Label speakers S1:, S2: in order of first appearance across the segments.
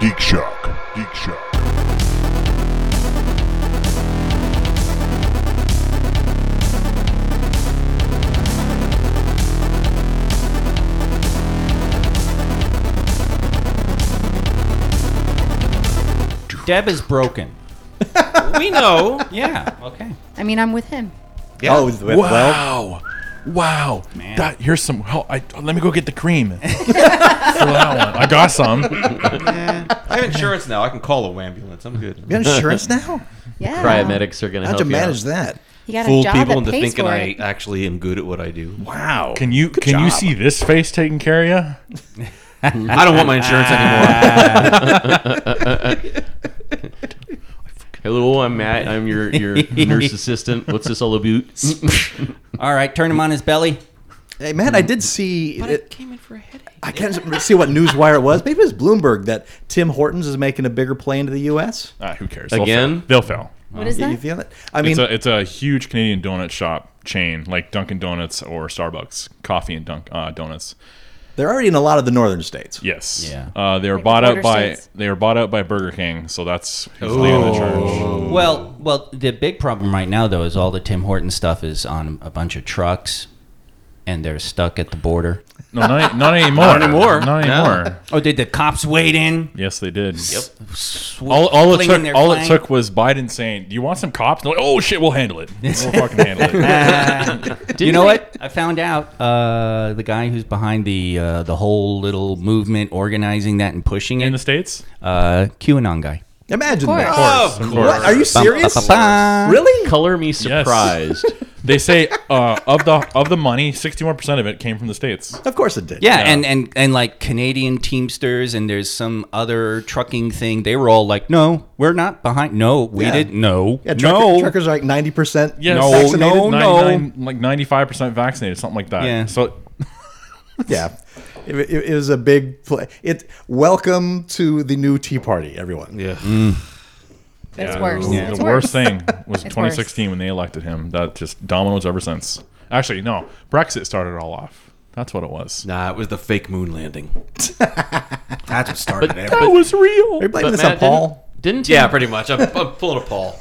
S1: Geek Shock. Geek Shock.
S2: Deb is broken.
S3: We know.
S2: Yeah. Okay.
S4: I mean, I'm with him.
S3: Yeah.
S5: Oh, with well,
S6: Wow. Wow. That, here's some. Oh, I, let me go get the cream. For that one. I got some.
S3: I have insurance now. I can call a ambulance. I'm good.
S7: You got insurance now?
S4: Yeah.
S5: cryomedics are going to
S7: How'd
S5: help
S7: you
S5: you out.
S7: manage that?
S4: He got a
S3: Fool
S4: job
S3: people
S4: that
S3: into
S4: pays
S3: thinking
S4: for
S3: I
S4: it.
S3: actually am good at what I do.
S7: Wow.
S6: Can you can you see this face taking care of you?
S3: I don't want my insurance anymore.
S5: Hello, I'm Matt. I'm your, your nurse assistant. What's this all about?
S2: All right. Turn him on his belly.
S7: Hey, Matt, I did see.
S3: but
S7: it-
S3: it came in for a headache.
S7: I can't see what newswire it was. Maybe it was Bloomberg that Tim Hortons is making a bigger play into the U.S.
S6: Ah, who cares?
S5: Again?
S6: They'll fail.
S4: What is
S7: Do you
S3: Eh.
S4: that?
S7: feel it? I
S6: It's
S7: mean,
S6: a it's a huge Canadian donut shop chain like Dunkin' Donuts or Starbucks, coffee and dunk uh, donuts.
S7: they're already in a lot of the northern states.
S6: Yes.
S2: Yeah.
S6: Uh, they were
S4: the
S6: bought
S4: border
S6: out by
S4: states.
S6: they were bought out by Burger King, so that's who's leading the charge.
S2: Well, well, the big problem right now though is all the Tim Horton stuff is on a bunch of trucks, and they're stuck at the border.
S6: No, not, not anymore. not
S3: anymore.
S6: Not
S3: No.
S6: anymore.
S2: Oh, did the cops wade in?
S6: Yes, they did. Yep.
S2: Sw-
S6: All, all it
S2: flinging
S6: took
S2: their
S6: all it
S2: flag?
S6: took was Biden saying, "Do you want some cops?" They're like, "Oh shit, we'll handle it. We'll fucking handle it."
S2: Ah. you know what? I found out uh, the guy who's behind the uh, the whole little movement, organizing that and pushing
S6: In the
S2: it,
S6: states,
S2: uh, QAnon guy.
S7: Imagine
S4: course.
S7: that.
S3: Of
S6: Of
S3: course.
S7: What? Are you serious?
S2: Ba-ba-ba.
S7: Really?
S5: Color me surprised.
S6: they say uh, of the of the money, sixty one percent of it came from the states.
S7: Of course it did.
S2: Yeah, and and and like Canadian Teamsters and there's some other trucking thing. They were all like, "No, we're not behind. No, we
S7: Yeah.
S2: didn't. No,
S7: Yeah, trucker,
S2: no."
S7: truckers are like ninety percent.
S6: Yes.
S2: No,
S7: vaccinated.
S2: no, no.
S6: 99 like ninety five percent vaccinated, something like that.
S2: Yeah.
S6: So
S7: Yeah, it, it, it was a big play. It welcome to the new Tea Party, everyone.
S3: Yeah.
S4: It's worse.
S6: the
S4: It's
S6: worst thing was
S4: It's
S6: 2016 when they elected him. That just dominoes ever since. Actually, no, Brexit started it all off. That's what it was.
S3: Nah, it was the fake moon landing.
S7: That's what started it.
S6: That was real.
S7: Are you blaming
S5: But
S7: this on
S5: Matt, didn't,
S7: Paul?
S5: didn't you?
S3: Yeah, pretty much. I'm, I'm pulling a Paul.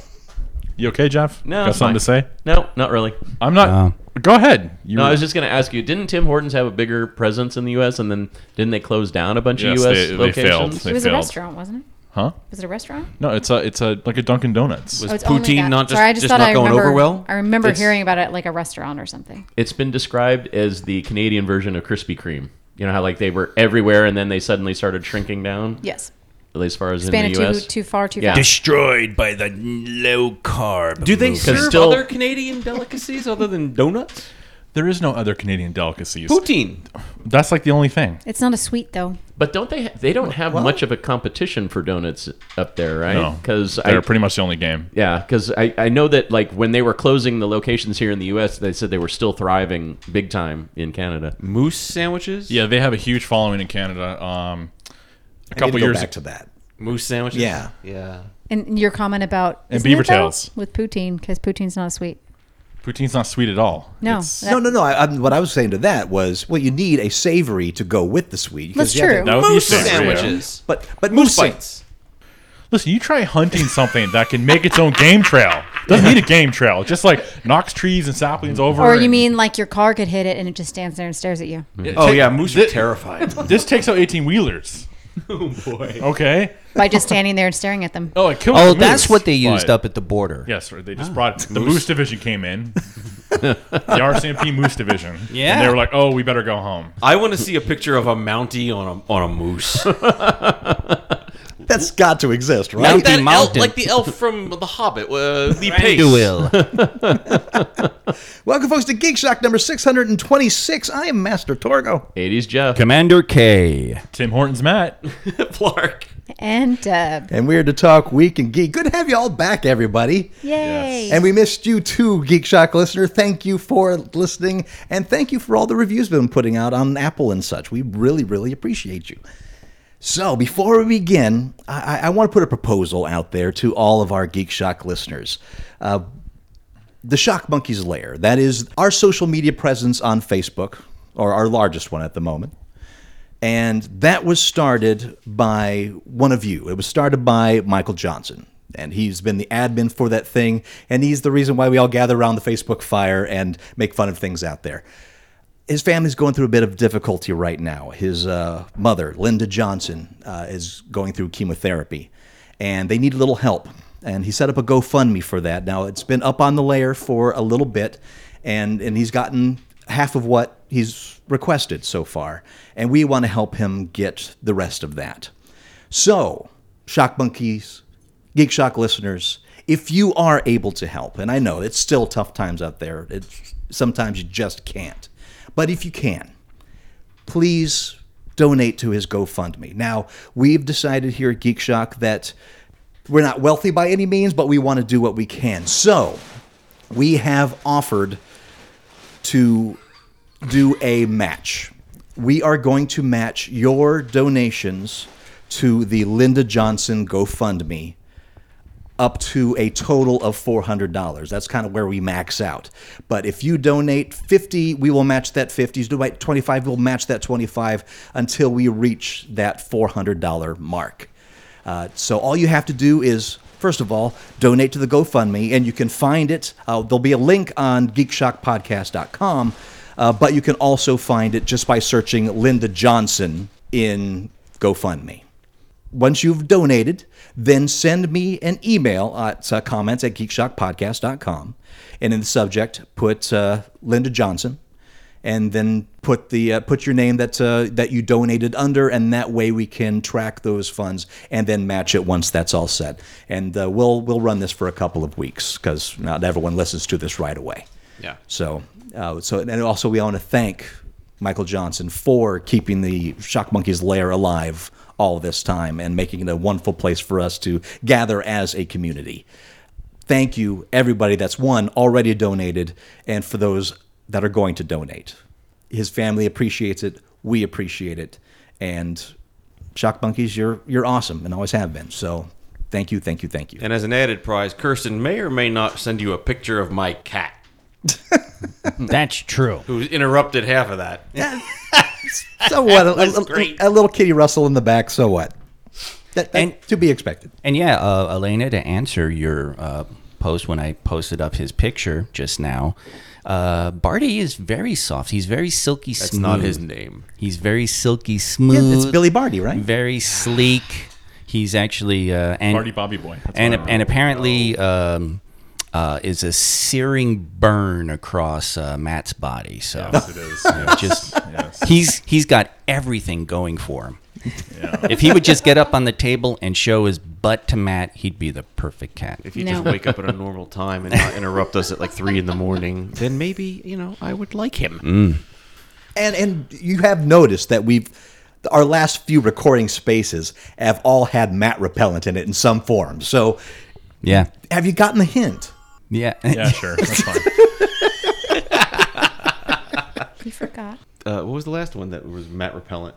S6: You okay, Jeff?
S5: No,
S6: got
S5: it's
S6: something to
S5: fine.
S6: say?
S5: No, not really.
S6: I'm not.
S2: No.
S6: Go ahead. You
S5: No, I was just going to ask you. Didn't Tim Hortons have a bigger presence in the U.S. and then didn't they close down a bunch
S6: Yes,
S5: of U.S.
S6: they- they failed.
S5: locations?
S6: They
S4: It was a
S6: failed.
S4: restaurant, wasn't it?
S6: Huh?
S4: Was it a restaurant?
S6: No, it's a it's a like a Dunkin' Donuts.
S3: Was
S4: Oh, it's only
S3: poutine
S4: that.
S3: not just,
S4: Sorry, I
S3: just,
S4: thought
S3: not
S4: I
S3: going
S4: remember,
S3: over well?
S4: I remember
S3: It's-
S4: hearing about it at like a restaurant or something.
S5: It's been described as the Canadian version of Krispy Kreme. You know how like they were everywhere and then they suddenly started shrinking down,
S4: Yes.
S5: at least as far as in
S4: Expanded
S5: the U.S.
S4: too too far too
S5: Yeah.
S4: fast.
S2: Destroyed by the low carb.
S3: Do they
S5: Because
S3: serve
S5: still-
S3: other Canadian delicacies other than donuts?
S6: there is no other Canadian delicacies.
S3: Poutine.
S6: That's like the only thing.
S4: It's not a sweet though.
S5: But don't they? Ha- they don't have much of a competition for donuts up there, right?
S6: No,
S5: Because
S6: They're pretty much the only game.
S5: Yeah, because I, I know that like when they were closing the locations here in the U.S., they said they were still thriving big time in Canada.
S3: Moose sandwiches?
S6: Yeah, they have a huge following in Canada. Um, a
S7: I need to
S6: couple
S7: go
S6: years
S7: back to that.
S3: Moose sandwiches?
S7: Yeah.
S3: Yeah.
S4: And your comment about
S6: And
S4: isn't
S6: beaver
S4: it, though?
S6: tails.
S4: with poutine because poutine's not sweet.
S6: poutine's not sweet at all.
S4: No,
S6: It's-
S4: that-
S7: No, no, no. I, I, what I was saying to that was, well, you need a savory to go with the sweet. because
S4: That's
S7: you have to-
S4: true.
S6: that would
S3: Moose
S6: be savory.
S3: sandwiches.
S7: But but moose
S3: Moose bites.
S6: Listen, you try hunting something that can make its own game trail. Doesn't need a game trail. Just like knocks trees and saplings over.
S4: Or you
S6: and-
S4: mean like your car could hit it and it just stands there and stares at you?
S3: Oh, yeah. Moose are terrified.
S6: this takes out eighteen wheelers? Oh boy. Okay.
S4: By just standing there and staring at them.
S6: Oh, it killed.
S2: Oh,
S6: the
S2: that's
S6: moose,
S2: what they used
S6: but-
S2: up at the border.
S6: Yes, right, they just brought the moose. division came in. the RCMP moose division. And
S2: Yeah.
S6: they were like, "Oh, we better go home."
S3: I want to see a picture of a Mountie on a, on a moose.
S7: bites. That's got to exist, right?
S2: Mountie
S3: that elf,
S2: Mountain.
S3: like the elf from The Hobbit, uh, the pace.
S2: Duel.
S7: Welcome, folks, to Geek Shock number six hundred and twenty-six. I am Master Torgo.
S5: 80s Jeff.
S2: Commander K.
S6: Tim Hortons, Matt.
S3: Flark.
S4: And uh,
S7: And we're to talk week and geek. Good to have you all back, everybody.
S4: yay!
S7: And we missed you too, Geek Shock listener. Thank you for listening, and thank you for all the reviews we've been putting out on Apple and such. We really, really appreciate you. So, before we begin, I, I- I want to put a proposal out there to all of our Geek Shock listeners. Uh, the Shock Monkey's Lair, that is our social media presence on Facebook, or our largest one at the moment. And that was started by one of you. It was started by Michael Johnson. And he's been the admin for that thing. And he's the reason why we all gather around the Facebook fire and make fun of things out there his family's going through a bit of difficulty right now. His uh, mother, Linda Johnson, uh, is going through chemotherapy, and they need a little help. And he set up a GoFundMe for that. Now it's been up on the layer for a little bit, and and he's gotten half of what he's requested so far. And we want to help him get the rest of that. So, Shock Monkeys, Geek Shock listeners, if you are able to help, and I know it's still tough times out there, it's, sometimes you just can't, but if you can, please donate to his GoFundMe. Now, we've decided here at Geek Shock that we're not wealthy by any means, but we want to do what we can. So, we have offered to do a match. We are going to match your donations to the Linda Johnson GoFundMe up to a total of $400. That's kind of where we max out. But if you donate 50, we will match that 50. If you donate 25, we'll match that 25 until we reach that $400 mark. Uh, so all you have to do is, first of all, donate to the GoFundMe, and you can find it. Uh, there'll be a link on geekshockpodcast.com, uh, but you can also find it just by searching Linda Johnson in GoFundMe. Once you've donated, then send me an email at uh, comments at geekshockpodcast.com. And in the subject, put uh, Linda Johnson and then put the uh, put your name that uh, that you donated under, and that way we can track those funds and then match it once that's all set. And uh, we'll we'll run this for a couple of weeks because not everyone listens to this right away.
S3: Yeah.
S7: So uh, so and also we want to thank Michael Johnson for keeping the Shock Monkeys lair alive all this time and making it a wonderful place for us to gather as a community thank you everybody that's one already donated and for those that are going to donate his family appreciates it we appreciate it and shock monkeys you're you're awesome and always have been so thank you thank you thank you
S3: And as an added prize, Kirsten may or may not send you a picture of my cat,
S2: That's true.
S3: who interrupted half of that.
S7: so what a,
S3: was
S7: a-
S3: great.
S7: a little kitty russell in the back so what that, that-
S2: And-
S7: to be expected
S2: And yeah, uh, Elena, to answer your uh, post when I posted up his picture just now, uh, Barty is very soft. He's very silky
S3: That's
S2: smooth.
S3: not his name.
S2: He's very silky smooth.
S7: it's Billy Barty, right?
S2: Very sleek. He's actually uh, and
S6: Barty Bobby Boy. That's
S2: and
S6: what I
S2: and apparently um, uh, is a searing burn across uh, Matt's body. So
S6: Yes, it is. Yes.
S2: just
S6: Yes.
S2: he's he's got everything going for him. If he would just get up on the table and show his butt to Matt, he'd be the perfect cat.
S3: If you
S4: No.
S3: just wake up at a normal time and not interrupt us at like three in the morning, then maybe you know I would like him.
S7: And and you have noticed that we've our last few recording spaces have all had mat repellent in it in some form. So
S2: Yeah,
S7: have you gotten the hint?
S2: yeah.
S6: Yeah, sure. That's fine.
S4: You forgot.
S3: Uh, what was the last one that was Matt repellent?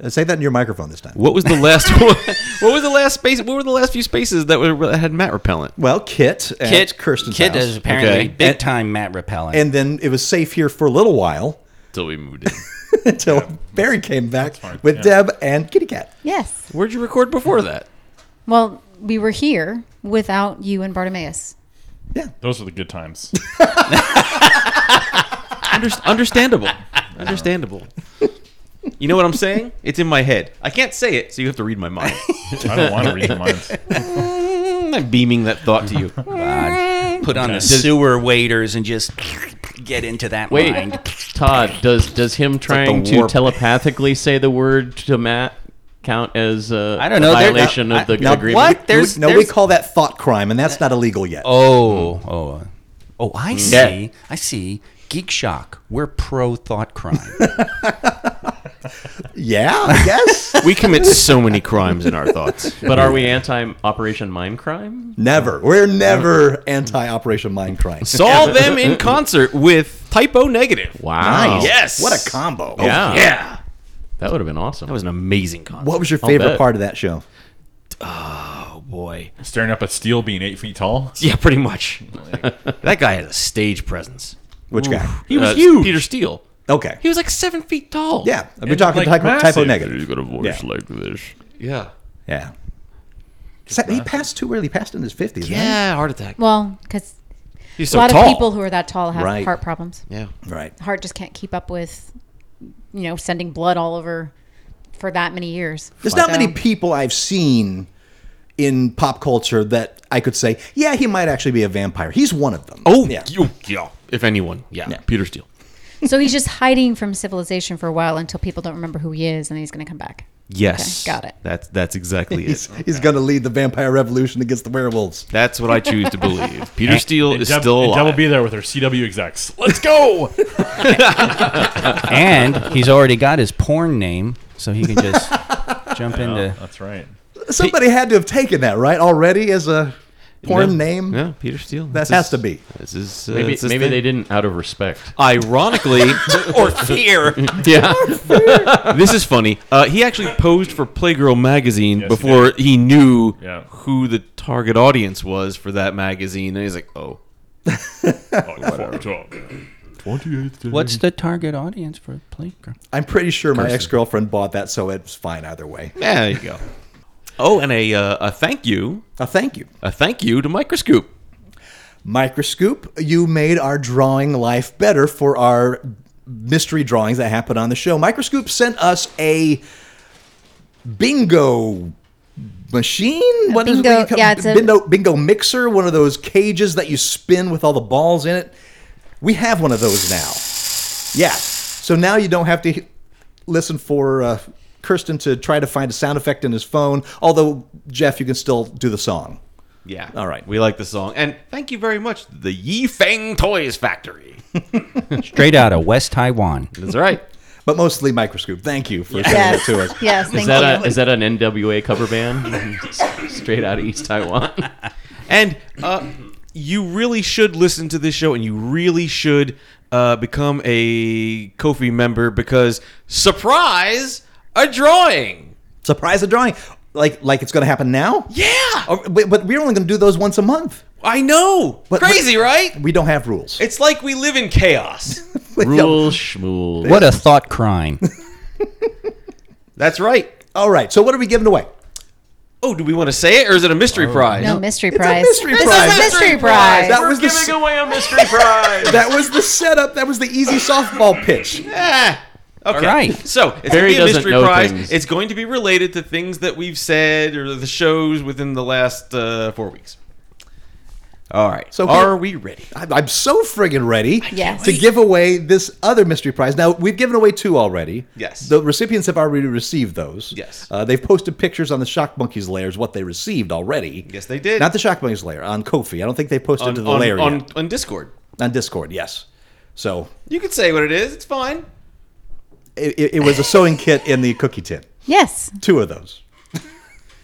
S7: Uh, Say that in your microphone this time.
S3: What was the last one? What was the last space? What were the last few spaces that were that had Matt repellent?
S7: Well, Kit, at Kirsten's
S2: Kit
S7: house.
S2: is apparently
S3: Okay.
S2: big time Matt repellent.
S7: and then it was safe here for a little while
S5: Until we moved in.
S7: until Barry came back
S6: fine,
S7: with
S6: yeah.
S7: Deb and Kitty Cat.
S4: Yes.
S3: Where'd you record before that?
S4: Well, we were here without you and Bartimaeus.
S6: Those were the good times.
S3: Underst- understandable. Understandable. You know what I'm saying? It's in my head. I can't say it, so you have to read my mind.
S6: I don't want to read your minds.
S3: I'm beaming that thought to you.
S2: Uh, Put on the
S6: Does-
S2: sewer waders and just get into that
S5: Wait,
S2: mind.
S5: Todd, does does him trying
S7: the
S5: to
S7: warp.
S5: telepathically say the word to Matt count as uh,
S2: I don't
S5: a
S2: know, they're-
S5: violation of the
S7: Now,
S5: agreement?
S2: What?
S7: we-
S2: There's-
S7: no, we
S2: there's- Uh,
S7: call that thought crime, and that's not illegal yet.
S2: Oh, oh, oh! I see. I see. Geek shock. We're pro thought crime.
S7: Yeah, I guess.
S3: We commit so many crimes in our thoughts.
S5: But are we anti Operation Mime Crime?
S7: never. We're never anti Operation Mind Crime.
S3: Solve them in concert with typo negative.
S5: Wow.
S3: Yes.
S7: Oh, What a combo.
S5: Yeah.
S3: Yeah.
S5: That would have been awesome.
S3: That was an amazing concert.
S7: What was your favorite
S5: bet.
S7: part of that show?
S3: Oh boy.
S6: Staring up at steel being eight feet tall.
S3: Yeah, pretty much. that guy had a stage presence.
S7: Which guy?
S3: He was
S5: Uh,
S3: huge. Peter Steele.
S7: Okay.
S3: He was like seven feet tall.
S7: Yeah, we're
S6: And,
S7: talking
S6: like,
S7: typo, typo
S6: massive.
S7: negative.
S1: got a voice
S7: Yeah.
S1: like this.
S3: Yeah.
S7: Yeah. Sa- He passed too early. He passed in his 50s. right?
S3: Yeah, heart attack.
S4: Well, because
S3: He's
S4: a
S3: so
S4: lot
S3: tall.
S4: of people who are that tall have
S7: Right.
S4: heart problems.
S3: yeah.
S7: Right.
S4: Heart just can't keep up with, you know, sending blood all over for that many years.
S7: There's not
S4: So-
S7: many people I've seen in pop culture that I could say, yeah, he might actually be a vampire. He's one of them.
S3: Oh,
S7: yeah.
S3: yeah. You, yeah. If anyone, yeah.
S7: Yeah.
S3: Peter Steele.
S4: So he's just hiding from civilization for a while until people don't remember who he is, and then he's going to come back.
S3: Yes.
S4: Okay, got it.
S3: That's that's exactly
S7: he's
S3: it.
S7: he's going to lead the vampire revolution against the werewolves.
S3: That's what I choose to believe. Peter
S6: And-
S3: Steele
S6: and
S3: is
S6: Deb-
S3: still
S6: and
S3: alive.
S6: Deb will be there with her CW execs. Let's go.
S2: and he's already got his porn name, so he can just jump into.
S6: That's right.
S7: Somebody had to have taken that, right? Already as a porn
S3: Yeah.
S7: name?
S3: Yeah, Peter Steele.
S7: That
S3: That's
S7: has
S3: his-
S7: to be.
S3: That's his, uh,
S5: Maybe
S3: that's his
S5: maybe they
S3: thing.
S5: didn't out of respect.
S3: Ironically, or fear.
S5: Yeah.
S3: this is funny. Uh, he actually posed for Playgirl magazine
S6: Yes, he
S3: before
S6: did.
S3: he, knew
S6: Yeah.
S3: who the target audience was for that magazine, and he's like, "Oh,
S6: Oh, it's four twelve.
S2: What's the target audience for Playgirl?
S7: I'm pretty sure my ex girlfriend bought that, so it's fine either way.
S3: yeah, there you go." Oh, and a uh, a thank you,
S7: Uh, thank you.
S3: a thank you to Microscope.
S7: Microscope, you made our drawing life better for our mystery drawings that happen on the show. Microscope sent us a bingo machine. What is it
S4: bingo-
S7: that you call-
S4: yeah, it's a-
S7: bingo, bingo mixer, one of those cages that you spin with all the balls in it. We have one of those now. Yeah. So now you don't have to h- listen for uh, Kirsten to try to find a sound effect in his phone. Although, Jeff, you can still do the song.
S3: Yeah,
S7: All right.
S3: we like the song, and thank you very much, to the Yi Fang Toys Factory.
S2: Straight out of West Taiwan.
S3: That's right.
S7: But mostly Microscope. Thank you for sending it
S4: Yes.
S7: to us.
S4: yes. Thank
S5: Is that,
S4: you.
S5: a, is that an NWA cover band? Straight out of East Taiwan.
S3: And uh, you really should listen to this show, and you really should uh, become a Kofi member because surprise, a drawing.
S7: surprise a drawing like like it's going to happen now
S3: Yeah,
S7: Or- but, but we're only going to do those once a month
S3: Oh, I know.
S7: But-
S3: Crazy, right?
S7: we don't have rules
S3: It's like we live in chaos.
S5: Rule schmool.
S2: What a thought crime.
S3: That's right.
S7: all right so what are we giving away
S3: Oh, do we want to say it, or is it a mystery prize?
S4: no mystery
S7: a
S4: prize.
S7: mystery
S4: This
S7: prize.
S4: is a mystery prize.
S7: that was the s-
S5: away a mystery prize.
S7: that was the setup that was the easy softball pitch
S3: Ah, okay.
S2: All right.
S3: So it's
S5: Barry
S3: going to be a
S5: doesn't
S3: mystery
S5: know
S3: prize.
S5: things.
S3: It's going to be related to things that we've said or the shows within the last uh, four weeks. All right.
S7: So
S3: So are
S7: here-
S3: we ready?
S7: I- i'm so friggin' ready
S4: Yes.
S7: to give away this other mystery prize now we've given away two already
S3: Yes.
S7: the recipients have already received those
S3: Yes.
S7: uh, they've posted pictures on the shock monkeys layers what they received already
S3: Yes, they did.
S7: not the shock monkeys layer on kofi i don't think they posted
S3: on,
S7: to the
S3: on-
S7: layer
S3: on-
S7: yet.
S3: on Discord.
S7: on discord yes so
S3: You can say what it is. It's fine.
S7: it, it, it was a sewing kit in the cookie tin.
S4: yes.
S7: Two of those.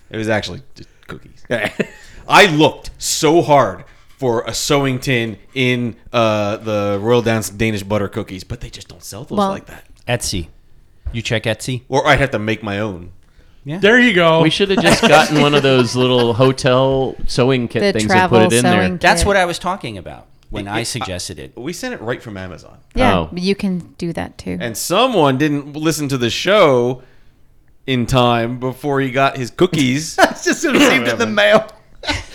S3: It was actually just cookies.
S7: Yeah.
S3: I looked so hard for a sewing tin in uh, the Royal Dance Danish butter cookies, but they just don't sell those
S4: Well-
S3: like that.
S2: Etsy. You check Etsy?
S3: Or I'd have to make my own.
S6: There you go.
S5: We should have just gotten one of those little hotel sewing kit
S4: The
S5: things and
S4: travel
S5: put it in
S4: sewing
S5: there.
S4: kit.
S2: That's what I was talking about when I suggested it.
S3: We sent it right from Amazon.
S4: Yeah,
S5: Oh.
S4: but you can do that too.
S3: And someone didn't listen to the show in time before he got his cookies.
S7: It's just received in the mail.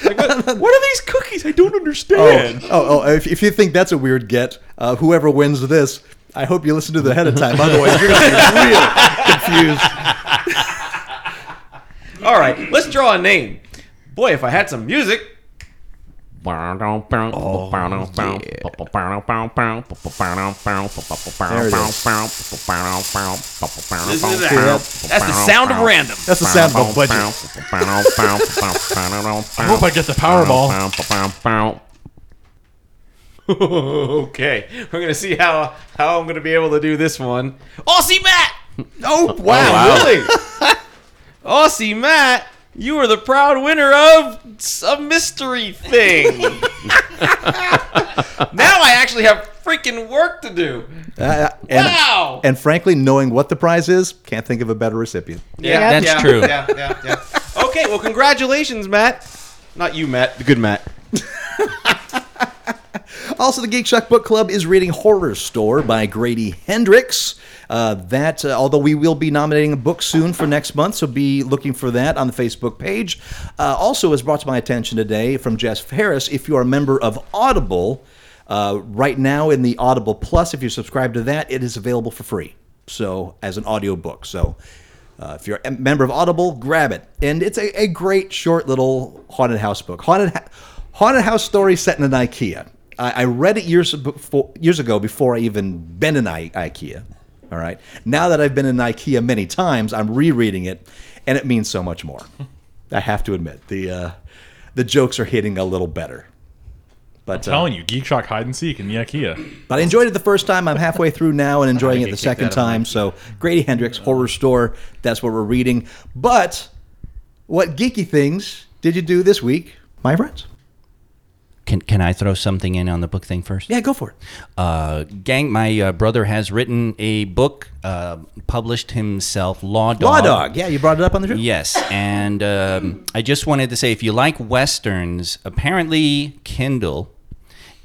S3: like, what, what are these cookies? I don't
S7: Oh,
S3: understand.
S7: oh, oh, if, if you think that's a weird get, uh, whoever wins this, I hope you listen to the ahead of time. Otherwise, you're going to be real confused.
S3: All right, let's draw a name. Boy, if I had some music. Listen to that. That's the sound of random.
S7: That's the sound of a budget.
S6: I hope I get the Powerball.
S3: okay, we're gonna see how how I'm gonna be able to do this one. Aussie Matt.
S7: Oh, wow.
S3: really? Aussie Matt, you are the proud winner of a mystery thing. now I actually have freaking work to do.
S7: Uh, and,
S3: Wow.
S7: and frankly, knowing what the prize is, can't think of a better recipient.
S3: Yeah,
S2: That's
S3: yeah,
S2: true.
S3: Yeah, yeah, yeah. Okay, well, congratulations, Matt. Not you, Matt. The good Matt.
S7: Also, the Geek Shock Book Club is reading Horror Store by Grady Hendrix. Uh, that, uh, although we will be nominating a book soon for next month, so be looking for that on the Facebook page. Uh, also, was brought to my attention today from Jess Harris. If you are a member of Audible, uh, right now in the Audible Plus, if you subscribe to that, it is available for free. So, as an audiobook. So, uh, if you're a member of Audible, grab it. And it's a, a great short little haunted house book. Haunted, ha- haunted house story set in an IKEA. I, I read it years before, years ago before I even been in I- IKEA. All right. Now that I've been in IKEA many times, I'm rereading it, and it means so much more. I have to admit the uh, the jokes are hitting a little better. But uh,
S6: telling you, Geek Shock hide and seek in the IKEA.
S7: but I enjoyed it the first time. I'm halfway through now and enjoying it the second time. So Grady Hendrix, Horror Store, that's what we're reading. But what geeky things did you do this week, my friends?
S2: Can, can I throw something in on the book thing first?
S7: Yeah, go for it.
S2: Uh, gang, my uh, brother has written a book, uh, published himself, Law Dog.
S7: Law Dog. Yeah, you brought it up on the show.
S2: Yes, and um, I just wanted to say if you like westerns, apparently Kindle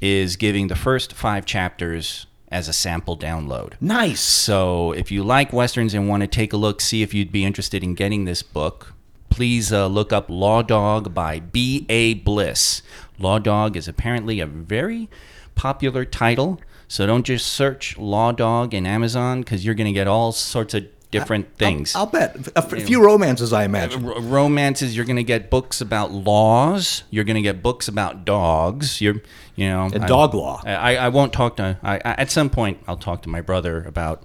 S2: is giving the first five chapters as a sample download.
S7: Nice.
S2: So if you like westerns and want to take a look, see if you'd be interested in getting this book. Please uh, look up Law Dog by B.A. Bliss. Law Dog is apparently a very popular title, so don't just search Law Dog in Amazon because you're going to get all sorts of different things
S7: I'll bet. A f- few romances, I imagine.
S2: r- romances you're going to get books about laws you're going to get books about dogs you're you know
S7: And
S2: I-
S7: dog law.
S2: Uh, I, I won't talk to I, I at some point i'll talk to my brother about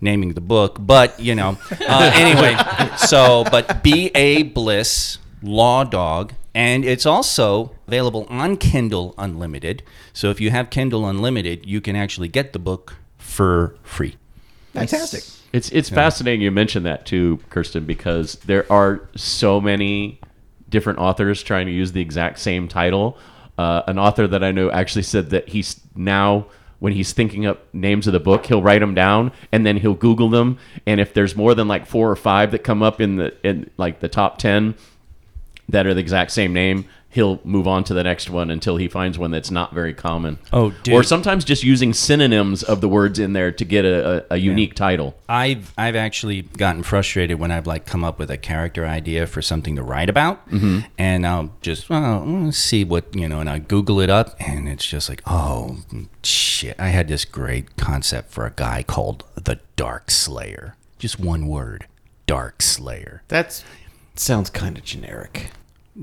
S2: naming the book but you know uh, anyway so but ba bliss law dog and it's also available on kindle unlimited so if you have kindle unlimited you can actually get the book for free
S7: Fantastic.
S5: It's it's fascinating you mentioned that too, Kirsten, because there are so many different authors trying to use the exact same title. Uh, an author that I know actually said that he's now when he's thinking up names of the book, he'll write them down and then he'll Google them. And if there's more than like four or five that come up in the in like the top ten that are the exact same name, he'll move on to the next one until he finds one that's not very common.
S2: Oh, dude.
S5: Or sometimes just using synonyms of the words in there to get a, a, a unique title.
S2: I've I've actually gotten frustrated when I've like come up with a character idea for something to write about,
S5: Mm-hmm.
S2: and I'll just well let's see what you know, and I Google it up, and it's just like oh shit, I had this great concept for a guy called the Dark Slayer, just one word, Dark Slayer.
S3: That's sounds kind of generic.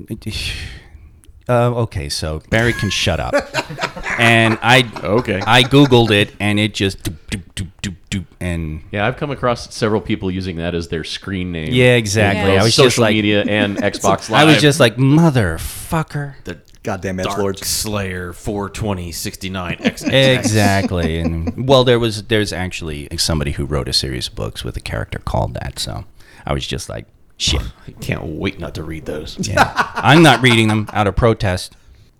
S2: Uh, okay, so Barry can shut up, and I
S5: Okay.
S2: I Googled it, and it just doop, doop, doop, doop, doop, and
S5: Yeah, I've come across several people using that as their screen name.
S2: yeah, exactly.
S4: Yeah.
S5: Both
S2: I was
S5: social
S2: just like
S5: media and Xbox Live.
S2: I was just like motherfucker.
S7: Goddamn edge
S3: Dark
S7: lords.
S3: Slayer 420 69 XX.
S2: Exactly. and well, there was there's actually somebody who wrote a series of books with a character called that. So I was just like, shit.
S3: I can't wait not to read those.
S2: Yeah. I'm not reading them out of protest.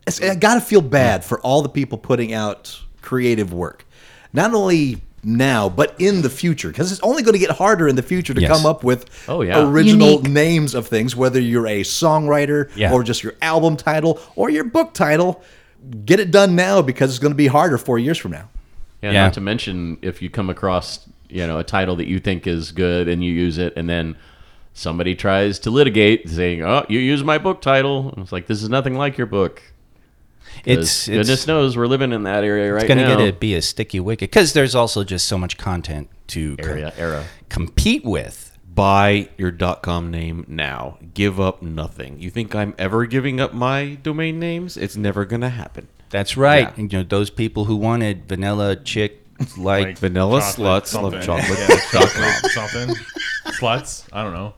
S7: It's- I gotta feel bad for all the people putting out creative work, not only now but in the future, because it's only going to get harder in the future to
S2: Yes.
S7: come up with
S5: Oh, yeah.
S7: original
S4: Unique.
S7: names of things, whether you're a songwriter
S2: Yeah.
S7: or just your album title or your book title. Get it done now because it's going to be harder four years from now.
S5: yeah,
S2: Yeah.
S5: Not to mention if you come across you know a title that you think is good and you use it, and then somebody tries to litigate saying, "Oh, you used my book title." And it's like this is nothing like your book. 'Cause
S2: It's it's,
S5: goodness knows we're living in that area right
S2: it's gonna
S5: now.
S2: get to be a sticky wicket because there's also just so much content to com-
S5: area era.
S2: compete with.
S3: Buy your .com name now. Give up nothing. You think I'm ever giving up my domain names? It's never going to happen.
S2: That's right.
S3: Yeah.
S2: And, you know those people who wanted vanilla chick like
S3: Vanilla
S6: Chocolate
S3: sluts love
S6: something.
S3: chocolate.
S6: Yeah, chocolate something. Sluts. I don't know.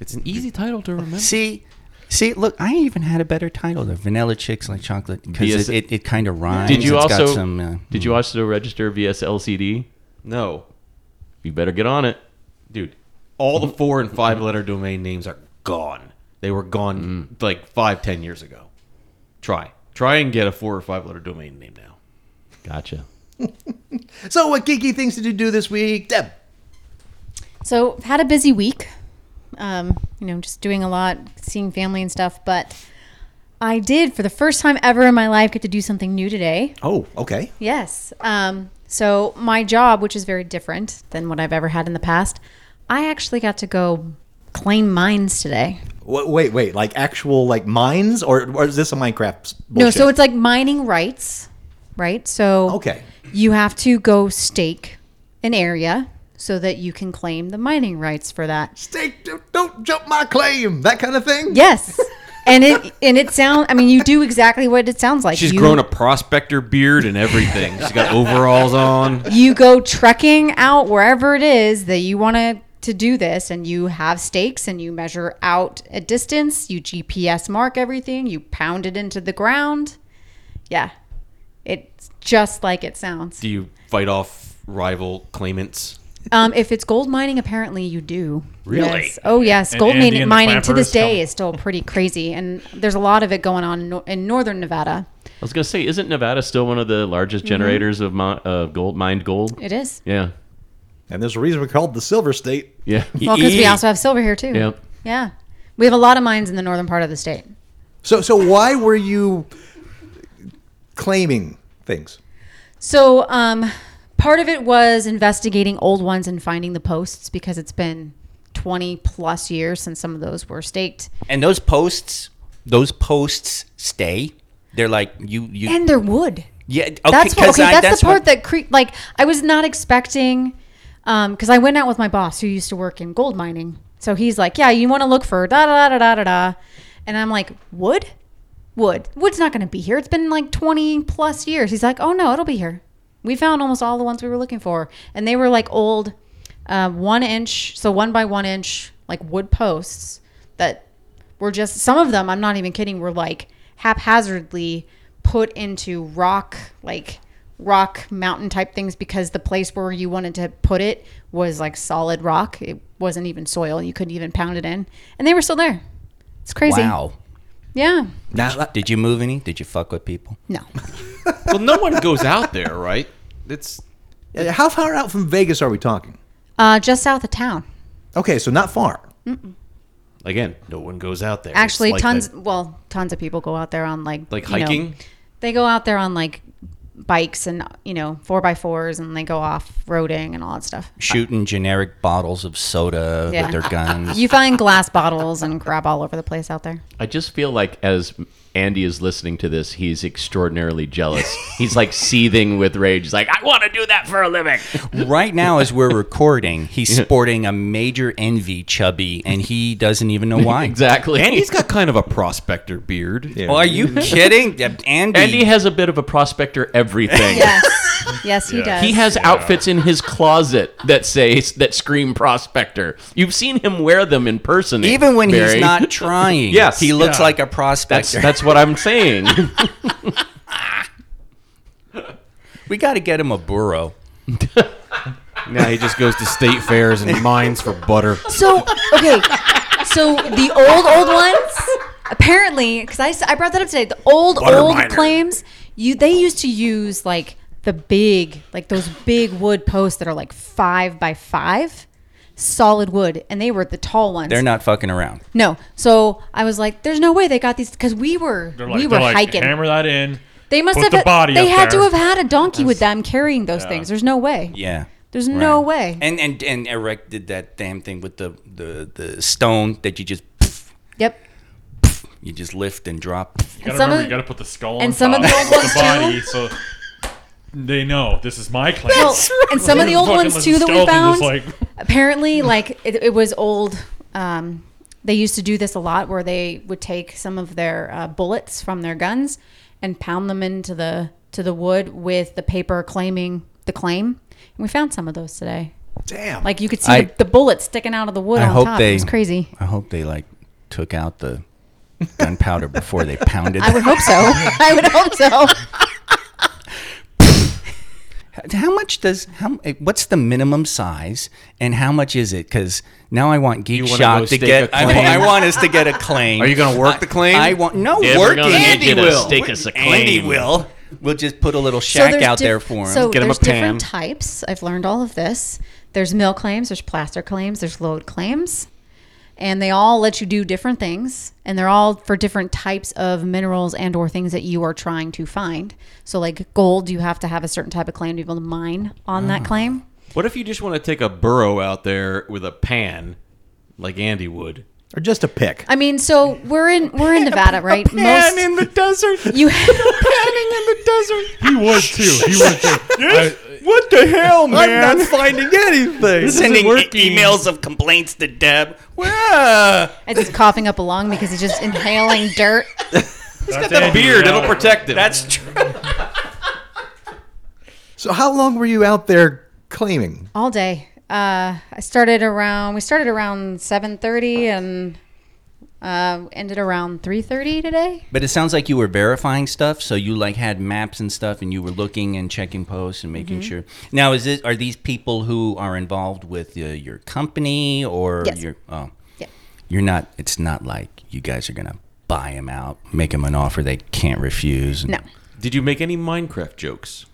S3: It's an easy title to remember.
S2: See, see, look, I even had a better title: Oh, the Vanilla Chicks Like Chocolate, because
S5: Yes.
S2: it, it, it kind of rhymes.
S5: Did you
S2: It's
S5: also
S2: Got some, uh,
S5: did you also register VSLCD?
S3: No.
S5: You better get on it.
S3: Dude, all the four and five letter domain names are gone. They were gone like five, ten years ago. Try. Try and get a four or five letter domain name now.
S5: Gotcha.
S7: So, what geeky things did you do this week, Deb?
S4: So I've had a busy week. Um, you know, just doing a lot, seeing family and stuff. But I did for the first time ever in my life get to do something new today.
S7: Oh, okay.
S4: Yes. Um, so my job, which is very different than what I've ever had in the past, I actually got to go claim mines today.
S7: Wait, wait, wait. Like actual like mines, or, or is this a Minecraft? Bullshit?
S4: No, so it's like mining rights, right? So
S7: Okay.
S4: you have to go stake an area so that you can claim the mining rights for that.
S7: Take- don't, don't jump my claim. That kind of thing.
S4: Yes. And it and it sound I mean you do exactly what it sounds like.
S3: She's
S4: you,
S3: grown a prospector beard and everything. She's got overalls on.
S4: You go trekking out wherever it is that you want to to do this and you have stakes and you measure out a distance, you GPS mark everything, you pound it into the ground. Yeah. It's just like it sounds.
S3: Do you fight off rival claimants?
S4: Um, if it's gold mining, apparently you do.
S6: Really?
S4: Yes. Oh yes,
S6: And
S4: gold
S6: Andy
S4: mining,
S6: and the
S4: mining to this
S6: clampers
S4: day
S6: come-
S4: is still pretty crazy, and there's a lot of it going on in nor- in northern Nevada.
S5: I was gonna say, isn't Nevada still one of the largest generators of mi- uh, gold, mined gold?
S4: It is.
S5: Yeah,
S7: And there's a reason we're called the Silver State.
S5: yeah,
S3: E
S4: Well, because we also have silver here too.
S5: Yep.
S4: Yeah. We have a lot of mines in the northern part of the state.
S7: So, so why were you claiming things?
S4: So, um, part of it was investigating old ones and finding the posts because it's been 20 plus years since some of those were staked.
S2: And those posts, those posts stay. They're like you, you.
S4: And they're wood.
S2: yeah, okay,
S4: that's what,
S2: 'cause
S4: okay.
S2: I-
S4: that's, the part
S2: what-
S4: that cre- like I was not expecting, because I went out with my boss who used to work in gold mining. So he's like, "Yeah, you want to look for da da da da da da," and I'm like, "Wood, wood, wood's not going to be here. It's been like 20 plus years." He's like, "Oh no, it'll be here. We found almost all the ones we were looking for, and they were like old, uh, one inch, so one by one inch, like wood posts that were just some of them i'm not even kidding were like haphazardly put into rock like rock mountain type things because the place where you wanted to put it was like solid rock it wasn't even soil you couldn't even pound it in and they were still there it's crazy
S2: Wow.
S4: yeah
S7: Now,
S2: Did you move any? Did you fuck with people?
S4: no
S3: Well, no one goes out there, right? It's
S7: uh, how far out from Vegas are we talking?
S4: uh, just south of town
S7: Okay, so not far.
S3: again, no one goes out there. It's
S4: actually
S3: like
S4: tons
S3: that-
S4: well tons of people go out there on like
S3: like
S4: you know,
S3: hiking.
S4: they go out there on like bikes and you know four by fours and they go off roading and all that stuff
S2: Shooting generic bottles of soda
S4: Yeah.
S2: with their guns.
S4: You find glass bottles and crap all over the place out there.
S5: I just feel like as Andy is listening to this, he's extraordinarily jealous. he's like seething with rage. He's like, I want to do that for a living.
S2: right now, as we're recording, he's sporting a major envy chubby, and he doesn't even know why.
S5: exactly.
S3: And he's got kind of a prospector beard.
S2: Well, are you kidding, Yeah, Andy?
S5: Andy has a bit of a prospector everything.
S4: Yes. yes, he does.
S5: He has outfits in his closet that say that scream prospector. You've seen him wear them in person.
S2: even when
S5: Barry.
S2: he's not trying.
S5: Yes.
S2: he looks
S6: Yeah.
S2: like a
S5: That's
S2: prospector.
S5: that's what I'm saying.
S2: we got to get him a burro.
S3: Now he just goes to state fairs and mines for butter.
S4: So, okay. So the old, old ones, apparently, because I, s- I brought that up today, the old, old claims, you they used to use like the big, like those big wood posts that are like five by five, solid wood, and they were the tall ones.
S2: They're not fucking around.
S4: No. So I was like, there's no way they got these, because we were,
S6: They're like,
S4: we
S6: they're
S4: were
S6: like,
S4: hiking.
S6: Hammer that in.
S4: They must
S6: Put
S4: have.
S6: the body
S4: they
S6: up
S4: had
S6: there.
S4: to have had a donkey with them carrying those things. There's no way.
S2: Yeah.
S4: There's no
S2: Right.
S4: way.
S2: And and and Eric did that damn thing with the the the stone that you just pff,
S4: yep.
S2: you just lift and drop.
S6: You gotta
S4: some
S6: remember,
S4: of-
S6: you gotta put the skull
S4: and
S6: on
S4: some of
S6: top,
S4: the old
S6: put
S4: ones,
S6: the body,
S4: too.
S6: so they know this is my claim.
S4: Well, and some of the old
S6: Fucking
S4: ones
S6: listen
S4: too that we
S6: stealthy,
S4: found.
S6: just like-
S4: apparently, like it, it was old. Um, they used to do this a lot, where they would take some of their uh, bullets from their guns and pound them into the to the wood with the paper claiming the claim. And we found some of those today.
S7: Damn.
S4: Like you could see
S2: I-
S4: the, the bullets sticking out of the wood
S2: I
S4: on
S2: hope
S4: top.
S2: they
S4: it was crazy.
S2: I hope they like took out the gunpowder before they pounded.
S4: I would hope so. I would hope so.
S2: how much does how eh, what's the minimum size and how much is it? Because now I want Geek
S3: wanna go
S2: Shock to
S3: stake
S2: get.
S3: a
S2: I,
S3: claim?
S2: I want us to get a claim.
S3: Are you gonna work the claim?
S2: I want no
S5: Yeah, we're
S2: work.
S5: gonna need
S2: Andy
S5: you to
S2: will.
S5: stake us a
S2: Andy
S5: claim.
S2: will. We'll just put a little
S4: So
S2: shack
S4: there's
S2: out
S4: diff-
S2: there for him.
S4: So
S3: Get him a
S4: there's different
S3: pan.
S4: types. I've learned all of this. There's mill claims. There's plaster claims. There's load claims, and they all let you do different things and they're all for different types of minerals and or things that you are trying to find so like gold you have to have a certain type of claim to be able to mine on
S3: Ah.
S4: that claim
S3: What if you just want to take a burrow out there with a pan, like Andy would?
S7: Or just a pick.
S4: i mean so we're in we're in nevada right
S3: Pan in the desert. Panning
S4: you
S3: in the desert.
S6: He would too. He would too. I-
S3: What the hell,
S7: I'm not finding anything.
S2: Sending e-
S6: working.
S2: emails of complaints to Deb.
S4: as he's coughing up a lung because he's just inhaling dirt
S6: that's
S3: The
S6: Andy
S3: beard.
S6: Real.
S3: It'll protect him.
S2: That's true.
S7: So how long were you out there claiming?
S4: all day. Uh, I started around. We started around seven thirty and uh, ended around three thirty today.
S2: But it sounds like you were verifying stuff, so you like had maps and stuff, and you were looking and checking posts and
S4: Mm-hmm.
S2: making sure. Now, is it are these people who are involved with uh, your company or
S4: Yes.
S2: your? Oh,
S4: Yeah.
S2: you're not. It's not like you guys are gonna buy them out, make them an offer they can't refuse. and-
S4: No,
S3: Did you make any Minecraft jokes?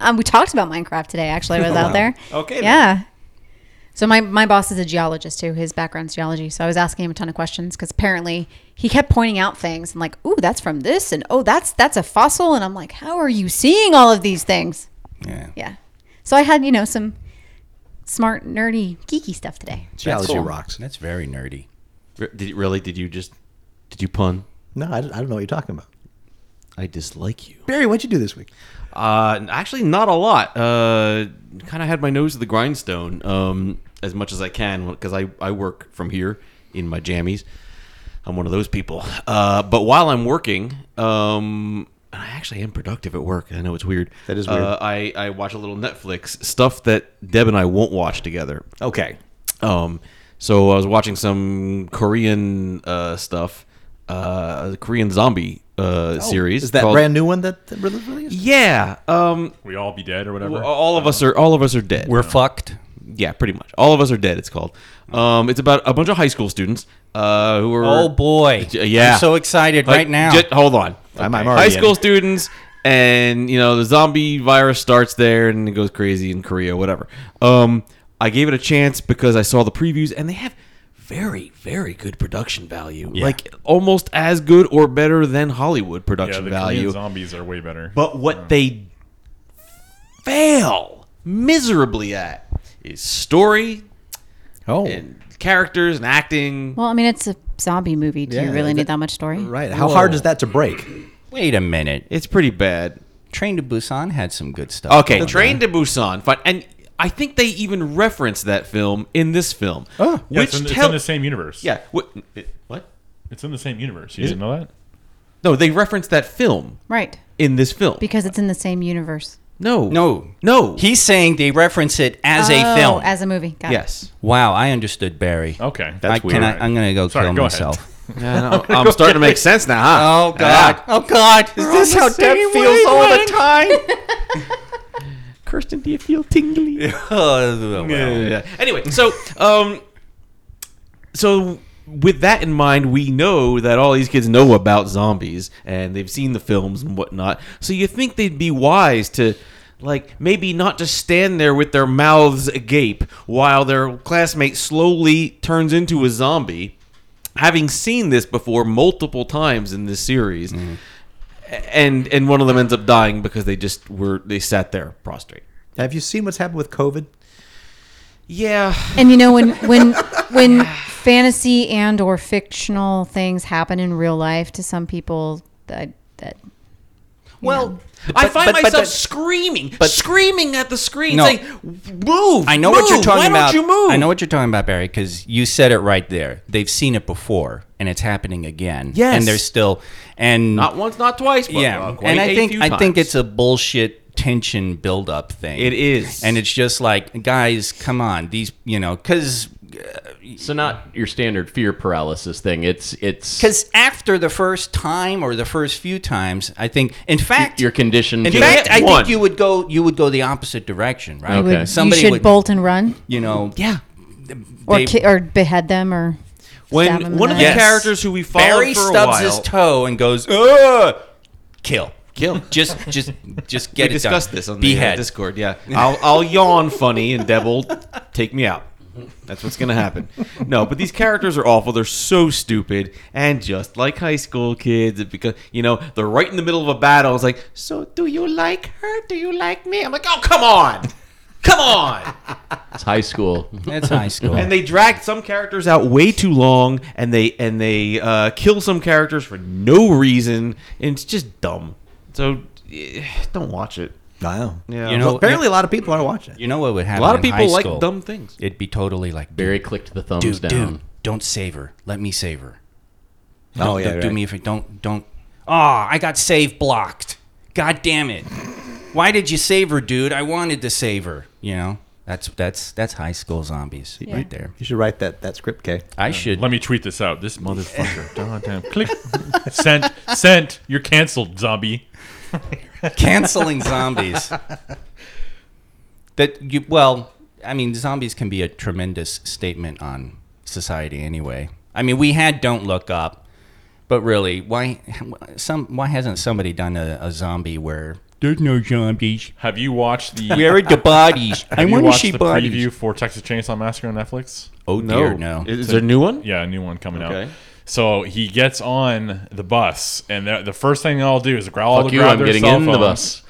S4: um, we talked about Minecraft today. Actually, I was out there.
S3: Okay, then.
S4: Yeah. So my, my boss is a geologist too. His background's geology. So I was asking him a ton of questions because apparently he kept pointing out things and like, "Ooh, that's from this," and "Oh, that's that's a fossil." And I'm like, "How are you seeing all of these things?"
S2: Yeah.
S4: Yeah. So I had you know some smart, nerdy, geeky stuff today.
S7: Geology rocks.
S2: That's very nerdy.
S3: Re- Did really? Did you just? Did you pun?
S7: No, I, I don't know what you're talking about.
S3: I dislike you.
S7: Barry, what'd you do this week?
S3: Uh, actually, not a lot. Uh, kind of had my nose to the grindstone um, as much as I can because I, I work from here in my jammies. I'm one of those people. Uh, but while I'm working, um, and I actually am productive at work. I know it's weird.
S7: That is weird.
S3: Uh, I, I watch a little Netflix stuff that Deb and I won't watch together.
S7: Okay.
S3: Um, so I was watching some Korean uh, stuff, uh, Korean zombie uh, series.
S7: Oh, Is that
S3: called-
S7: brand new one that that really released?
S3: Yeah. Um,
S6: We all be dead or whatever.
S3: well, all of us are all of us are dead.
S2: We're fucked.
S3: yeah, pretty much. All of us are dead. It's called. Um, it's about a bunch of high school students uh, who are
S2: Oh boy.
S3: yeah.
S2: I'm so excited
S3: Like,
S2: right now.
S3: ju- hold on.
S7: I'm- I'm
S3: high
S7: already
S3: school
S7: in.
S3: students, and you know the zombie virus starts there and it goes crazy in Korea, whatever. Um, I gave it a chance because I saw the previews, and they have very, very good production value. Like almost as good or better than Hollywood
S6: Yeah,
S3: production
S6: the
S3: value.
S6: Korean zombies are way better.
S3: But what they fail miserably at is story
S7: Oh,
S3: and characters and acting.
S4: Well, I mean, it's a zombie movie. Do you
S7: Yeah,
S4: really
S7: that-
S4: need that much story?
S7: right. How hard is that to break?
S2: Wait a minute.
S3: It's pretty bad.
S2: Train to Busan had some good stuff.
S3: Okay, Train to Busan. Fine. And I think they even reference that film in this film. Oh,
S6: Yeah, it's, in, it's in the same universe.
S3: Yeah. What, what?
S6: It's in the same universe. You didn't know that?
S3: No, they reference that film
S4: Right.
S3: in this film.
S4: Because it's in the same universe.
S3: no.
S2: No.
S3: No.
S2: He's saying they reference it as
S4: Oh,
S2: a film.
S4: As a movie. Got it.
S3: Yes.
S2: wow, I understood Barry.
S6: Okay.
S2: I, Can I, I'm going to go
S6: Oh, Sorry,
S2: kill
S6: go ahead.
S2: myself.
S3: Yeah, no, I'm starting to make sense now, huh? Ah.
S2: Oh God! Oh God! Is this how Deb feels all the time?
S3: Kirsten, do you feel tingly?
S2: Oh, well.
S3: Yeah. Anyway, so um, so with that in mind, we know that all these kids know about zombies and they've seen the films and whatnot. So you think they'd be wise to. Like maybe not just stand there with their mouths agape while their classmate slowly turns into a zombie, having seen this before multiple times in this series, and and one of them ends up dying because they just were they sat there prostrate.
S7: Have you seen what's happened with COVID?
S3: Yeah,
S4: And you know when when when fantasy and or fictional things happen in real life to some people that that
S2: Well,
S3: I
S2: but-
S3: find
S2: but- but
S3: myself
S2: that-
S3: screaming,
S2: but-
S3: screaming at the screen,
S2: No.
S3: saying, "Move!"
S2: I know what you're
S3: move,
S2: talking
S3: why
S2: about.
S3: Don't you move?
S2: I know what you're talking about, Barry, because you said it right there. They've seen it before, and it's happening again.
S3: Yes.
S2: and they're still and
S3: Not once, not twice, but
S2: yeah.
S3: uh, quite
S2: and
S3: a
S2: I think
S3: few
S2: I think
S3: times.
S2: it's a bullshit tension buildup thing.
S3: It is.
S2: and it's just like, guys, come on, these you know, because
S5: So not your standard fear paralysis thing. It's it's
S2: because after the first time or the first few times, I think, in fact,
S5: your condition.
S2: In
S5: to-
S2: fact, I
S3: One.
S2: think you would go you would go the opposite direction, right?
S4: you would-
S5: Okay.
S4: you
S2: Somebody
S4: should
S2: would-
S4: bolt and run
S2: You know, yeah.
S4: or
S2: They-
S4: ki- or behead them or stab them in
S3: when one of the
S4: neck.
S2: Yes.
S3: characters who we followed
S2: Barry
S3: for a
S2: stubs
S3: while,
S2: his toe and goes, Ugh! kill,
S3: Kill.
S2: Just, just, just
S3: we
S2: get it
S3: discussed
S2: done.
S3: this on the uh,
S2: Behead.
S3: Discord. Yeah, I'll, I'll yawn funny, and Deb will take me out. That's what's gonna happen. no, but these characters are awful. They're so stupid, and just like high school kids, it because you know they're right in the middle of a battle. It's like, so do you like her? Do you like me? I'm like, oh come on, come on.
S5: It's high school.
S2: It's high school.
S3: and they drag some characters out way too long, and they and they uh, kill some characters for no reason, and it's just dumb. So eh, don't watch it.
S7: Wow.
S3: Yeah,
S2: You know,
S7: Well, apparently, a lot of people are watching. it.
S2: you know what would happen?
S3: a lot of
S2: in high
S3: people like
S2: school?
S3: dumb things.
S2: It'd be totally like
S5: Barry clicked the thumbs
S2: dude,
S5: down.
S2: dude, don't save her. Let me save her.
S7: Oh
S2: Don't-
S7: yeah.
S2: don't do
S7: right.
S2: me if don't don't. Ah, I got save blocked. God damn it! Why did you save her, dude? I wanted to save her. You know, that's that's that's high school zombies right there.
S7: You should write that that script, Kay.
S2: I should.
S6: Let me tweet this out. This motherfucker. Goddamn. Click. Sent. Sent. You're canceled, zombie.
S2: canceling zombies. That you well, I mean, zombies can be a tremendous statement on society anyway. I mean, we had Don't Look Up, but really, why some why hasn't somebody done a, a zombie where there's no zombies?
S6: Have you watched the?
S2: Where are the bodies? I
S6: have you
S2: want to
S6: watched
S2: see
S6: the
S2: bodies.
S6: preview for Texas Chainsaw Massacre on Netflix?
S2: Oh dear, no.
S3: Is, is there a new one?
S6: Yeah, a new one coming
S3: Okay.
S6: out. So he gets on the bus, and the, the first thing they all do is grab all
S5: Fuck
S6: the
S5: you,
S6: grab
S5: I'm
S6: their
S5: getting
S6: cell
S5: in the
S6: phones.
S5: bus.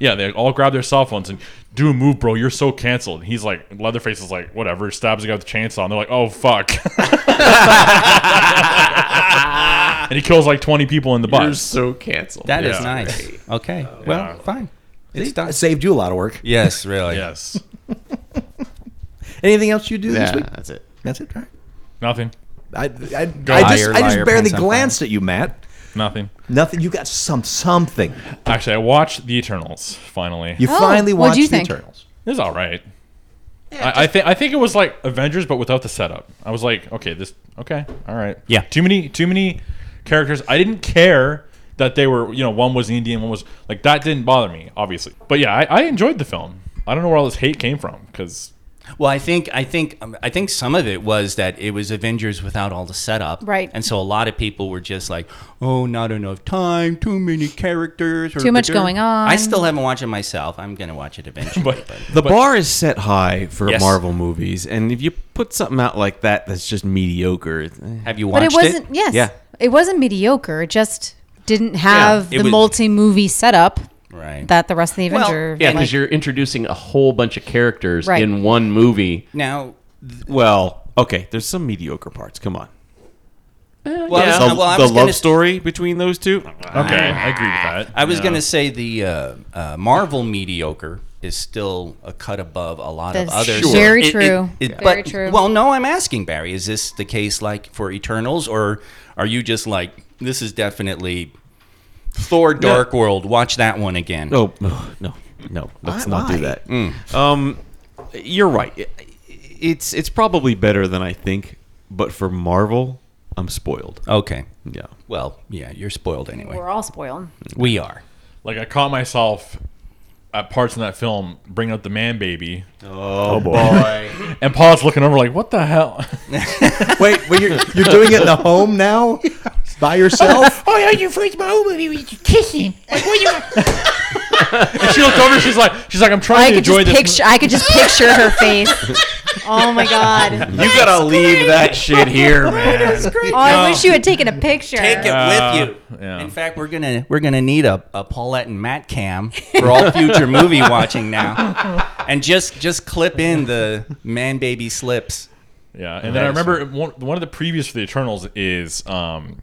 S6: Yeah, they all grab their cell phones and do a move, bro. You're so canceled. And he's like, Leatherface is like, whatever. Stabs the guy with the chainsaw, and they're like, oh fuck. and he kills like 20 people in the
S5: You're
S6: bus.
S5: so canceled.
S2: That is
S6: Yeah.
S2: nice. Okay, well, fine. It's done.
S7: It saved you a lot of work.
S2: Yes, really.
S6: yes.
S7: Anything else you do this
S5: yeah,
S7: week?
S5: that's it.
S7: That's it. All right.
S6: Nothing.
S7: I, I, I just,
S2: Liar,
S7: I just
S2: liar,
S7: barely
S2: pants on fire.
S7: glanced at you, Matt.
S6: Nothing.
S7: Nothing. You got some something.
S6: Actually, I watched The Eternals finally.
S7: You
S4: Oh,
S7: finally
S4: what'd
S7: watched
S4: you
S7: the
S4: think?
S7: Eternals.
S6: It was all right. I, I think I think it was like Avengers, but without the setup. I was like, okay, this okay, all right.
S2: Yeah.
S6: Too many too many characters. I didn't care that they were you know one was Indian, one was like that didn't bother me obviously. But yeah, I, I enjoyed the film. I don't know where all this hate came from because
S2: Well, I think I think um, I think some of it was that it was Avengers without all the setup,
S4: Right.
S2: And so a lot of people were just like, "Oh, not enough time, too many characters,
S4: Too much going on.
S2: I still haven't watched it myself. I'm gonna watch it eventually.
S6: But-
S2: but,
S3: The bar is set high for
S2: Yes.
S3: Marvel movies, and if you put something out like that that's just mediocre, it's, eh.
S2: have you
S4: But
S2: watched
S4: it wasn't. Yes.
S3: Yeah.
S4: It wasn't mediocre. It just didn't have
S2: it
S4: the
S2: was-
S4: multi-movie setup
S2: Right.
S4: that the rest of the
S2: Well,
S4: Avenger.
S5: Yeah, because
S4: like-
S5: you're introducing a whole bunch of characters
S4: Right.
S5: in one movie.
S2: now,
S3: well, okay, there's some mediocre parts. Come on,
S2: well, I was,
S3: the,
S2: well, I
S3: the
S2: was
S3: love
S2: gonna,
S3: story between those two.
S6: okay, I agree with that.
S2: I was
S6: Yeah.
S2: gonna say the uh, uh, Marvel mediocre is still a cut above a lot
S4: That's
S2: of others.
S4: Sure. very true.
S2: it-
S4: Very
S2: but-
S4: true.
S2: Well, no, I'm asking Barry, is this the case like for Eternals, or are you just like this is definitely Thor: Dark World? Watch that one again.
S3: No, Oh, no, no, no. Let's
S7: Why-
S3: not do
S7: why?
S3: that. Um, you're right. It- It's it's probably better than I think, but for Marvel, I'm spoiled.
S2: Okay.
S3: Yeah.
S2: Well, yeah, you're spoiled anyway.
S4: we're all spoiled.
S2: We are.
S6: like I caught myself at parts in that film bringing up the man baby,
S3: Oh boy.
S6: and Paul's looking over like, what the hell?
S7: Wait, wait, you're, you're doing it in the home now, by yourself.
S8: Oh, yeah, you freaked my whole movie with kissing. Like, what you?
S6: and she looked over. She's like, she's like, I'm trying to
S4: I could
S6: enjoy
S4: just
S6: this.
S4: picture. I could just picture her face. Oh my god.
S3: you gotta leave that shit here, man.
S4: Oh, I wish you had taken a picture.
S2: Take it with
S3: Uh,
S2: you.
S6: yeah.
S2: In fact, we're gonna we're gonna need a, a Paulette and Matt cam for all future movie watching now, and just just clip in the man baby slips.
S6: Yeah, and then I remember one, one of the previews for the Eternals is um,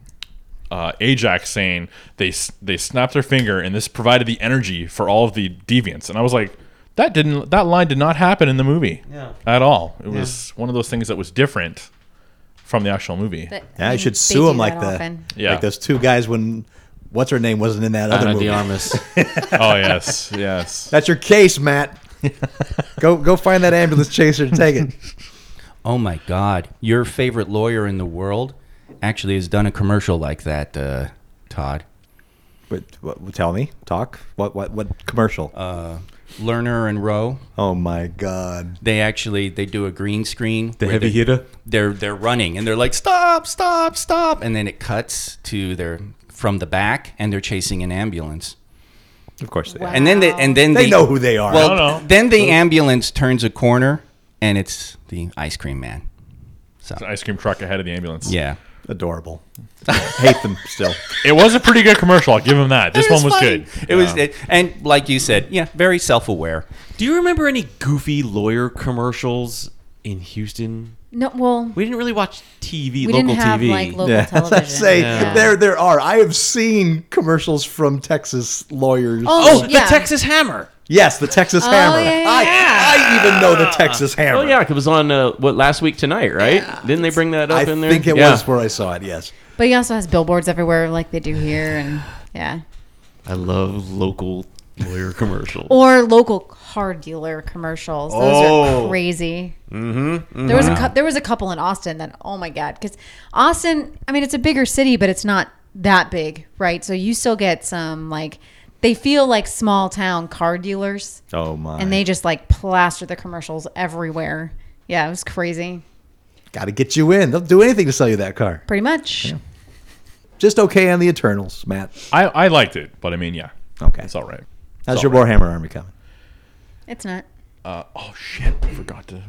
S6: uh, Ajax saying they s- they snapped their finger and this provided the energy for all of the deviants, and I was like, that didn't that line did not happen in the movie at all. It was one of those things that was different from the actual movie.
S4: But,
S7: Yeah, I
S4: mean,
S7: should
S4: they
S7: sue
S4: do
S7: him like
S4: that
S7: that.
S4: often.
S6: Yeah.
S7: like those two guys when what's her name wasn't in that other
S5: Ana de
S7: movie.
S5: Armas.
S6: oh yes, yes.
S7: That's your case, Matt. go go find that ambulance chaser and take it.
S2: Oh my God! Your favorite lawyer in the world actually has done a commercial like that, uh, Todd.
S7: But what, tell me, talk. What what what commercial?
S5: Uh,
S2: Lerner and Rowe.
S7: oh my God!
S2: They actually they do a green screen.
S3: The
S2: where
S3: heavy
S2: they-
S3: hitter.
S2: they're they're running and they're like stop stop stop and then it cuts to their from the back and they're chasing an ambulance
S7: Of course they.
S4: Wow.
S2: and then they and then
S7: They
S2: the-
S7: know who they are.
S6: I
S2: well
S6: don't know.
S2: then the ambulance turns a corner and it's the ice cream man. So
S6: An ice cream truck ahead of the ambulance.
S2: yeah,
S7: Adorable. Hate them still.
S6: It was a pretty good commercial. I'll give him that. This
S2: It
S6: one was
S2: funny.
S6: good.
S2: It was, it, and like you said, yeah, very self-aware.
S3: Do you remember any goofy lawyer commercials in Houston?
S4: No, well,
S3: We didn't really watch TV,
S4: we
S3: local
S4: didn't have
S3: TV.
S4: like local
S7: Yeah, as I
S4: television.
S7: say,
S3: Yeah.
S7: there there are. I have seen commercials from Texas lawyers.
S3: oh,
S4: yeah.
S3: the Texas Hammer.
S7: Yes, the Texas
S4: Oh,
S7: Hammer.
S4: yeah, yeah,
S7: I,
S4: yeah.
S7: I even know the Texas Hammer.
S5: Oh yeah, it was on uh, what last week tonight, right? Didn't they bring that
S7: I
S5: up in there?
S7: think it
S5: Yeah.
S7: was where I saw it. Yes.
S4: But he also has billboards everywhere, like they do here, and yeah,
S5: I love local lawyer commercials.
S4: or local car dealer commercials. Those
S6: Oh.
S4: are crazy. Mm-hmm, There was a cou- there was a couple in Austin that oh my god, because Austin, I mean, it's a bigger city, but it's not that big, right? So you still get some like they feel like small town car dealers,
S7: Oh my.
S4: and they just like plaster the commercials everywhere. Yeah, it was crazy,
S7: Got to get you in. They'll do anything to sell you that car.
S4: pretty much.
S7: Just okay on the Eternals, Matt.
S6: I, I liked it, but I mean, yeah.
S7: Okay.
S6: It's all right.
S7: How's your Warhammer army coming?
S4: It's not.
S6: Uh, oh shit! I forgot to.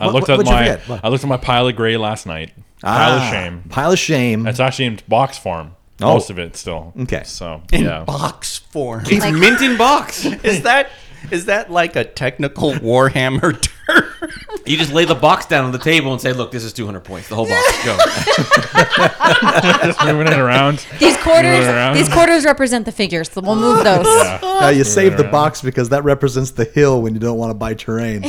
S6: I looked
S7: What- what-
S6: at
S7: what'd you
S6: my
S7: forget? What?
S6: I looked at my pile of gray last night. Pile of
S7: Ah,
S6: shame.
S7: Pile of shame.
S6: It's actually in box form.
S7: Oh.
S6: Most of it still.
S7: Okay.
S6: So
S2: In
S6: yeah.
S2: box form.
S3: It's mint in box.
S2: Is that is that like a technical Warhammer term?
S3: You just lay the box down on the table and say, "Look, this is 200 points. The whole box, go."
S6: Just moving it around.
S4: These
S6: around.
S4: quarters, these quarters represent the figures, so we'll move those.
S7: now you save the box because that represents the hill when you don't want to buy terrain.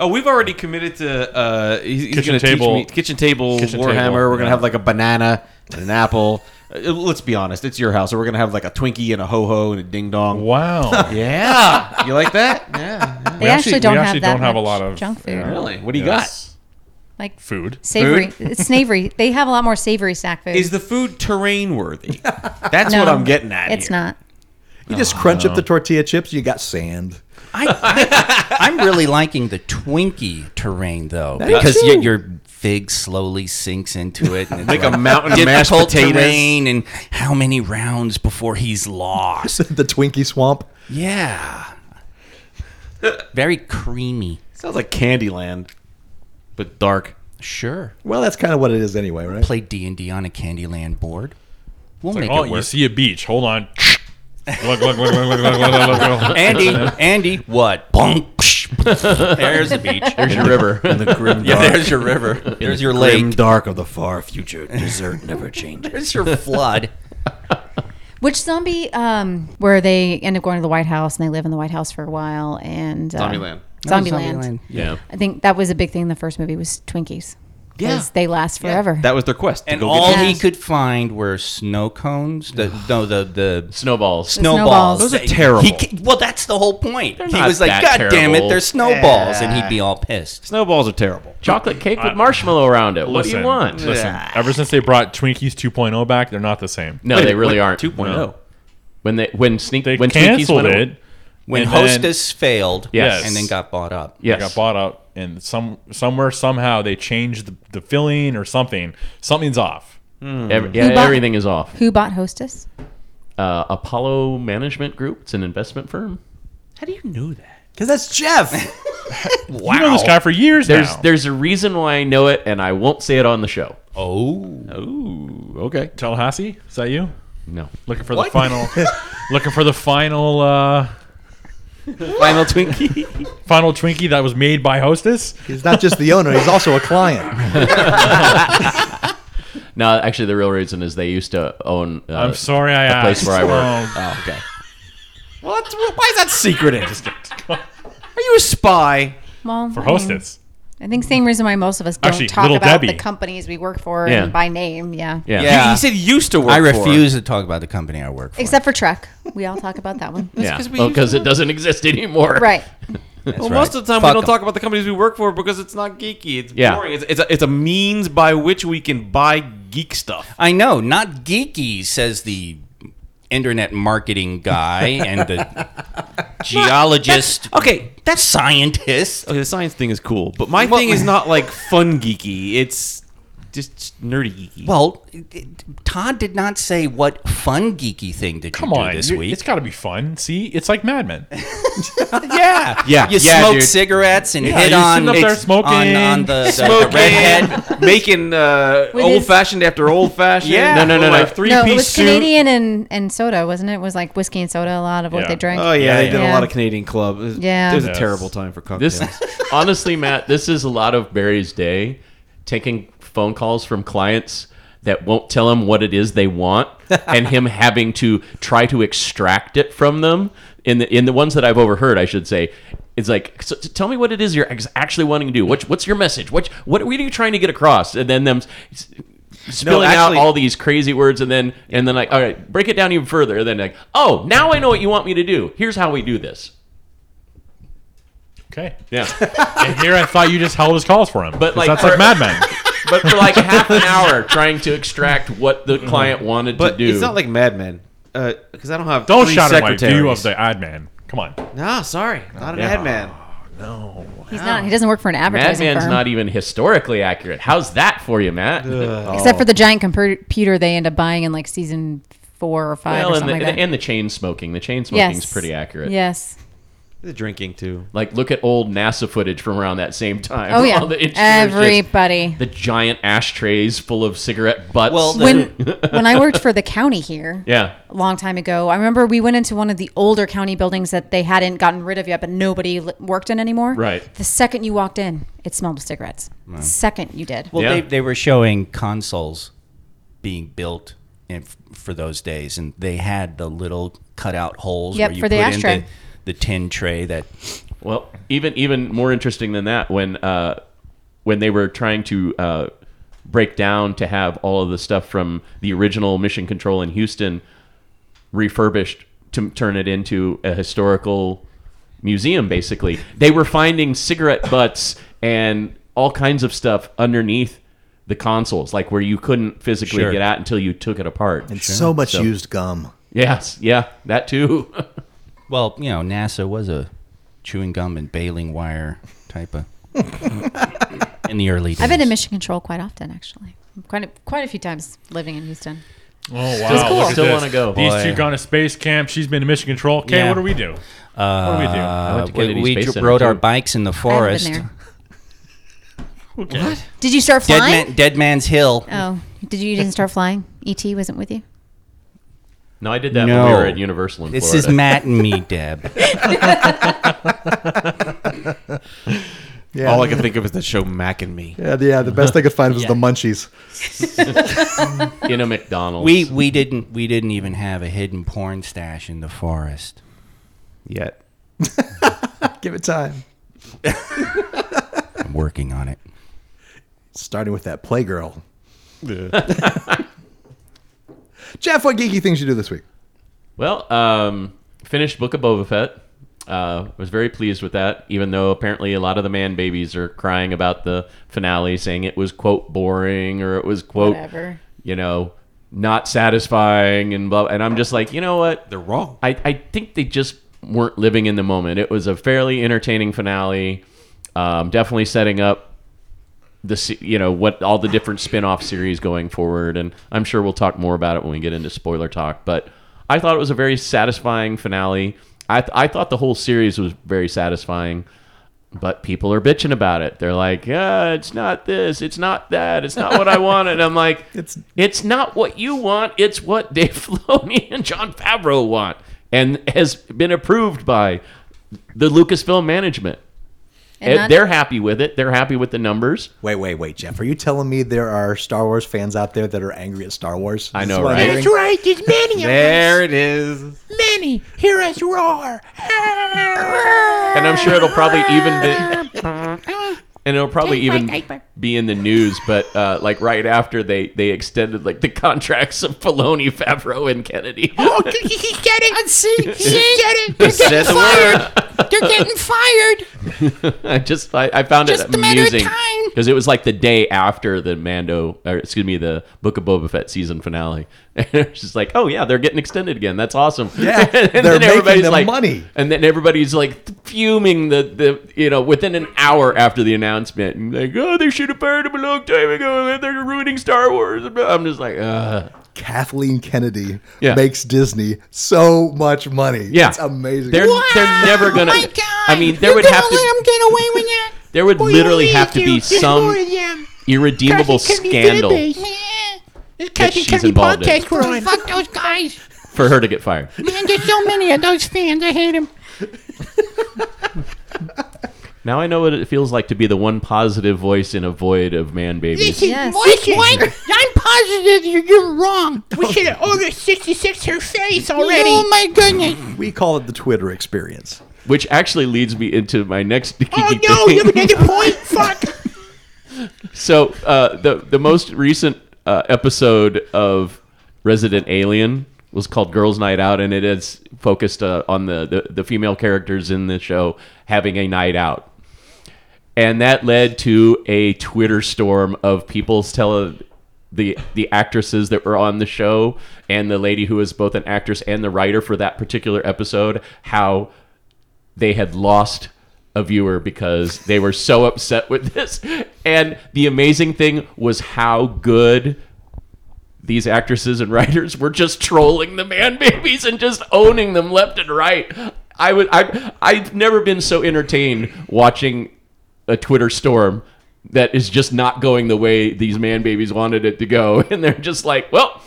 S3: oh, we've already committed to. Uh, he's he's
S6: Kitchen
S3: gonna
S6: table.
S3: teach me kitchen table
S6: Kitchen
S3: Warhammer.
S6: table,
S3: We're gonna
S6: yeah.
S3: have like a banana and an apple. Uh, let's be honest, it's your house, so we're gonna have like a Twinkie and a ho ho and a ding dong.
S6: Wow.
S3: Yeah, you like that? Yeah.
S4: They actually,
S6: actually-
S4: don't
S6: we
S4: have
S6: actually
S4: that
S6: don't have a
S4: much
S6: lot of-
S4: junk food.
S6: yeah.
S3: Really? What do you
S6: Yes.
S4: Like
S6: Food.
S4: savory, it's savory. They have a lot more savory snack food.
S3: got? Is the food terrain worthy? That's
S4: No,
S3: what I'm getting at.
S4: It's
S3: here.
S4: not.
S7: You just crunch up the tortilla chips, you got sand.
S2: I'm really liking the Twinkie terrain though,
S7: me
S2: because
S7: too.
S2: y- your fig slowly sinks into it, and it's
S3: Like a mountain of
S2: difficult
S3: mashed potatoes.
S2: terrain, and how many rounds before he's lost?
S7: the Twinkie swamp.
S2: Yeah, very creamy.
S3: Sounds like Candyland, but dark.
S2: Sure,
S7: Well, that's kind of what it is anyway, right?
S2: play D and D on a Candyland board. We'll
S6: Like,
S2: make
S6: oh,
S2: it
S6: you
S2: work.
S6: see a beach. Hold on. look, look, look, look, look, look, look, look, look, look.
S2: Andy, Andy, what? Bonk. psh. There's the beach. There's your river.
S3: In the grim dark.
S2: Yeah, there's your river. There's your lake.
S3: dark of the far future, desert never changes.
S2: There's your flood.
S4: Which zombie? Um, where they end up going to the White House and they live in the White House for a while and uh,
S3: Zombieland.
S4: Zombieland.
S5: yeah.
S4: I think that was a big thing in the first movie was Twinkies. 'Cause
S3: Yeah.
S4: they last forever.
S3: That was their quest. to
S2: And
S3: go get
S2: all
S4: them.
S2: he
S4: Yeah.
S2: could find were snow cones. The no, the the
S5: Snowballs.
S2: snowballs.
S4: Those are
S2: He-
S3: terrible.
S2: he- well, that's the whole point. he
S5: not
S2: was like,
S5: that
S2: "God damn it,
S5: terrible."
S2: they're snowballs," and he'd be all pissed.
S3: Snowballs are terrible.
S5: Chocolate cake with
S6: I-
S5: marshmallow around it. what do
S6: Listen,
S5: you want?
S6: Listen, ever since they brought Twinkies 2.0 back, they're not the same.
S5: No, they really aren't.
S3: 2.0.
S5: No. When oh. they when sneak
S6: They
S5: when
S6: canceled
S5: Twinkies
S6: it.
S5: went,
S2: When
S6: and then
S2: Hostess failed,
S5: Yes.
S2: and then got bought up.
S5: Yes.
S6: got bought up, and some somewhere somehow they changed the, the filling or something. Something's off.
S5: Every, yeah,
S4: Who bought-
S5: everything is off.
S4: Who bought Hostess?
S5: Uh, Apollo Management Group. It's an investment firm.
S7: Because that's Jeff.
S6: Wow. You know this guy for years
S5: There's
S6: now.
S5: there's a reason why I know it, and I won't say it on the show.
S2: Oh,
S5: Ooh, okay.
S6: Tallahassee, is that you?
S5: No.
S6: Looking for the final. looking for the final. Uh,
S5: Final Twinkie.
S6: final Twinkie that was made by Hostess.
S7: he's not just the owner, he's also a client.
S5: no, actually, the real reason is they used to own. Uh,
S6: I'm sorry, I
S5: the
S6: asked.
S5: place where I work. Uh,
S6: Oh,
S3: Oh, okay. What? Why is that secretive? Are you a spy?
S4: Well,
S6: for Hostess.
S5: Mm.
S4: I think same reason why most of us don't
S6: Actually,
S4: talk
S6: Little
S4: about
S6: Debbie.
S4: the companies we work for
S5: Yeah.
S4: and by name. Yeah.
S5: Yeah.
S2: Yeah.
S3: He said used to work.
S2: I
S3: for
S2: refuse to talk about the company I work for.
S4: Except for Trek, we all talk about that one.
S5: Yeah. Well, because it doesn't exist anymore.
S4: Right.
S2: That's
S3: Well,
S2: right.
S3: most of the time
S2: Fuck
S3: we don't
S2: 'em.
S3: talk about the companies we work for because it's not geeky. It's
S5: Yeah.
S3: boring. It's, it's, a, it's a means by which we can buy geek stuff.
S2: I know, not geeky, says the internet marketing guy and the geologist.
S3: Okay, that's
S2: scientist.
S3: okay. The science thing is cool, but my thing is not like fun geeky. It's just nerdy geeky.
S2: Well, it- it- Todd did not say what fun geeky thing did
S6: Come
S2: you do
S6: on,
S2: this
S6: you-
S2: week.
S6: it's got to be fun. See, it's like Mad Men.
S2: yeah,
S5: Yeah,
S2: You
S5: yeah,
S2: smoked
S5: dude.
S2: cigarettes and
S6: Yeah,
S2: hit
S6: you're
S2: on
S6: sitting up there
S2: it's-
S6: smoking,
S2: on, on the, the, the
S3: Smoking,
S2: redhead.
S3: making uh,
S4: With his-
S3: old fashioned after old fashioned.
S2: Yeah. No, no,
S5: no, no.
S3: Like three
S4: no, it
S3: piece
S4: was
S3: suit.
S4: Canadian and, and soda, wasn't it? It was like whiskey and soda, a lot of what
S6: Yeah.
S4: they drank.
S3: Oh yeah, they did a
S4: yeah.
S3: lot of Canadian club. It was,
S4: Yeah.
S3: it was
S6: Yes.
S3: a terrible time for cocktails.
S5: This honestly, Matt, this is a lot of Barry's day, taking phone calls from clients that won't tell him what it is they want, and him having to try to extract it from them. In the in the ones that I've overheard, I should say, it's like, so, so tell me what it is you're ex- actually wanting to do. What, what's your message? What what are you trying to get across? And then them. s- Spilling
S3: actually-
S5: out all these crazy words, and then and then like, all right, break it down even further. And then like, oh, now I know what you want me to do. Here's how we do this.
S6: Okay.
S5: Yeah.
S6: And here I thought you just held his calls for him.
S5: But,
S6: 'cause
S5: like,
S6: that's
S5: for-
S6: like Mad Men.
S5: but for like half an hour trying to extract what
S4: Mm-hmm.
S5: the client wanted
S3: but
S5: to do.
S3: it's not like Mad Men because I don't have
S6: Don't
S3: three
S6: shout at my
S3: secretaries.
S6: view of the ad man. Come on.
S3: No, sorry, not an ad man.
S4: He's not. He doesn't work for an advertising
S5: Madman's
S4: firm.
S5: not even historically accurate. How's that for you, Matt?
S4: except for the giant compu- computer they end up buying in like season four or five
S5: well,
S4: or
S5: and the,
S4: something like that.
S5: and the chain smoking. The chain
S4: yes.
S5: smoking's pretty accurate.
S4: Yes.
S3: The drinking too.
S5: Like look at old NASA footage from around that same time.
S4: Oh yeah.
S5: All the insurance-
S4: Everybody.
S5: The giant ashtrays full of cigarette butts.
S2: Well, the-
S4: When when I worked for the county here,
S5: yeah.
S4: a long time ago. I remember we went into one of the older county buildings that they hadn't gotten rid of yet, but nobody li- worked in anymore.
S5: Right.
S4: The second you walked in, it smelled of cigarettes. The second you did.
S2: Well,
S5: Yeah.
S2: they, they were showing consoles being built in, for those days, and they had the little cutout holes
S4: Yep,
S2: where you
S4: for
S2: put
S4: the
S2: in
S4: ashtray.
S2: the, the tin tray that
S5: Well, even even more interesting than that, when uh, when they were trying to uh, break down to have all of the stuff from the original Mission Control in Houston refurbished to turn it into a historical museum, basically, they were finding cigarette butts and all kinds of stuff underneath the consoles, like where you couldn't physically
S2: Sure.
S5: get at until you took it apart.
S7: And so much used gum.
S5: Yes, yeah, that too.
S2: Well, you know, NASA was a chewing gum and baling wire type of in the early days.
S4: I've been in mission control quite often, actually. Quite a, quite a few times living in Houston.
S6: Oh, wow.
S4: cool.
S6: look at
S5: Still
S6: this.
S5: wanna go.
S6: These
S2: Boy.
S6: two gone to space camp. She's been to mission control. Okay,
S2: Yeah.
S6: what do we do? what do we do?
S2: Uh,
S5: went to
S2: we
S5: Kennedy
S2: we
S5: Space
S2: dr-
S5: Center,
S2: rode our
S5: too.
S2: bikes in the
S4: I haven't been
S2: forest.
S4: there.
S6: Okay.
S4: Did you start
S2: Dead,
S4: flying?
S2: man, Dead Man's Hill.
S4: Oh, did you, you didn't start flying? ET wasn't with you.
S5: no, I did that when we
S2: No.
S5: were at Universal in
S2: This
S5: Florida.
S2: is Matt and me, Deb.
S7: Yeah.
S3: All I can think of is the show Mac and Me.
S7: yeah, the, yeah, the best I could find was the munchies.
S5: in a McDonald's.
S2: We we didn't we didn't even have a hidden porn stash in the forest.
S3: Yet.
S7: Give it time.
S2: I'm working on it.
S7: Starting with that Playgirl. Jeff, what geeky things you do this week?
S5: Well, um, finished Book of Boba Fett. Uh, was very pleased with that, even though apparently a lot of the man babies are crying about the finale, saying it was quote boring or it was quote
S4: Whatever.
S5: you know not satisfying and blah. And I'm just like, you know what?
S3: They're wrong.
S5: I, I think they just weren't living in the moment. It was a fairly entertaining finale, um, definitely setting up the se- you know what all the different spin-off series going forward, and I'm sure we'll talk more about it when we get into spoiler talk. But I thought it was a very satisfying finale. I th- I thought the whole series was very satisfying. But people are bitching about it. They're like, "Yeah, it's not this, it's not that, it's not what I wanted." And I'm like, "It's it's not what you want. It's what Dave Filoni and John Favreau want, and has been approved by the Lucasfilm management.
S4: And
S5: And
S4: not-
S5: they're happy with it. They're happy with the numbers.
S7: Wait, wait, wait, Jeff. Are you telling me there are Star Wars fans out there that are angry at Star Wars? This
S5: I
S7: is
S5: know,
S7: what I'm
S5: right?
S7: hearing?
S8: That's right, there's Manny out
S3: There it is.
S8: Manny, hear us roar.
S5: And I'm sure it'll probably even be, and it'll probably
S8: Take my
S5: even
S8: diaper.
S5: be in the news. But uh, like right after they they extended like the contracts of Filoni, Favreau, and Kennedy.
S8: Oh, he, he he said it. See, he said it. They're
S3: Said
S8: getting
S3: the
S8: fired. They're getting fired.
S5: I just I, I found
S8: Just
S5: it
S8: a matter of
S5: amusing
S8: time.
S5: because it was like the day after the Mando, or excuse me, the Book of Boba Fett season finale. And it was just like, oh yeah, they're getting extended again. That's awesome.
S7: Yeah, they're making the money.
S5: And then everybody's like fuming the, the you know within an hour after the announcement, and like, oh, they should have fired him a long time ago. They're ruining Star Wars. I'm just like, uh
S7: Kathleen Kennedy
S5: Yeah.
S7: makes Disney so much money.
S5: yeah,
S7: It's amazing.
S5: They're they're never gonna.
S8: Oh My God.
S5: I mean, there
S8: You're
S5: would
S8: gonna
S5: have to.
S8: let 'em get away with that.
S5: There would
S8: Well, you
S5: literally have to
S8: need
S5: be
S8: There's more of
S5: some
S8: them.
S5: irredeemable
S8: Cousin Cody
S5: scandal
S8: Babies. Yeah. Cousin
S5: she's
S8: Cody
S5: involved in.
S8: podcast growing. Fuck those guys.
S5: for her to get fired.
S8: Man, there's so many of those fans. I hate them.
S5: Now I know what it feels like to be the one positive voice in a void of man
S8: This
S5: babies.
S8: is
S4: Yes.
S8: what? what? I'm positive you're, you're wrong. We should have ordered 66 her face already. Oh my goodness.
S7: we call it the Twitter experience.
S5: Which actually leads me into my next
S8: Oh
S5: geeky
S8: no,
S5: thing.
S8: you made a point. Fuck.
S5: So uh, the the most recent uh, episode of Resident Alien was called Girls Night Out, and it is focused uh, on the, the the female characters in the show having a night out, and that led to a Twitter storm of people telling the the actresses that were on the show and the lady who is both an actress and the writer for that particular episode how they had lost a viewer because they were so upset with this. And the amazing thing was how good these actresses and writers were just trolling the man babies and just owning them left and right. I would I I've never been so entertained watching a Twitter storm that is just not going the way these man babies wanted it to go and they're just like, well,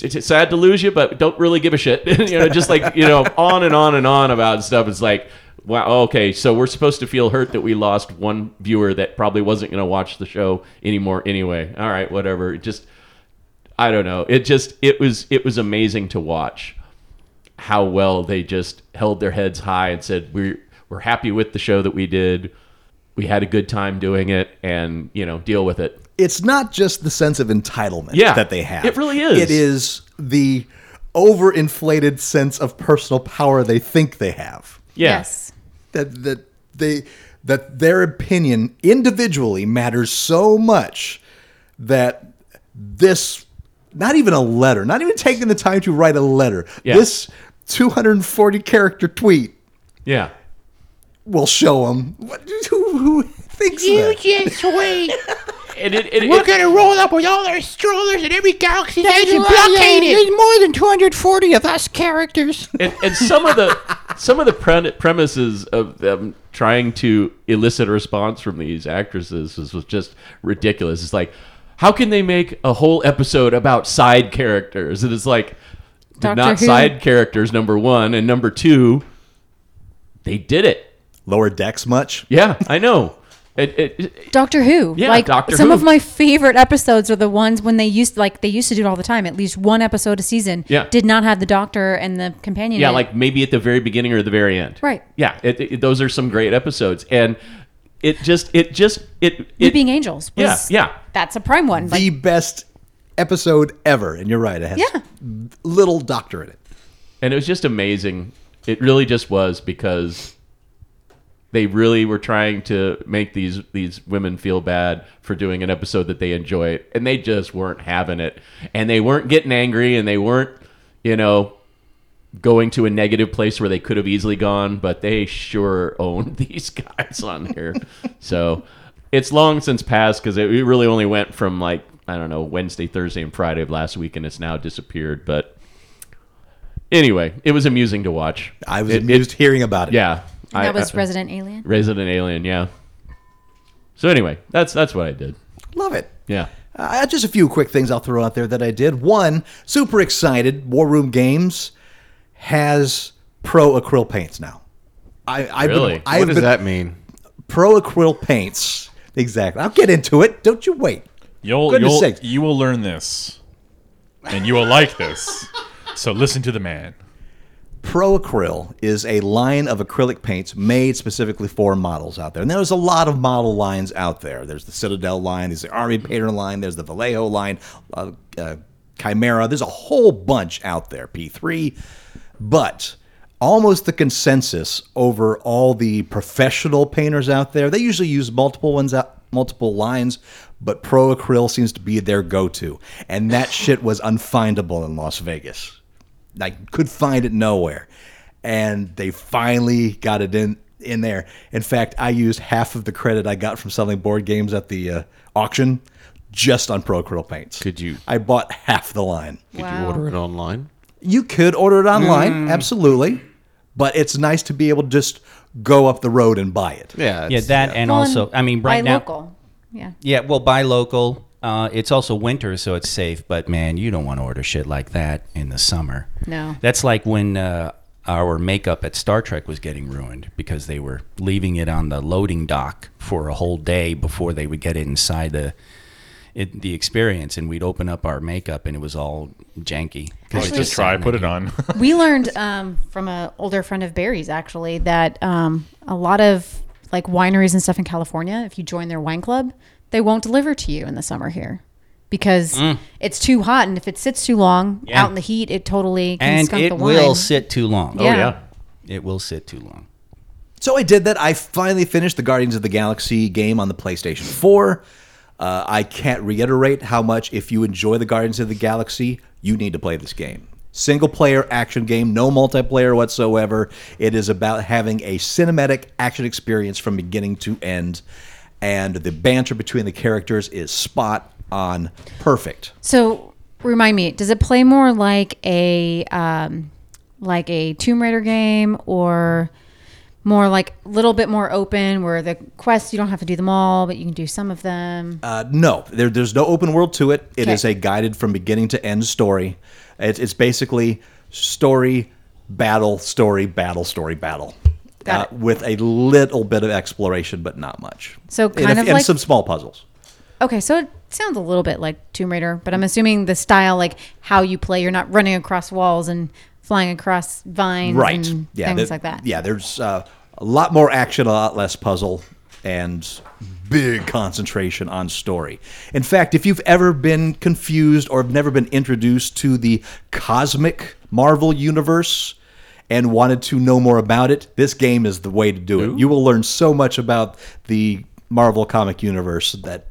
S5: it's, it's sad to lose you, but don't really give a shit. you know, just like you know, on and on and on about stuff. It's like, wow, okay, so we're supposed to feel hurt that we lost one viewer that probably wasn't going to watch the show anymore anyway. All right, whatever. It just, I don't know. It just, it was, it was amazing to watch how well they just held their heads high and said, we're we're happy with the show that we did. We had a good time doing it, and you know, deal with it.
S7: It's not just the sense of entitlement
S5: Yeah.
S7: that they have.
S5: It really is.
S7: It is the overinflated sense of personal power they think they have.
S5: Yeah.
S4: Yes.
S7: that that they that their opinion individually matters so much that this not even a letter, not even taking the time to write a letter.
S5: Yeah.
S7: This 240 character tweet
S5: Yeah.
S7: will show them what, who, who thinks
S8: You
S7: that.
S8: just wait.
S5: And it, it,
S8: We're
S5: it-
S8: gonna roll up with all our strollers and every galaxy's edge and
S4: right,
S8: blockade
S4: yeah.
S8: There's more than 240 of us characters.
S5: and, and some of the some of the pre- premises of them trying to elicit a response from these actresses was, was just ridiculous. It's like, how can they make a whole episode about side characters? And it's like, they're
S4: Doctor
S5: not
S4: Who.
S5: side characters. Number one and number two, they did it.
S7: Lower decks much?
S5: Yeah, I know. It, it, it-
S4: Doctor Who.
S5: Yeah,
S4: like
S5: Doctor
S4: some
S5: Who.
S4: of my favorite episodes are the ones when they used like they used to do it all the time. At least one episode a season.
S5: Yeah.
S4: Did not have the Doctor and the companion.
S5: yeah,
S4: in it.
S5: like maybe at the very beginning or the very end.
S4: Right.
S5: Yeah, it, it- those are some great episodes, and it just it just it it
S4: Weeping Angels.
S5: Yeah,
S4: was-
S5: yeah.
S4: That's a prime one.
S7: The
S4: Like,
S7: best episode ever. And you're right, it has
S4: Yeah.
S7: little doctor in it.
S5: and it was just amazing. It really just was because they really were trying to make these these women feel bad for doing an episode that they enjoyed, and they just weren't having it, and they weren't getting angry, and they weren't, you know, going to a negative place where they could have easily gone, but they sure owned these guys on here. so it's long since passed because it really only went from like I don't know Wednesday, Thursday, and Friday of last week, and it's now disappeared, but anyway, it was amusing to watch.
S7: I was
S5: It- it-
S7: amused hearing about it.
S5: yeah,
S4: and that
S5: I- uh,
S4: was
S5: I-
S4: Resident Alien.
S5: Resident Alien. Yeah. So anyway, that's that's what I did.
S7: Love it.
S5: Yeah.
S7: Uh, just a few quick things I'll throw out there that I did. One, super excited. War Room Games has pro acryl paints now. I, I've
S5: Really?
S7: Been, I've
S3: what does
S7: been-
S3: that mean?
S7: Pro acryl paints. Exactly. I'll get into it. Don't you wait.
S6: You'll,
S7: Goodness
S6: you'll
S7: sakes.
S6: you will learn this, and you will like this. So listen to the man.
S7: Pro Acryl is a line of acrylic paints made specifically for models out there. And there's a lot of model lines out there. There's the Citadel line, there's the Army Painter line, there's the Vallejo line, uh, uh, Chimera. There's a whole bunch out there, P3. But almost the consensus over all the professional painters out there. They usually use multiple ones out, multiple lines, but pro acryl seems to be their go-to, and that shit was unfindable in Las Vegas. I could find it nowhere, and they finally got it in in there. In fact, I used half of the credit I got from selling board games at the uh, auction just on pro acryl paints.
S5: Could you-
S7: I bought half the line.
S5: Did you order it online?
S7: You could order it
S5: Mm.
S7: online, absolutely, but it's nice to be able to just go up the road and buy it.
S5: Yeah.
S2: yeah, that and
S4: Well,
S2: also,
S4: and
S2: I mean, right
S4: buy
S2: now,
S4: local. Yeah.
S2: yeah, well, buy local. Uh, it's also winter, so it's safe. But man, you don't want to order shit like that in the summer.
S4: No.
S2: that's like when uh, our makeup at Star Trek was getting ruined because they were leaving it on the loading dock for a whole day before they would get it inside the it, the experience, and we'd open up our makeup and it was all janky. 'Cause
S6: Like, just try, put it on.
S4: we learned um, from an older friend of Barry's actually that um, a lot of like wineries and stuff in California, if you join their wine club, they won't deliver to you in the summer here because it's too hot, and if it sits too long
S2: Mm. Yeah.
S4: out in the heat, it totally can
S2: and
S4: skunk
S2: it
S4: the wine.
S2: will sit Oh, too long.
S4: Yeah.
S5: yeah.
S2: It will sit too long.
S7: So I did that. I finally finished the Guardians of the Galaxy game on the PlayStation 4. Uh, I can't reiterate how much, if you enjoy the Guardians of the Galaxy, you need to play this game. Single player action game, no multiplayer whatsoever. It is about having a cinematic action experience from beginning to end. And the banter between the characters is spot on perfect.
S4: So remind me, does it play more like a um, like a Tomb Raider game or more like a little bit more open where the quests you don't have to do them all, but you can do some of them?
S7: Uh, no, there, there's no open world to it. It is
S4: Okay.
S7: a guided from beginning to end story. It's, it's basically story, battle, story, battle, story, battle.
S4: Got
S7: Uh, with a little bit of exploration, but not much.
S4: So
S7: And
S4: kind
S7: a-
S4: of
S7: and
S4: like-
S7: some small puzzles.
S4: Okay, so it sounds a little bit like Tomb Raider, but I'm assuming the style, like how you play, you're not running across walls and flying across vines
S7: right
S4: and
S7: yeah
S4: things
S7: there-
S4: like that.
S7: yeah there's uh, a lot more action a lot less puzzle and big concentration on story in fact if you've ever been confused or have never been introduced to the cosmic marvel universe and wanted to know more about it this game is the way to do it you will learn so much about the marvel comic universe that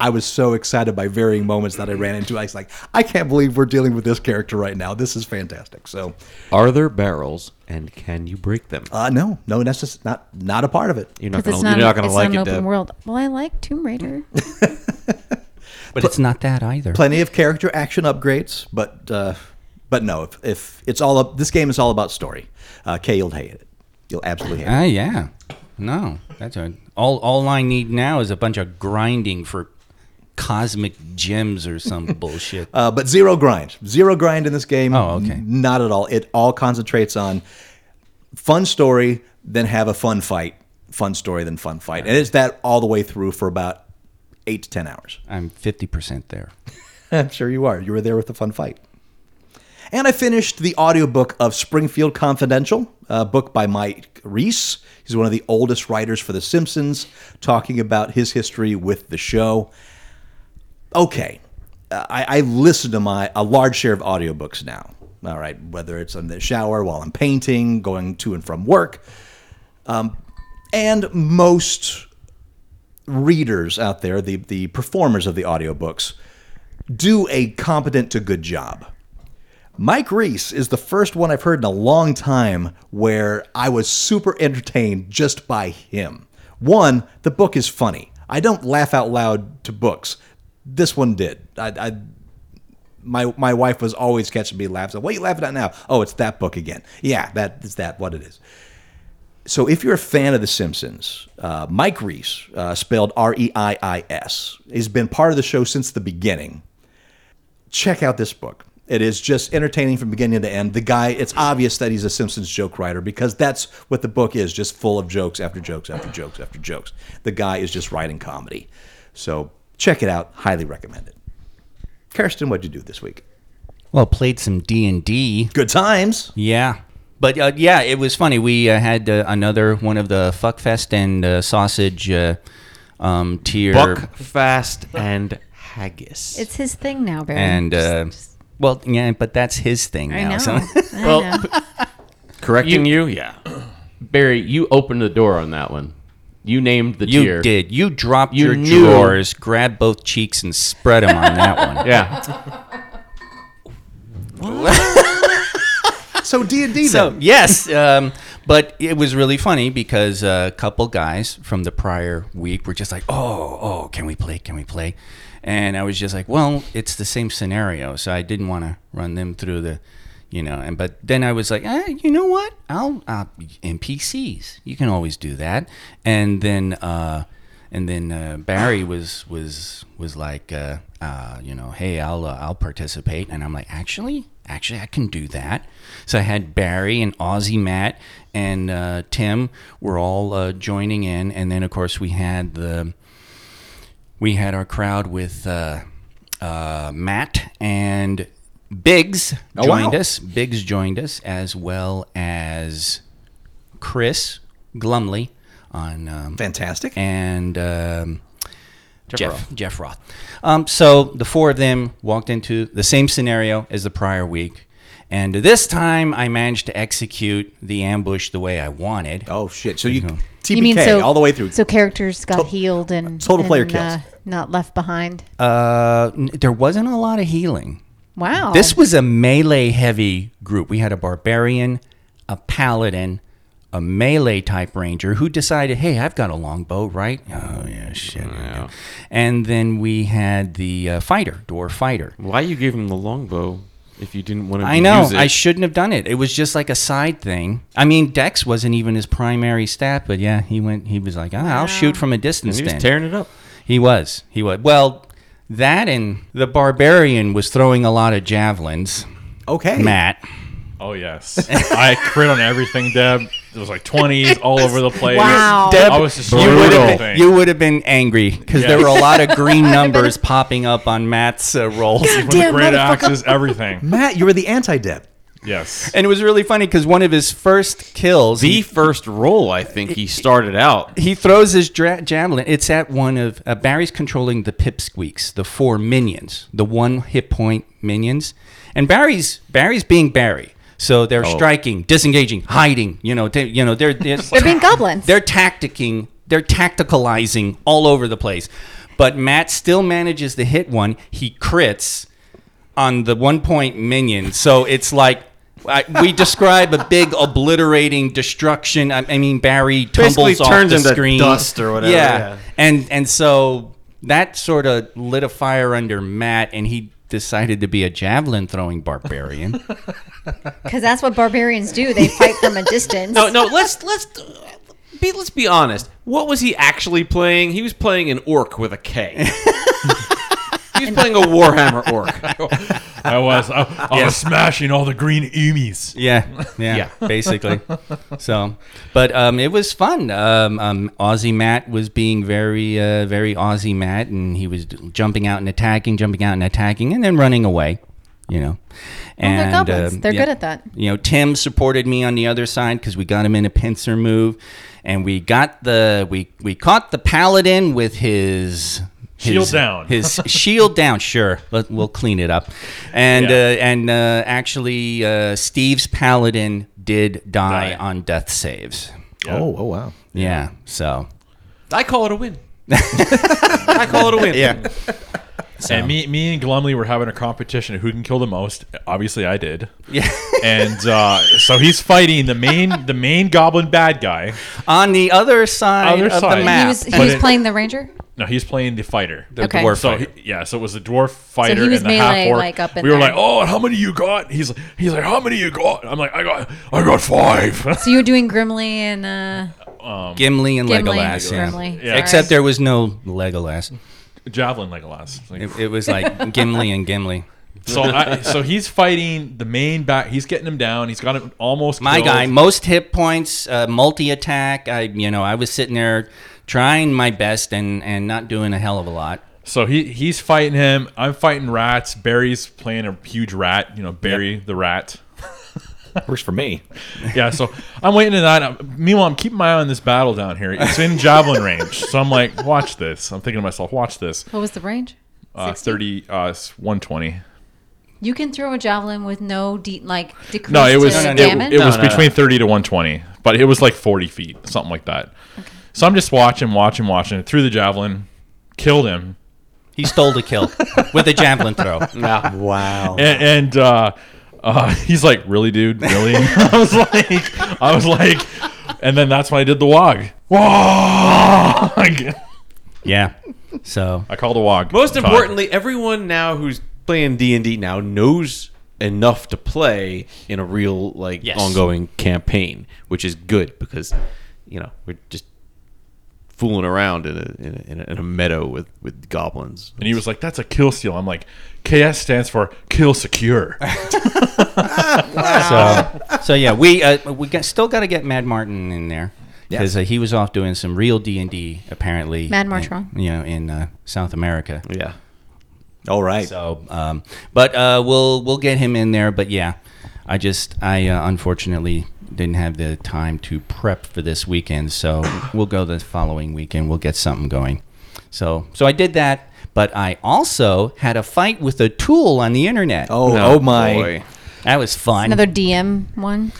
S7: I was so excited by varying moments that I ran into. I was like, I can't believe we're dealing with this character right now. This is fantastic. So,
S5: Are there barrels and can you break them?
S7: uh, no, no, that's just not not a part of it.
S5: You're not
S4: Because
S5: gonna.
S4: it's not,
S5: you're not gonna
S4: it's
S5: like
S4: not an
S5: it,
S4: open
S5: Deb.
S4: world. Well, I like Tomb Raider.
S2: But it's not that either.
S7: Plenty of character action upgrades, but uh, but no, if, if it's all up, this game is all about story. Uh, Kay, you'll hate it. You'll absolutely hate
S2: Ah,
S7: it.
S2: yeah. No, that's right. All all I need now is a bunch of grinding for cosmic gems or some bullshit.
S7: Uh, but zero grind, zero grind in this game.
S2: Oh, okay.
S7: N- Not at all. It all concentrates on fun story, then have a fun fight. Fun story, then fun fight, and it's that all the way through for about eight to ten hours.
S2: I'm fifty percent there.
S7: I'm Eh, sure you are. You were there with the fun fight. And I finished the audiobook of Springfield Confidential, a book by Mike Reese. He's one of the oldest writers for The Simpsons, talking about his history with the show. Okay, uh, I, I listen to my a large share of audiobooks now. All right, whether it's in the shower, while I'm painting, going to and from work, Um, and most readers out there, the, the performers of the audiobooks, do a competent to good job. Mike Reese is the first one I've heard in a long time where I was super entertained just by him. One, the book is funny. I don't laugh out loud to books. This one did. I, I my my wife was always catching me laughing. What are you laughing at now? Oh, it's that book again. Yeah, that is that what it is. So if you're a fan of The Simpsons, uh, Mike Reese, uh, spelled R E I I S, has been part of the show since the beginning. Check out this book. It is just entertaining from beginning to end. The guy, it's obvious that he's a Simpsons joke writer because that's what the book is just full of jokes after jokes after jokes after jokes. The guy is just writing comedy. So check it out. Highly recommend it. Kirsten, what'd you do this week?
S2: Well, played some D and D.
S7: Good times.
S2: Yeah. But uh, yeah, it was funny. We uh, had uh, another one of the fuckfest and uh, sausage uh, um, tier
S5: Buck fast and haggis.
S4: It's his thing now, Barry.
S2: and uh, well, yeah, but that's his thing
S4: I
S2: now.
S4: know.
S2: so-
S4: I know.
S3: Correcting you?
S5: You-
S3: Yeah.
S5: Barry, you opened the door on that one. You named the
S2: You
S5: tier.
S2: did. You dropped
S5: You
S2: your
S5: knew.
S2: drawers, grabbed both cheeks, and spread them on that one.
S5: Yeah.
S7: So D and D
S2: So
S7: then.
S2: yes, um, but it was really funny because a couple guys from the prior week were just like, "Oh, oh, can we play? Can we play?" And I was just like, "Well, it's the same scenario," so I didn't want to run them through the, you know. And but then I was like, eh, "You know what? I'll uh, NPCs. You can always do that." And then. Uh, and then uh, Barry was was was like, uh, uh, you know, hey, I'll uh, I'll participate, and I'm like, actually, actually, I can do that. So I had Barry and Aussie Matt and uh, Tim were all uh, joining in, and then of course we had the we had our crowd with uh, uh, Matt and Biggs
S7: Oh, wow.
S2: joined us. Biggs joined us as well as Chris Glumley on um,
S7: fantastic.
S2: and um, Jeff Jeff Roth. Um, so the four of them walked into the same scenario as the prior week, and this time I managed to execute the ambush the way I wanted.
S7: oh shit! So you TPK
S4: You mean so
S7: all the way through.
S4: So characters got healed and
S7: total player
S4: and,
S7: kills.
S4: uh, not left behind.
S2: Uh, n- there wasn't a lot of healing.
S4: Wow.
S2: This was a melee heavy group. We had a barbarian, a paladin, a melee type ranger who decided, hey, I've got a longbow, right? Oh, yeah, shit. And then we had the uh, fighter, dwarf fighter.
S3: Why you gave him the longbow if you didn't want him
S2: I
S3: to
S2: know.
S3: use it?
S2: I shouldn't have done it. It was just like a side thing. I mean, Dex wasn't even his primary stat, but yeah, he went. He was like, ah, I'll shoot from a distance.
S3: he was
S2: then."
S3: tearing it up.
S2: He was. He was. Well, that and the barbarian was throwing a lot of javelins.
S7: okay,
S2: Matt.
S6: Oh yes, I crit on everything, Deb. It was like twenties all over the place.
S4: Wow.
S2: Deb,
S6: I was just
S2: you would
S6: brutal.
S2: have been, you would have been angry because there
S6: Yeah.
S2: were a lot of green numbers popping up on Matt's uh, rolls.
S6: With the great axes, everything.
S7: Matt, you were the anti-deb.
S6: Yes.
S2: And it was really funny because one of his first kills,
S3: The first roll, I think he started out.
S2: he throws his dra- javelin. It's at one of uh, Barry's controlling the pipsqueaks, the four minions, the one hit point minions, and Barry's Barry's being Barry. So they're striking, disengaging, hiding. You know, they, you know, they're they're,
S4: They're being goblins.
S2: They're tacticking. They're tacticalizing all over the place. But Matt still manages to hit one. He crits on the one point minion. So it's like. I, we describe a big obliterating destruction. I, I mean, Barry tumbles
S3: Basically
S2: off
S3: turns
S2: the
S3: into
S2: screen,
S3: dust or whatever, yeah.
S2: and and so that sort of lit a fire under Matt, and he decided to be a javelin throwing barbarian.
S4: Because that's what barbarians do. They fight from a distance. Oh,
S3: No, no. Let's let's be let's be honest. What was he actually playing? He was playing an orc with a K. he was playing a Warhammer orc.
S6: I was. I, I was smashing all the green umis.
S2: Yeah, yeah, basically. So, but um, it was fun. Um, um, Aussie Matt was being very, uh, very Aussie Matt, and he was jumping out and attacking, jumping out and attacking, and then running away. You know, and
S4: they're goblins.
S2: um,
S4: They're
S2: yeah.
S4: good at that.
S2: You know, Tim supported me on the other side because we got him in a pincer move, and we got the we we caught the paladin with his.
S6: Shield
S2: his-
S6: down.
S2: His shield down. Sure, Let, we'll clean it up, and
S6: Yeah.
S2: uh, and uh, actually, uh, Steve's paladin did die,
S6: Die.
S2: on death saves.
S7: Oh, oh wow.
S2: Yeah, so
S3: I call it a win. I call it a win. Yeah.
S6: And me, me and Glumley were having a competition of who can kill the most. Obviously, I did.
S2: yeah.
S6: And uh, so he's fighting the main, the main goblin bad guy.
S2: On the other side
S6: Other
S2: of
S6: side.
S2: the
S4: he
S2: map,
S4: was, he
S6: But
S4: was
S6: it-
S4: playing the ranger.
S6: No, he's playing the fighter.
S2: the
S4: Okay.
S2: dwarf.
S6: So
S2: fighter.
S6: he, yeah, so it was the dwarf fighter
S4: was
S6: and the
S4: melee,
S6: half orc.
S4: like, up in
S6: we were
S4: there.
S6: like, "Oh, and how many you got?" He's he's like, "How many you got?" I'm like, "I got I got five.
S4: So you were doing Grimly and uh,
S2: Gimli and
S4: Gimli.
S2: Legolas. yeah.
S4: Grimly.
S6: Yeah.
S2: Except there was no Legolas.
S6: Javelin Legolas. Like,
S2: It, it was like Gimli and Gimli.
S6: so I, so he's fighting the main back. He's getting him down. He's got him almost.
S2: My
S6: killed.
S2: guy, most hit points, uh, multi attack. I, you know, I was sitting there trying my best and and not doing a hell of a lot.
S6: So he he's fighting him. I'm fighting rats. Barry's playing a huge rat. You know, Barry the rat.
S7: Works for me.
S6: Yeah. So I'm waiting to that. Meanwhile, I'm keeping my eye on this battle down here. It's in javelin range. So I'm like, watch this. I'm thinking to myself, watch this.
S4: what was the range?
S6: Uh, 30, uh, it's 120.
S4: You can throw a javelin with no de- like decreased
S6: No, it was
S4: uh,
S6: it,
S4: damage.
S6: it was
S3: No, no,
S6: between thirty to one twenty, but it was like forty feet, something like that. So I'm just watching, watching, watching. Threw the javelin, killed him,
S2: He stole the kill with a javelin throw.
S7: Wow.
S6: and, and uh, uh, he's like, "Really, dude? Really?" I was like, I was like, and then that's when I did the wog. Wog.
S2: Yeah. So
S6: I called a wog.
S3: Most
S6: Todd.
S3: importantly, everyone now who's playing D and D now knows enough to play in a real like
S2: Yes.
S3: ongoing campaign, which is good because you know we're just fooling around in a in a, in a, in a meadow with with goblins.
S6: and he was like, "That's a kill seal." I'm like, "KS stands for kill secure."
S2: so so yeah, we uh, we got, still got to get Mad Martin in there because uh, he was off doing some real D and D apparently.
S4: Mad
S2: in-
S4: Martron.
S2: you know, in uh, South America.
S3: Yeah,
S7: All right.
S2: So, um, but uh, we'll we'll get him in there. But yeah, I just I uh, unfortunately didn't have the time to prep for this weekend, so we'll go the following weekend. We'll get something going. So so I did that, but I also had a fight with a tool on the internet.
S7: oh, oh my.
S3: boy.
S2: that was fun.
S4: Another DM one.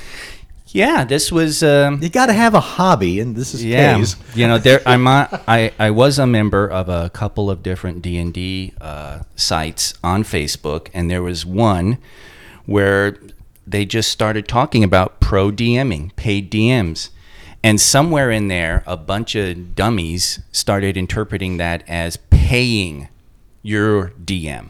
S2: yeah, this was. Um,
S7: You got to have a hobby, and this is
S2: yeah,
S7: Kay's.
S2: you know, there I'm a, I I was a member of a couple of different D and D uh, sites on Facebook, and there was one where they just started talking about pro DMing, paid DMs, and somewhere in there, a bunch of dummies started interpreting that as paying your DM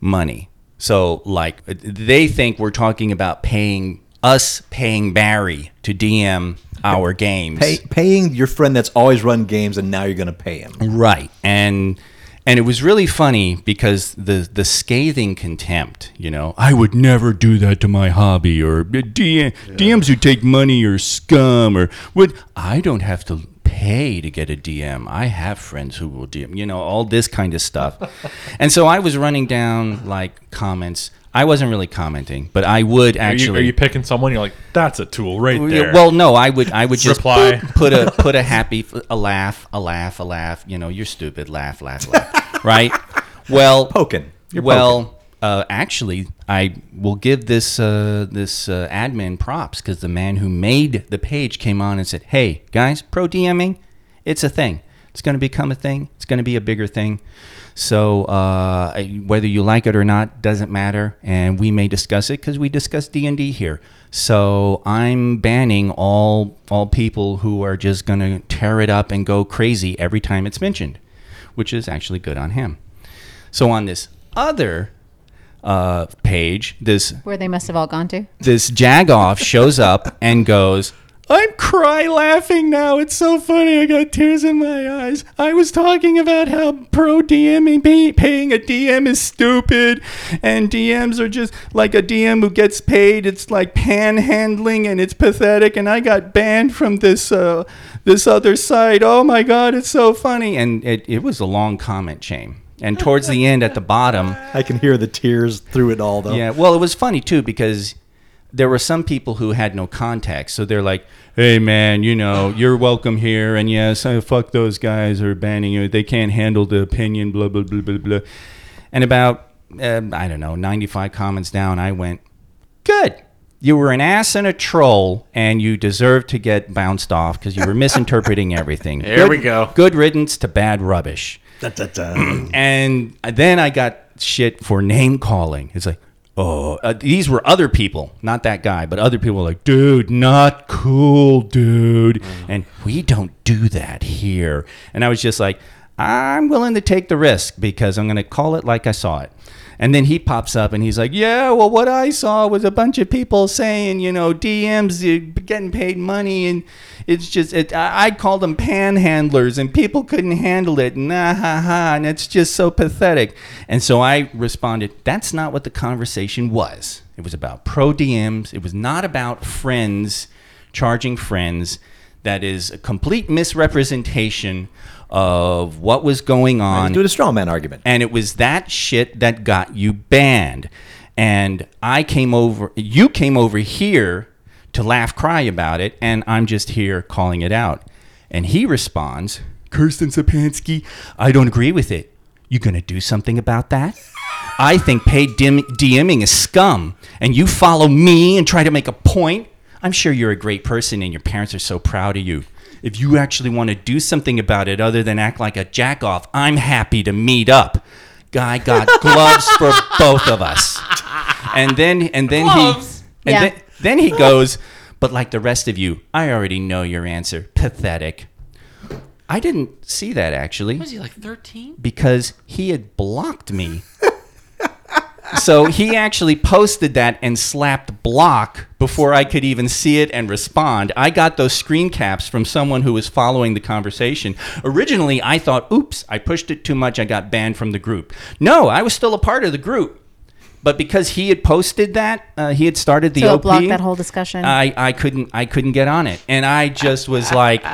S2: money. So, like, they think we're talking about paying us paying Barry to DM our games.
S7: Pay, paying your friend that's always run games, and now you're going to pay him.
S2: Right. And and it was really funny because the the scathing contempt, you know, I would never do that to my hobby or DM, DMs who take money or scum or would I don't have to pay to get a DM. I have friends who will DM, you know, all this kind of stuff. and so I was running down like comments. I wasn't really commenting, but I would
S6: Are you,
S2: actually
S6: are you picking someone? You're like, "That's a tool right
S2: well,
S6: there."
S2: yeah, Well, no, I would I would just
S6: Reply.
S2: boop, put a put a happy a laugh a laugh a laugh. You know, you're stupid. Laugh laugh laugh. right? Well,
S7: Poking. You're
S2: well, uh, actually, I will give this uh, this uh, admin props because the man who made the page came on and said, "Hey guys, pro DMing, it's a thing. It's going to become a thing. It's going to be a bigger thing. So uh, I- whether you like it or not doesn't matter, and we may discuss it because we discuss D and D here. So I'm banning all all people who are just going to tear it up and go crazy every time it's mentioned, which is actually good on him." So on this other uh, page, this
S4: Where they must have all gone to.
S2: this jagoff shows up and goes, "I'm cry laughing now. It's so funny. I got tears in my eyes. I was talking about how pro DMing pay, paying a DM is stupid, and DMs are just like a DM who gets paid. It's like panhandling, and it's pathetic. And I got banned from this uh, this other site. Oh my god, it's so funny. And it, it was a long comment chain. And towards the end, at the bottom.
S7: I can hear the tears through it all, though.
S2: Yeah, well, it was funny too because there were some people who had no context, so they're like, "Hey, man, you know, you're welcome here, and yes, I fuck those guys who are banning you. They can't handle the opinion, blah blah blah blah blah." And about uh, I don't know, 95 comments down, I went, "Good." You were an ass and a troll, and you deserve to get bounced off because you were misinterpreting everything. There
S3: we go.
S2: Good riddance to bad rubbish
S7: Da, da, da.
S2: Mm. and then I got shit for name calling. It's like, oh, uh, these were other people, not that guy, but other people were like, dude, not cool, dude. And we don't do that here. And I was just like, I'm willing to take the risk because I'm going to call it like I saw it. And then he pops up and he's like, Yeah, well, what I saw was a bunch of people saying, you know, DMs you're getting paid money. And it's just, it, I I called them panhandlers and people couldn't handle it. And ah, ha, ha. And it's just so pathetic. And so I responded, That's not what the conversation was. It was about pro DMs, it was not about friends charging friends. That is a complete misrepresentation of what was going on.
S7: Do it a straw man argument.
S2: And it was that shit that got you banned. And I came over, you came over here to laugh, cry about it, and I'm just here calling it out. And he responds, Kirsten Sapansky, I don't agree with it. You gonna do something about that? I think paid dim- DMing is scum, and you follow me and try to make a point. I'm sure you're a great person, and your parents are so proud of you. If you actually want to do something about it other than act like a jack off, I'm happy to meet up. Guy got gloves for both of us. And then and then he and
S4: Yeah.
S2: then, then he goes, but like the rest of you, I already know your answer. Pathetic. I didn't see that actually
S9: Was he like 13?
S2: because he had blocked me. so he actually posted that and slapped block before I could even see it and respond. I got those screen caps from someone who was following the conversation. Originally, I thought, oops, I pushed it too much. I got banned from the group. No, I was still a part of the group. But because he had posted that, uh, he had started the
S4: So it
S2: OP.
S4: blocked that whole discussion.
S2: I, I couldn't I couldn't get on it, and I just was like,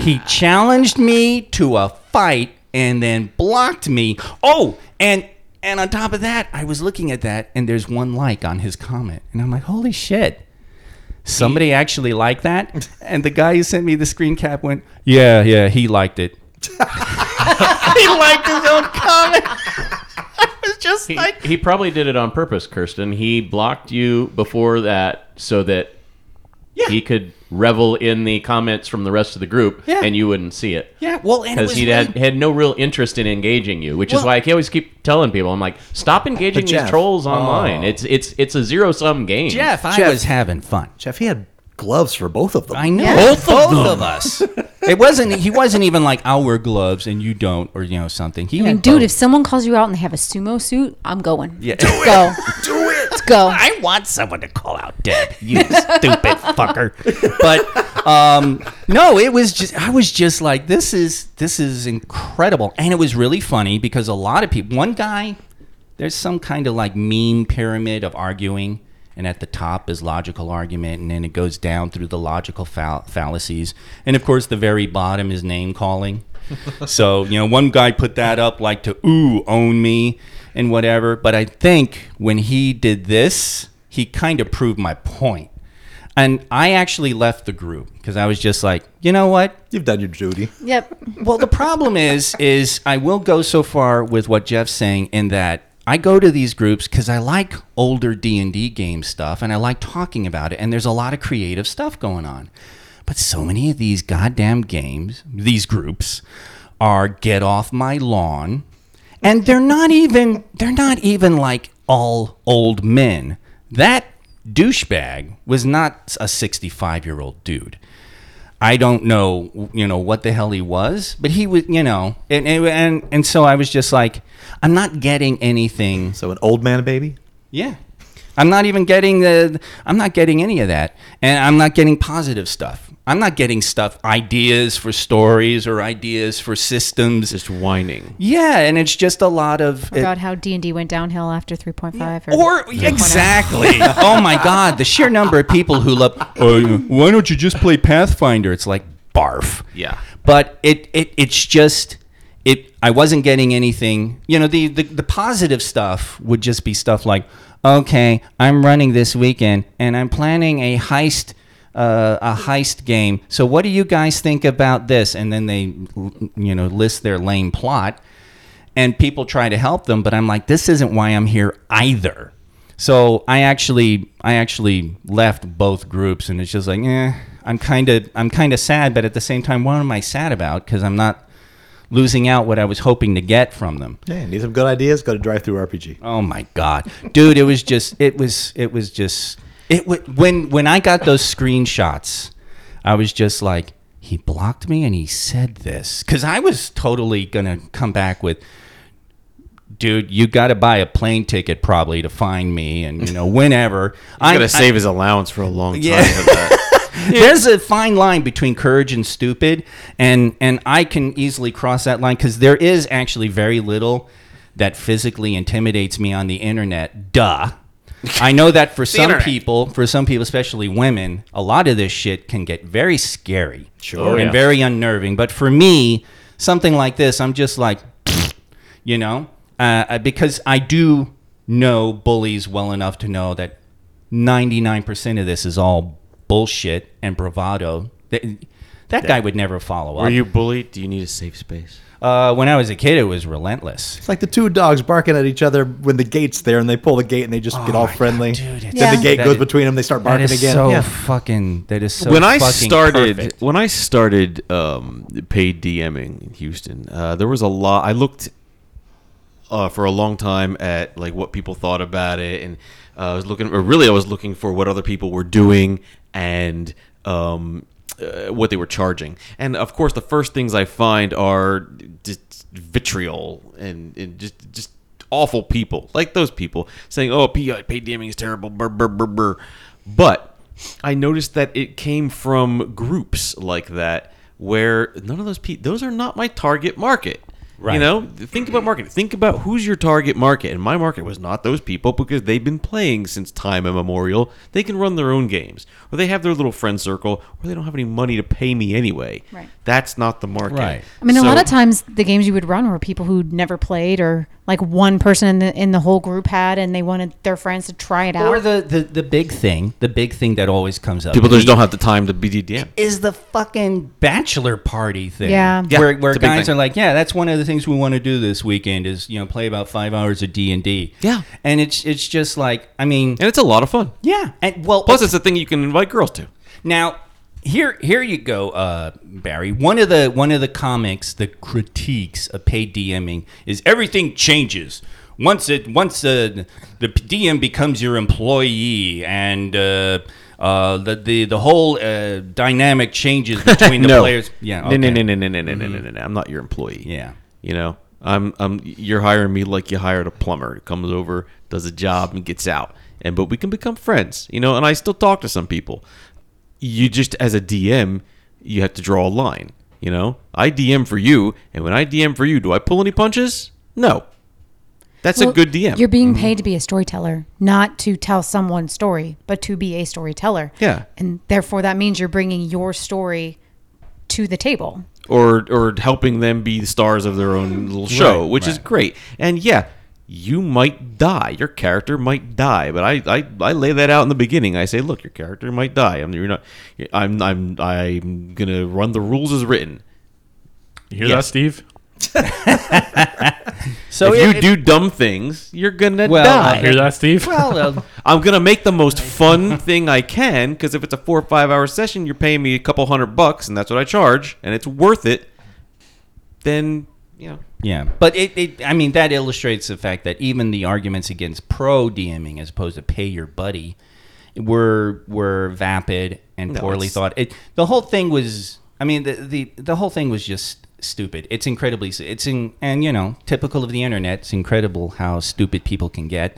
S2: he challenged me to a fight and then blocked me. Oh, and and on top of that, I was looking at that, and there's one like on his comment, and I'm like, holy shit. Somebody actually liked that, and the guy who sent me the screen cap went, "Yeah, yeah, he liked it." he liked his own comment. I was just
S5: He,
S2: like,
S5: he probably did it on purpose, Kirsten. He blocked you before that so that he could revel in the comments from the rest of the group
S2: Yeah.
S5: and you wouldn't see it.
S2: "Yeah, well, and it
S5: Because
S2: was
S5: he
S2: really
S5: had, had no real interest in engaging you, which is
S2: Well-
S5: why I always keep telling people, I'm like, stop engaging
S7: Jeff-
S5: these trolls online. It's it's it's a zero sum game.
S2: Jeff. I
S7: Jeff-
S2: was having fun.
S7: Jeff, he had gloves for both of them.
S2: I know both, of, us. it wasn't. He wasn't even like I'll wear gloves and you don't, or you know something. He
S4: I mean,
S2: had
S4: dude,
S2: both.
S4: if someone calls you out and they have a sumo suit, I'm going.
S2: Yeah.
S4: Let's
S2: Do
S4: go.
S7: Do it.
S4: Let's go.
S2: I want someone to call out Deb, you stupid fucker. But um, no, it was just I was just like this is this is incredible, and it was really funny because a lot of people. One guy, there's some kind of like meme pyramid of arguing. And at the top is logical argument, and then it goes down through the logical fall- fallacies, and of course the very bottom is name calling. so you know, one guy put that up like to ooh own me and whatever. But I think when he did this, he kind of proved my point. And I actually left the group because I was just like, you know what?
S7: You've done your duty.
S4: Yep.
S2: Well, the problem is, is I will go so far with what Jeff's saying in that I go to these groups because I like older D and D game stuff, and I like talking about it, and there's a lot of creative stuff going on. But so many of these goddamn games, these groups, are get off my lawn, and they're not even they're not even like all old men. That douchebag was not a 65 year old dude. I don't know, you know, what the hell he was, but he was, you know, and and and, and so I was just like, I'm not getting anything.
S7: So an old man baby.
S2: Yeah, I'm not even getting the, I'm not getting any of that, and I'm not getting positive stuff. I'm not getting stuff, ideas for stories or ideas for systems.
S5: Just whining.
S2: Yeah, and it's just a lot of.
S4: God, how D and D went downhill after 3.5.
S2: or exactly. oh my God, the sheer number of people who love. "Oh, why don't you just play Pathfinder? It's like barf.
S5: Yeah.
S2: But it, it it's just it. I wasn't getting anything. You know, the, the the positive stuff would just be stuff like, okay, I'm running this weekend and I'm planning a heist. Uh, a heist game. So, what do you guys think about this? And then they, you know, list their lame plot, and people try to help them but i'm like this isn't why i'm here either so i actually i actually left both groups and it's just like eh, i'm kind of i'm kind of sad but at the same time what am i sad about because i'm not losing out what i was hoping to get from them
S7: Yeah, need some good ideas? Go to Drive Through RPG.
S2: oh my god dude it was just it was it was just it wa when when i got those screenshots i was just like he blocked me and he said this because i was totally gonna come back with dude you gotta buy a plane ticket probably to find me and you know whenever
S3: I'm
S2: I-
S3: gonna
S2: I-
S3: save his allowance for a long time.
S2: Yeah.
S3: for that.
S2: there's a fine line between courage and stupid and and i can easily cross that line because there is actually very little that physically intimidates me on the internet duh i know that for some
S3: internet.
S2: people for some people especially women a lot of this shit can get very scary
S7: Sure.
S2: and
S5: yeah.
S2: very unnerving but for me something like this i'm just like you know uh, uh, because i do know bullies well enough to know that 99% of this is all bullshit and bravado that, that guy would never follow
S3: Were
S2: up
S3: you bullied? Do you need a safe space?
S2: Uh, when I was a kid, it was relentless.
S7: It's like the two dogs barking at each other when the gate's there, and they pull the gate and they just
S2: Oh,
S7: get all friendly. then
S4: Yeah.
S7: the gate
S2: that
S7: goes
S2: is-
S7: between them. They start
S2: That
S7: barking
S2: is
S7: again.
S2: so
S7: Yeah.
S2: fucking. That is so.
S3: when I
S2: fucking
S3: started
S2: perfect.
S3: when I started um, paid DMing in Houston, uh, there was a lot. I looked uh, for a long time at like what people thought about it, and uh, I was looking. Or really, I was looking for what other people were doing and um, uh, what they were charging. And of course, the first things I find are just vitriol and, and just just awful people, like those people saying, "Oh, PI paid DMing is terrible." Brr, brr, brr, brr. But I noticed that it came from groups like that where none of those people those are not my target market.
S2: Right.
S3: You know, think about marketing. Think about who's your target market. And my market was not those people because they've been playing since time immemorial. They can run their own games, or they have their little friend circle, or they don't have any money to pay me anyway.
S4: Right.
S3: That's not the market.
S2: Right.
S4: I mean, a lot
S3: So-
S4: of times the games you would run were people who'd never played, or like one person in the in the whole group had, and they wanted their friends to try it
S2: Or
S4: out.
S2: the, the the big thing, the big thing that always comes up.
S3: people just don't have the time to be DDM.
S2: is the fucking bachelor party thing.
S4: Yeah. Yeah,
S2: where, where
S3: it's a big
S2: guys
S3: thing.
S2: are like, yeah, that's one of the things we want to do this weekend is you know play about five hours of D and D.
S3: Yeah.
S2: and it's it's just like I mean,
S3: And it's a lot of fun.
S2: yeah, and well,
S3: Plus, it's a thing you can invite girls to.
S2: now here here you go, uh, Barry. One of the one of the comics, the critiques of paid DMing is everything changes. Once it once uh, the DM becomes your employee and uh, uh, the, the the whole uh, dynamic changes between the players. Yeah,
S3: No, no,
S2: okay. Mm-hmm.
S3: no, no, no, no, no, no, no, no, no. I'm not your employee.
S2: Yeah.
S3: You know, I'm, I'm. You're hiring me like you hired a plumber. who Comes over, does a job, and gets out. And but we can become friends. You know, and I still talk to some people. You just as a DM, you have to draw a line. You know, I DM for you, and when I DM for you, do I pull any punches? No. That's a
S4: Well,
S3: good DM.
S4: You're being
S2: Mm-hmm.
S4: paid to be a storyteller, not to tell someone's story, but to be a storyteller.
S3: Yeah.
S4: And therefore, that means you're bringing your story to the table.
S3: or or helping them be the stars of their own little show, which is great. And yeah, you might die. Your character might die, but I, I, I lay that out in the beginning. I say, look, your character might die. I'm you're not. I'm I'm I'm gonna run the rules as written.
S6: You hear
S3: Yes.
S6: that, Steve?
S2: So
S3: if you
S2: it-
S3: do dumb things, you're gonna
S2: Well,
S3: die.
S2: I-
S6: Hear that, Steve?
S2: well, uh,
S3: I'm gonna make the most fun thing I can because if it's a four or five hour session, you're paying me a couple hundred bucks, and that's what I charge, and it's worth it. Then you know.
S2: yeah, but it, it, I mean, that illustrates the fact that even the arguments against pro DMing as opposed to pay your buddy were were vapid and
S3: No,
S2: poorly
S3: it's-
S2: thought. It, the whole thing was, I mean, the, the the whole thing was just stupid. It's incredibly, s- it's in, and you know, typical of the internet. It's incredible how stupid people can get.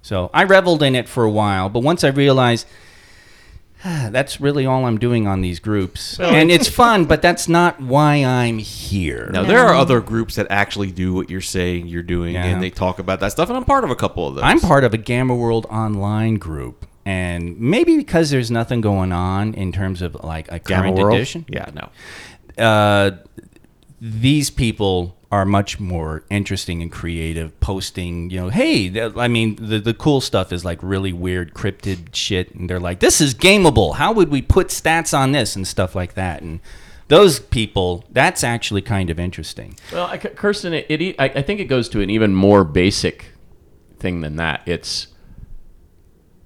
S2: So I reveled in it for a while, but once I realized that's really all I'm doing on these groups, and it's fun, but that's not why I'm here.
S3: Now there are other groups that actually do what you're saying you're doing,
S2: Yeah.
S3: and they talk about that stuff. And I'm part of a couple of those.
S2: I'm part of a Gamma World Online group, and maybe because there's nothing going on in terms of like a current edition,
S3: Yeah, no.
S2: uh, these people are much more interesting and creative. Posting, you know, hey, th- I mean, the the cool stuff is like really weird cryptid shit, and they're like, this is gameable. How would we put stats on this and stuff like that? And those people, that's actually kind of interesting.
S5: Well, I, Kirsten, it, it, e- I, I think it goes to an even more basic thing than that. It's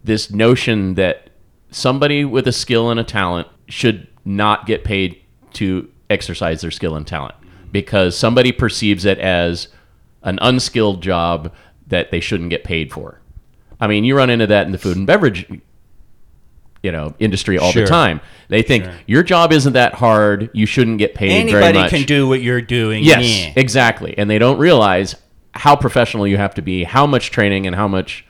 S5: this notion that somebody with a skill and a talent should not get paid to exercise their skill and talent because somebody perceives it as an unskilled job that they shouldn't get paid for. I mean, you run into that in the food and beverage you know, industry all
S2: Sure.
S5: the time. They think your job isn't that hard, you shouldn't get paid very
S2: Anybody
S5: much.
S2: can do what you're doing.
S5: Yes,
S2: Yeah.
S5: exactly. And they don't realize how professional you have to be, how much training and how much,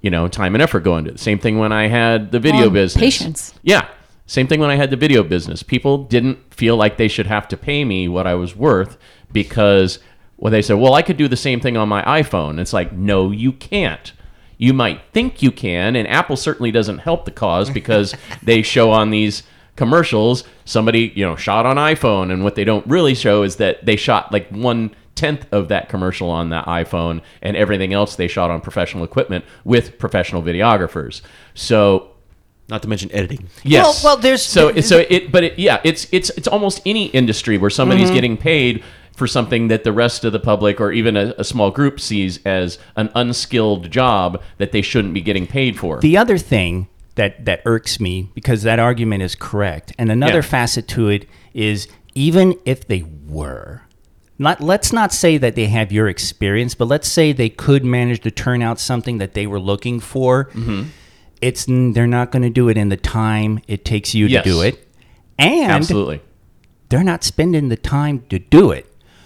S5: you know, time and effort go into it. Same thing when I had the video
S4: Um,
S5: business.
S4: patience.
S5: Yeah. Same thing when I had the video business. People didn't feel like they should have to pay me what I was worth because well, they said, well, I could do the same thing on my iPhone. It's like, no, you can't. You might think you can, and Apple certainly doesn't help the cause because they show on these commercials somebody you know shot on iPhone, and what they don't really show is that they shot like one tenth of that commercial on the iPhone, and everything else they shot on professional equipment with professional videographers. So
S3: Not to mention editing.
S5: Yes.
S2: Well- well, there's-
S3: Mm-hmm.
S5: so so it, but it, yeah, it's it's it's almost any industry where somebody's getting paid for something that the rest of the public or even a, a small group sees as an unskilled job that they shouldn't be getting paid for.
S2: The other thing that that irks me because that argument is correct, and another
S5: Yeah.
S2: facet to it is even if they were. Not, let's not say that they have your experience, but let's say they could manage to turn out something that they were looking for.
S5: Mm-hmm.
S2: It's n- they're not going to do it in the time it takes you
S5: Yes.
S2: to do it, and
S5: Absolutely.
S2: they're not spending the time to do it.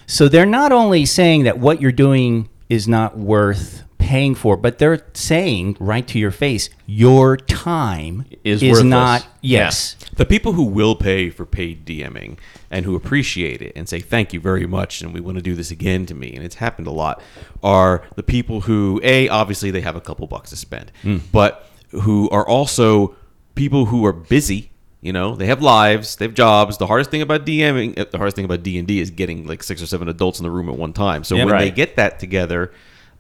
S2: So they're not only saying that what you're doing is not worth paying for, but they're saying right to your face, your time
S5: Is
S2: is,
S5: worthless.
S2: not.
S5: Yeah.
S2: Yes.
S3: The people who will pay for paid DMing and who appreciate it and say thank you very much and we want to do this again to me and it's happened a lot are the people who a obviously they have a couple bucks to spend
S2: Hmm.
S3: but who are also people who are busy you know they have lives they have jobs the hardest thing about DMing uh, the hardest thing about D&D is getting like six or seven adults in the room at one time so
S2: Yeah,
S3: when they
S5: right.
S3: get that together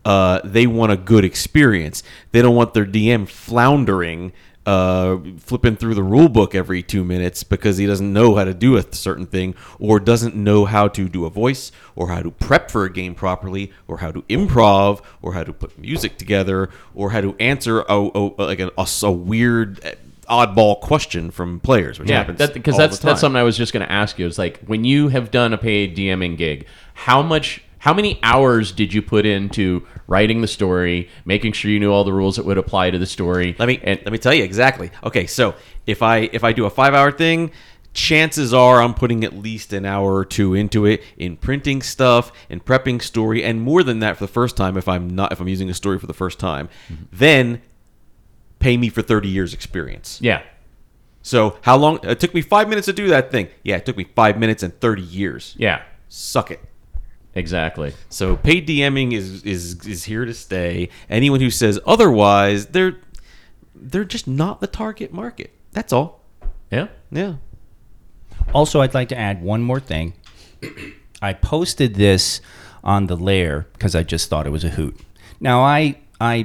S3: uh, they want a good experience. They don't want their DM floundering, uh, flipping through the rule book every two minutes because he doesn't know how to do a certain thing or doesn't know how to do a voice or how to prep for a game properly or how to improv or how to put music together or how to answer a, a like a, a s- a weird eh, oddball question from players, which
S5: Yeah,
S3: happens
S5: because
S3: all
S5: that's
S3: the time.
S5: that's something I was just going to ask you. It's like when you have done a paid DMing gig, how much, how many hours did you put into writing the story, making sure you knew all the rules that would apply to the story?
S3: Let me
S5: and
S3: let me tell you exactly. Okay, so if I if I do a five hour thing, chances are I'm putting at least an hour or two into it in printing stuff and prepping story, and more than that for the first time if I'm not if I'm using a story for the first time, then pay me for 30 years experience.
S5: yeah,
S3: So how long it took me five minutes to do that thing? Yeah, it took me five minutes and 30 years.
S5: yeah,
S3: Suck it.
S5: exactly.
S3: So paid DMing is is is here to stay. Anyone who says otherwise, they're they're just not the target market. That's all.
S5: Yeah,
S3: Yeah.
S2: Also, I'd like to add one more thing. I posted this on the layer because I just thought it was a hoot. Now, I I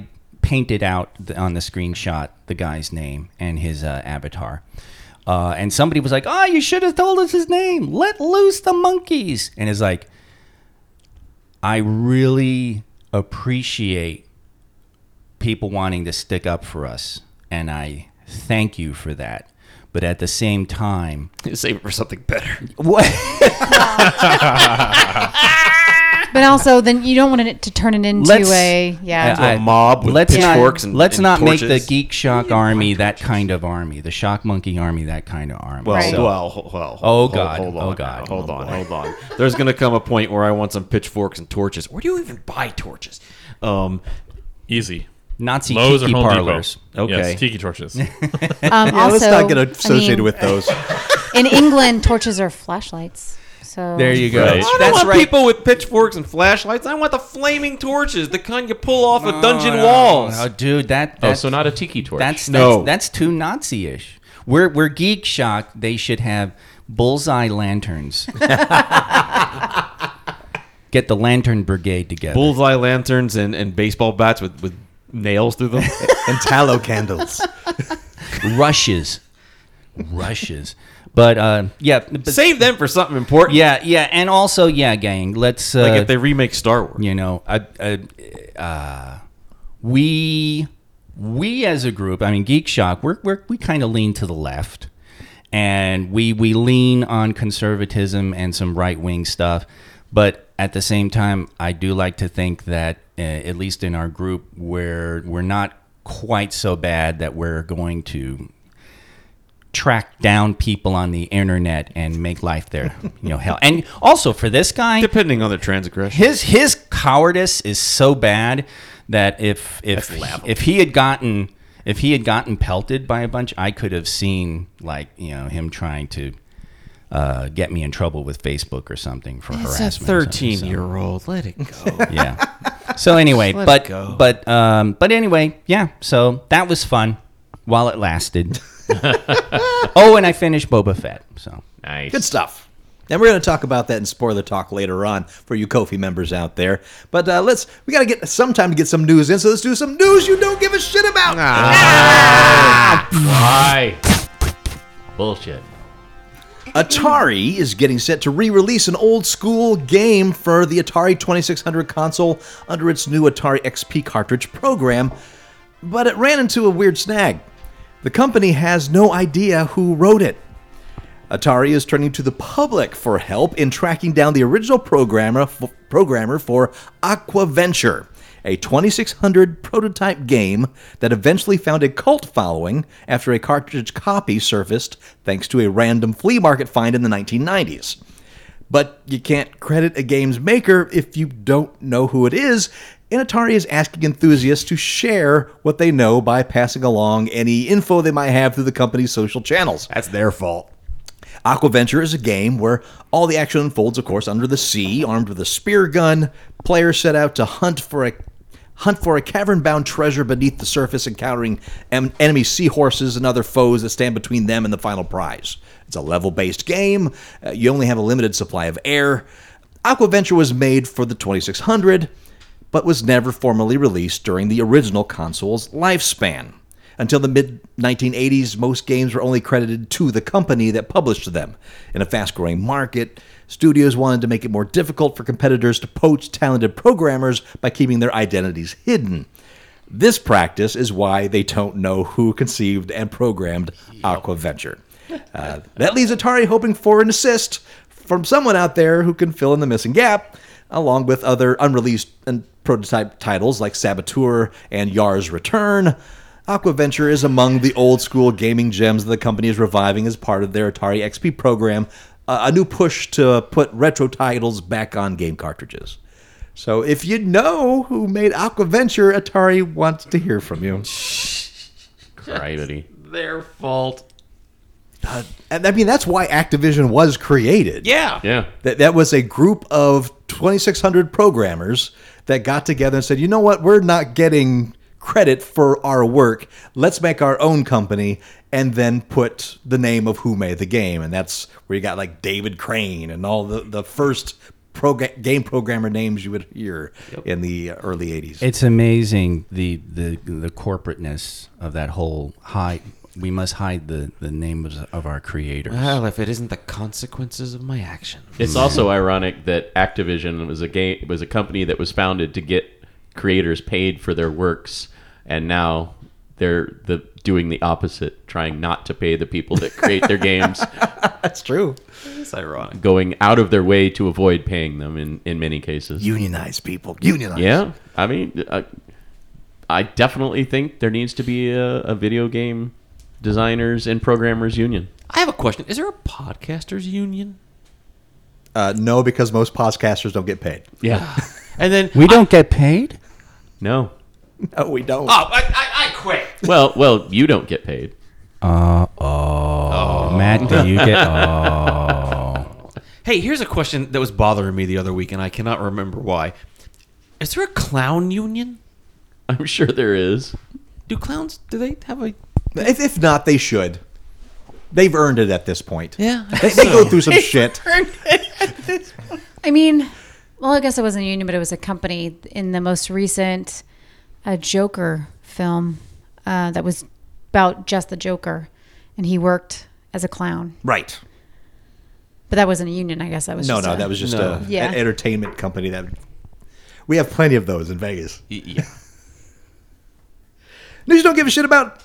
S2: painted out the, on the screenshot the guy's name and his uh, avatar. Uh, and somebody was like, "Oh, you should have told us his name. Let loose the monkeys." And it's like, I really appreciate people wanting to stick up for us, and I thank you for that. But at the same time,
S3: Save it for something better.
S2: what?
S4: But also, then you don't want it to turn it into a yeah.
S2: I- I-
S3: mob with
S2: let's
S3: pitchforks
S2: not,
S3: and-
S2: let's
S3: and
S2: not make
S3: torches.
S2: the geek shock army that kind of army, the shock monkey army that kind of army.
S3: Well,
S4: Right.
S3: well, ho- well.
S2: Oh,
S3: hold-
S2: God.
S3: Hold on.
S2: Oh,
S3: now.
S2: God.
S3: Hold
S2: Oh,
S3: on. Hold on. There's gonna come a point where I want some pitchforks and torches. Where do you even buy torches? Um,
S6: Easy.
S2: Nazi
S6: Lowe's or
S2: tiki
S6: Home
S2: parlors.
S6: Depot.
S3: Okay.
S6: Yes, tiki torches.
S4: Um,
S7: Yeah, let's
S4: also,
S7: not get
S4: I
S7: associated
S4: mean,
S7: with those.
S4: In England, torches are flashlights. So
S2: There you go.
S5: Right. I
S3: I don't
S2: That's
S3: want
S2: right.
S3: people with pitchforks and flashlights. I want the flaming torches, the kind you pull off of dungeon
S2: No, no,
S3: walls.
S2: no, dude, that,
S5: Oh,
S2: that
S5: so not a tiki torch.
S2: that's, that's
S3: No.
S2: that's too Nazi-ish. We're we're geek shock. They should have bullseye lanterns. Get the lantern brigade together.
S3: Bullseye lanterns and, and baseball bats with, with nails through them.
S7: and tallow candles.
S2: rushes, rushes. But uh, yeah, but
S3: Save them for something important.
S2: Yeah, yeah, and also, yeah, gang. Let's, uh,
S3: Like if they remake Star Wars.
S2: you know, uh, uh, uh, we we as a group. I mean, Geek Shock. We're, we're we kind of lean to the left, and we we lean on conservatism and some right wing stuff. But at the same time, I do like to think that uh, at least in our group, where we're not quite so bad that we're going to track down people on the internet and make life their you know hell and also for this guy
S3: Depending on the transgression.
S2: his his cowardice is so bad that if if if he had gotten if he had gotten pelted by a bunch, I could have seen like you know him trying to uh, get me in trouble with Facebook or something for harassment. or something, so-
S3: old. Let it go.
S2: yeah. So anyway,
S3: Let
S2: but
S3: it go.
S2: but um, but anyway, yeah. So that was fun while it lasted. oh, and I finished Boba Fett. So
S5: nice.
S7: Good stuff. And we're going to talk about that in spoiler talk later on for you Kofi members out there. But uh, let's we got to get some time to get some news in. So let's do some news you don't give a shit about.
S2: Ah.
S5: Why? Bullshit.
S7: Atari is getting set to re release an old school game for the Atari 2600 console under its new Atari XP cartridge program, but it ran into a weird snag. The company has no idea who wrote it. Atari is turning to the public for help in tracking down the original programmer f- programmer for Aquaventure, a 2600 prototype game that eventually found a cult following after a cartridge copy surfaced thanks to a random flea market find in the 1990s. But you can't credit a game's maker if you don't know who it is, and Atari is asking enthusiasts to share what they know by passing along any info they might have through the company's social channels. That's their fault. Aquaventure is a game where all the action unfolds, of course, under the sea, armed with a spear gun. Players set out to hunt for a hunt for a cavern-bound treasure beneath the surface, encountering em- enemy seahorses and other foes that stand between them and the final prize. It's a level-based game. Uh, you only have a limited supply of air. Aquaventure was made for the 2600, but was never formally released during the original console's lifespan. Until the mid 1980s, most games were only credited to the company that published them. In a fast growing market, studios wanted to make it more difficult for competitors to poach talented programmers by keeping their identities hidden. This practice is why they don't know who conceived and programmed Aquaventure. Uh, that leaves Atari hoping for an assist from someone out there who can fill in the missing gap, along with other unreleased and prototype titles like Saboteur and Yar's Return. Aquaventure is among the old school gaming gems that the company is reviving as part of their Atari XP program, uh, a new push to put retro titles back on game cartridges. So if you know who made Aquaventure, Atari wants to hear from you.
S5: Gravity.
S3: Their fault.
S7: And I mean, that's why Activision was created.
S3: Yeah.
S5: Yeah.
S7: That, that was a group of 2,600 programmers that got together and said, you know what, we're not getting credit for our work. Let's make our own company and then put the name of who made the game. And that's where you got like David Crane and all the, the first proga- game programmer names you would hear in the uh, early 80s.
S2: It's amazing the the the corporateness of that whole hide. We must hide the the names of our creators.
S3: Well, if it isn't the consequences of my action.
S5: It's also ironic that Activision was a game was a company that was founded to get creators paid for their works, and now they're the doing the opposite, trying not to pay the people that create their games,
S7: that's true.
S3: It's ironic.
S5: going out of their way to avoid paying them in in many cases.
S7: Unionize people. Unionize.
S5: yeah, I mean, I, I definitely think there needs to be a, a video game designers and programmers union.
S3: I have a question. Is there a podcasters union?
S7: Uh, no, because most podcasters don't get paid.
S5: Yeah,
S3: And then
S2: we don't get paid.
S5: no.
S7: No, we don't.
S3: Oh, I, I, I quit.
S5: Well, well, you don't get paid.
S2: Uh, oh, Matt, do you get? Oh,
S3: Hey, here's a question that was bothering me the other week, and I cannot remember why. Is there a clown union?
S5: I'm sure there is.
S3: Do clowns? Do they have a?
S7: If, if not, they should. They've earned it at this point.
S3: Yeah. I
S7: They,
S3: guess
S7: they
S3: so.
S7: go through some shit.
S4: I mean, well, I guess it wasn't a union, but it was a company in the most recent uh, Joker film uh, that was about just the Joker, and he worked as a clown.
S7: Right.
S4: But that wasn't a union, I guess. That was
S7: No,
S4: just
S7: no,
S4: a-
S7: that was just
S3: No.
S7: a,
S4: Yeah.
S7: an entertainment company that we have plenty of those in Vegas.
S3: Y- Yeah.
S7: News you don't give a shit about.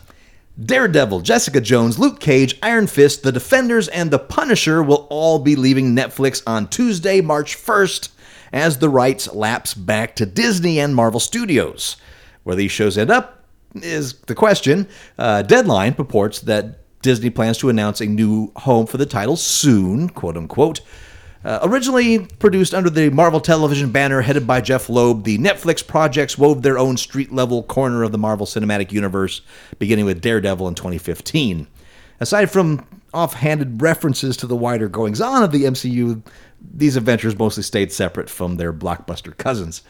S7: Daredevil, Jessica Jones, Luke Cage, Iron Fist, The Defenders, and The Punisher will all be leaving Netflix on Tuesday, March 1st, as the rights lapse back to Disney and Marvel Studios. Where these shows end up is the question. Uh, Deadline purports that Disney plans to announce a new home for the title soon, quote unquote. Uh, originally produced under the Marvel television banner headed by Jeff Loeb, the Netflix projects wove their own street level corner of the Marvel Cinematic Universe, beginning with Daredevil in 2015. Aside from offhanded references to the wider goings on of the MCU, these adventures mostly stayed separate from their blockbuster cousins.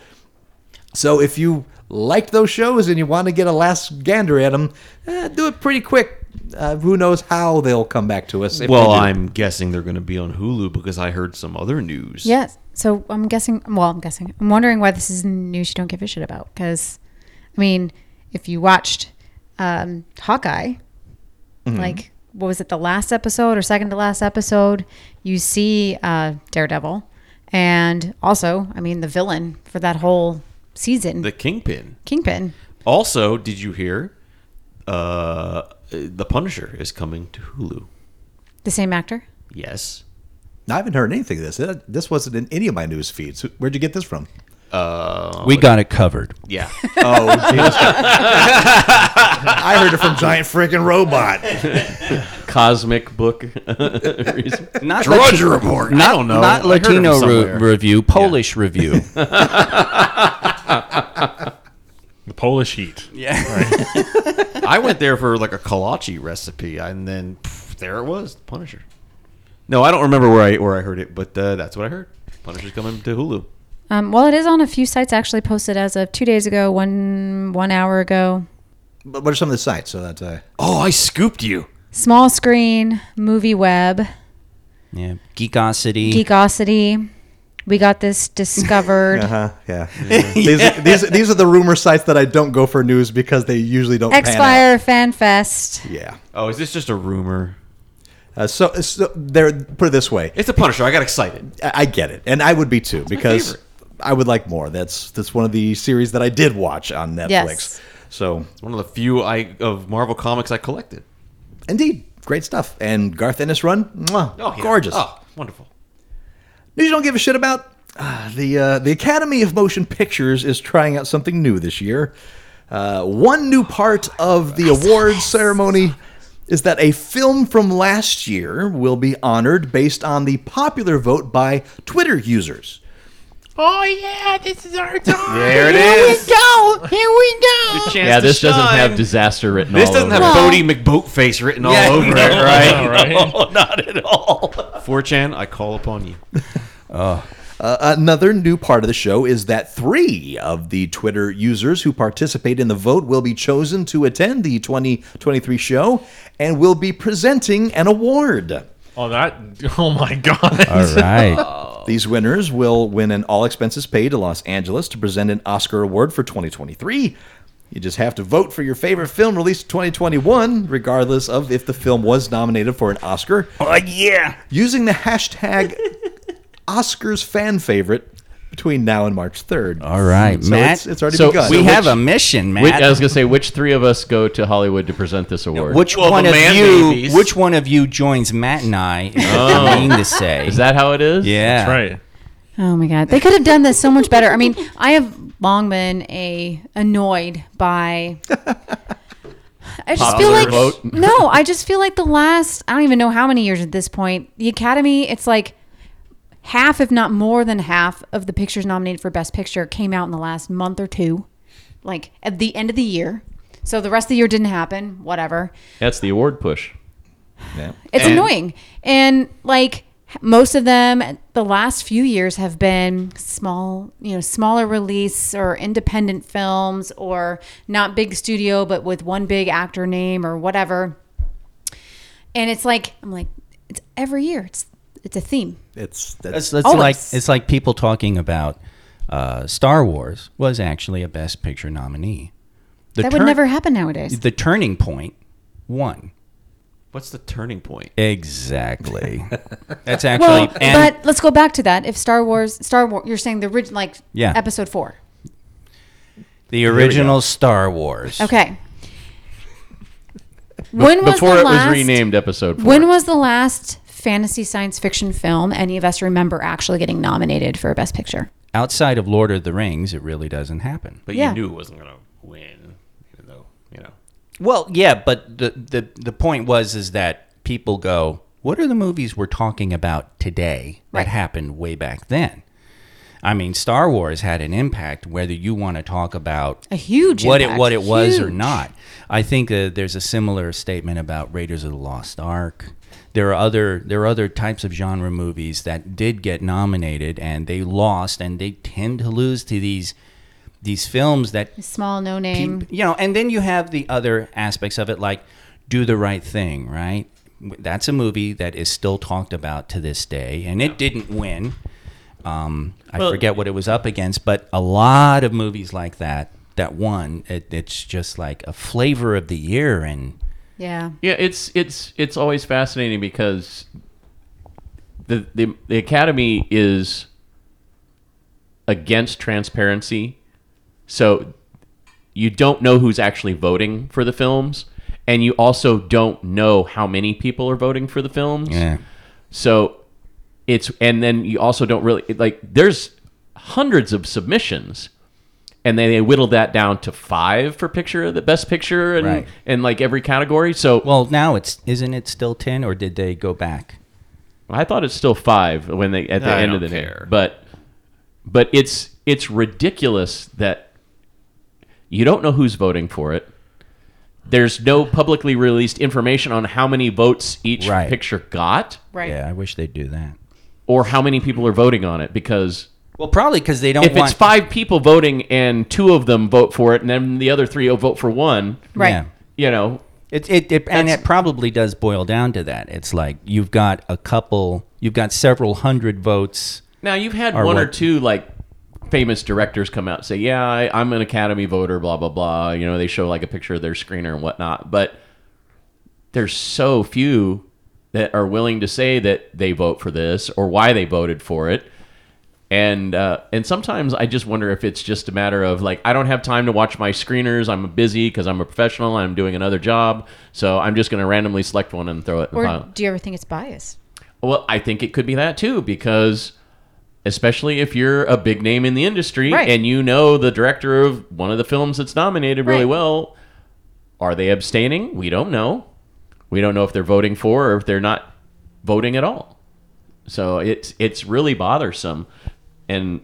S7: So if you like those shows and you want to get a last gander at them, eh, do it pretty quick. Uh, who knows how they'll come back to us? if they
S3: Well,
S7: do.
S3: I'm guessing they're going to be on Hulu because I heard some other news.
S4: Yes. So I'm guessing. Well, I'm guessing. I'm wondering why this is news you don't give a shit about. Because, I mean, if you watched um, Hawkeye, like what was it the last episode or second to last episode you see uh, daredevil and also i mean the villain for that whole season
S3: The Kingpin.
S4: kingpin
S3: Also, did you hear? Uh, the Punisher is coming to Hulu.
S4: the same actor
S3: Yes.
S7: I haven't heard anything of this. It- This wasn't in any of my news feeds. Where'd you get this from?
S2: we got it covered.
S3: Yeah.
S7: Oh, I heard it from Giant Freaking Robot.
S5: Cosmic book. uh, reason.
S2: Not
S7: Drudge Report. I don't know.
S2: Not
S3: I heard of him
S2: Latino re-
S3: somewhere.
S2: review, Polish review.
S6: The Polish heat.
S3: I went there for like a kolache recipe, and then pff, there it was, Punisher. No, I don't remember where I where I heard it, but uh, that's what I heard. Punisher's coming to Hulu.
S4: um, well it is on a few sites actually posted as of two days ago one one hour ago
S7: But what are some of the sites? So that's uh,
S3: Oh, I scooped you.
S4: small screen movie web
S2: yeah, geekosity.
S4: geekosity we got this discovered
S5: Uh-huh.
S7: uh yeah. these, these these are the rumor sites that I don't go for news because they usually don't. pan out.
S4: Xfire Fan Fest.
S7: Yeah.
S3: Oh, is this just a rumor?
S7: Uh, so so there. Put it this way.
S3: It's a Punisher. I got excited.
S7: I I get it, and I would be too because
S3: favorite.
S7: I would like more. That's that's one of the series that I did watch on Netflix.
S4: Yes.
S7: So
S3: One of the few I of Marvel comics I collected.
S7: indeed, great stuff. And Garth Ennis run, mwah,
S3: yeah.
S7: gorgeous.
S3: Oh, wonderful.
S7: News you don't give a shit about. Ah, the uh, the Academy of Motion Pictures is trying out something new this year. Uh, one new part of the awards ceremony is that a film from last year will be honored based on the popular vote by Twitter users.
S8: Oh yeah, this is our time.
S3: There it
S8: Here
S3: is.
S8: we go. Here we go.
S5: yeah, this doesn't have disaster written
S3: This
S5: all
S3: doesn't have
S5: over it.
S4: Well-
S3: Bodie McBoatface written all over it,
S6: All
S3: right?
S6: right.
S3: 4chan, I call upon you.
S7: Another new part of the show is that three of the Twitter users who participate in the vote will be chosen to attend the 2023 show and will be presenting an award.
S6: Oh, that. Oh my god.
S2: All right.
S7: These winners will win an all expenses paid to Los Angeles to present an Oscar award for 2023. You just have to vote for your favorite film released in 2021, regardless of if the film was nominated for an Oscar,
S2: oh yeah.
S7: using the hashtag Oscars fan favorite between now and March 3rd.
S2: All right,
S7: So
S2: Matt.
S7: it's, it's already
S5: so
S7: begun.
S2: we
S5: So
S2: have
S5: which-
S2: a mission,
S5: Which, I
S2: Matt.
S5: was gonna say, which three of us go to Hollywood to present this award?
S2: which
S3: Well, the
S2: one of
S3: man
S2: you?
S3: babies.
S2: Which one of you joins Matt and I? Is what I mean to say.
S5: is that how it is?
S2: yeah.
S6: That's right.
S4: Oh my god, they could have done this so much better. I mean, I have long been a annoyed by. I just feel
S5: Popular
S4: like
S5: vote.
S4: no, I just feel like the last I don't even know how many years at this point, the Academy. It's like half, if not more than half, of the pictures nominated for Best Picture came out in the last month or two, like at the end of the year. So the rest of the year didn't happen. Whatever.
S5: that's the award push.
S4: It's annoying. And like most of them, the last few years have been small, you know, smaller release or independent films or not big studio, but with one big actor name or whatever. And it's like, I'm like, it's every year. It's, it's a theme.
S7: It's,
S2: It's,
S7: that's,
S2: it's
S4: Always.
S2: like it's like people talking about uh, Star Wars was actually a Best Picture nominee. The
S4: That would
S2: turn-
S4: never happen nowadays.
S2: The turning point won.
S3: What's the turning point?
S2: Exactly. That's actually
S4: Well,
S2: and
S4: but let's go back to that. If Star Wars, Star Wars, you're saying the original, like
S2: Yeah.
S4: episode four.
S2: the original Star Wars.
S4: Okay. When was
S5: Before
S4: the
S5: it was
S4: last,
S5: renamed episode four.
S4: When was the last fantasy science fiction film any of us remember actually getting nominated for a Best Picture?
S2: Outside of Lord of the Rings, it really doesn't happen.
S3: But
S4: Yeah.
S3: you knew it wasn't going to win, even though, you know.
S2: Well, yeah, but the, the the point was is that people go, what are the movies we're talking about today that
S4: Right.
S2: happened way back then? I mean, Star Wars had an impact whether you want to talk about
S4: A huge
S2: what it
S4: impact.
S2: what it was or
S4: Huge.
S2: not. I think uh, there's a similar statement about Raiders of the Lost Ark. There are other there are other types of genre movies that did get nominated and they lost and they tend to lose to these these films that
S4: Small, no
S2: pe-
S4: name.
S2: you know and then you have the other aspects of it like do the right thing right W- that's a movie that is still talked about to this day and it didn't win um, i forget what it was up against but a lot of movies like that that won it, it's just like a flavor of the year and
S4: Yeah.
S5: Yeah, it's it's it's always fascinating because the the, the academy is against transparency. So you don't know who's actually voting for the films and you also don't know how many people are voting for the films.
S2: Yeah.
S5: So it's and then you also don't really like there's hundreds of submissions and then they whittle that down to 5 for picture the best picture and
S2: Right.
S5: and like every category. So
S2: Well, now it's isn't it still ten, or did they go back?
S5: I thought it's still five when they at the
S3: I
S5: end of the
S3: don't
S5: day.
S3: care.
S5: But but it's it's ridiculous that you don't know who's voting for it. There's no publicly released information on how many votes each
S2: Right.
S5: picture got
S4: Right.
S2: Yeah, I wish they'd do that.
S5: or how many people are voting on it because
S2: Well, probably because they don't
S5: if
S2: want
S5: it's five people voting and two of them vote for it and then the other three will vote for one,
S4: Right.
S2: Yeah.
S5: you know,
S2: It, it, it and
S5: That's-
S2: it probably does boil down to that. It's like you've got a couple, you've got several hundred votes.
S5: Now you've had
S2: Or
S5: one or
S2: what-
S5: two like famous directors come out and say, "Yeah, I, I'm an Academy voter," blah blah blah. You know, they show like a picture of their screener and whatnot, but there's so few that are willing to say that they vote for this or why they voted for it. And uh, and sometimes I just wonder if it's just a matter of like I don't have time to watch my screeners. I'm busy because I'm a professional. I'm doing another job, so I'm just going to randomly select one and throw it. in the
S4: Or
S5: pile.
S4: do you ever think it's biased?
S5: Well, I think it could be that too, because especially if you're a big name in the industry
S4: Right.
S5: and you know the director of one of the films that's nominated really
S4: Right.
S5: well, are they abstaining? We don't know. We don't know if they're voting for or if they're not voting at all. So it's it's really bothersome, and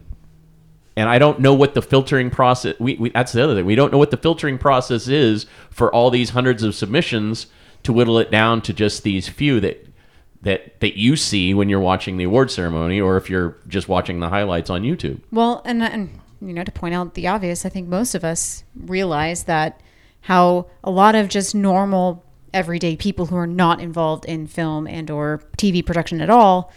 S5: and I don't know what the filtering process. We, we that's the other thing. We don't know what the filtering process is for all these hundreds of submissions to whittle it down to just these few that that that you see when you're watching the award ceremony, or if you're just watching the highlights on YouTube.
S4: Well, and, and you know, to point out the obvious, I think most of us realize that how a lot of just normal everyday people who are not involved in film and or TV production at all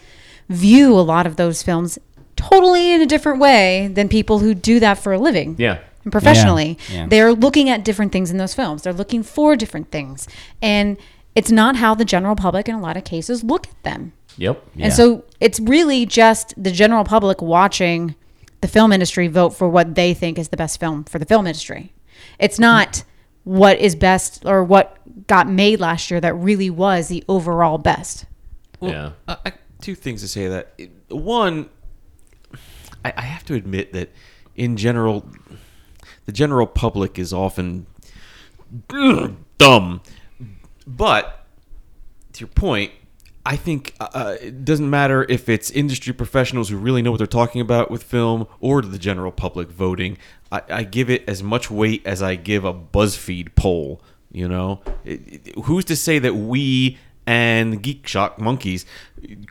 S4: view a lot of those films totally in a different way than people who do that for a living.
S5: Yeah.
S4: And professionally,
S2: Yeah.
S4: they're looking at different things in those films. They're looking for different things. And it's not how the general public in a lot of cases look at them.
S5: Yep.
S4: And so it's really just the general public watching the film industry vote for what they think is the best film for the film industry. It's not what is best or what got made last year that really was the overall best.
S5: yeah.
S3: I, I, two things to say to that. It- One, I, I have to admit that in general, the general public is often dumb. But to your point, I think uh, it doesn't matter if it's industry professionals who really know what they're talking about with film or the general public voting. I, I give it as much weight as I give a BuzzFeed poll. You know, It- it- who's to say that we and Geek Shock monkeys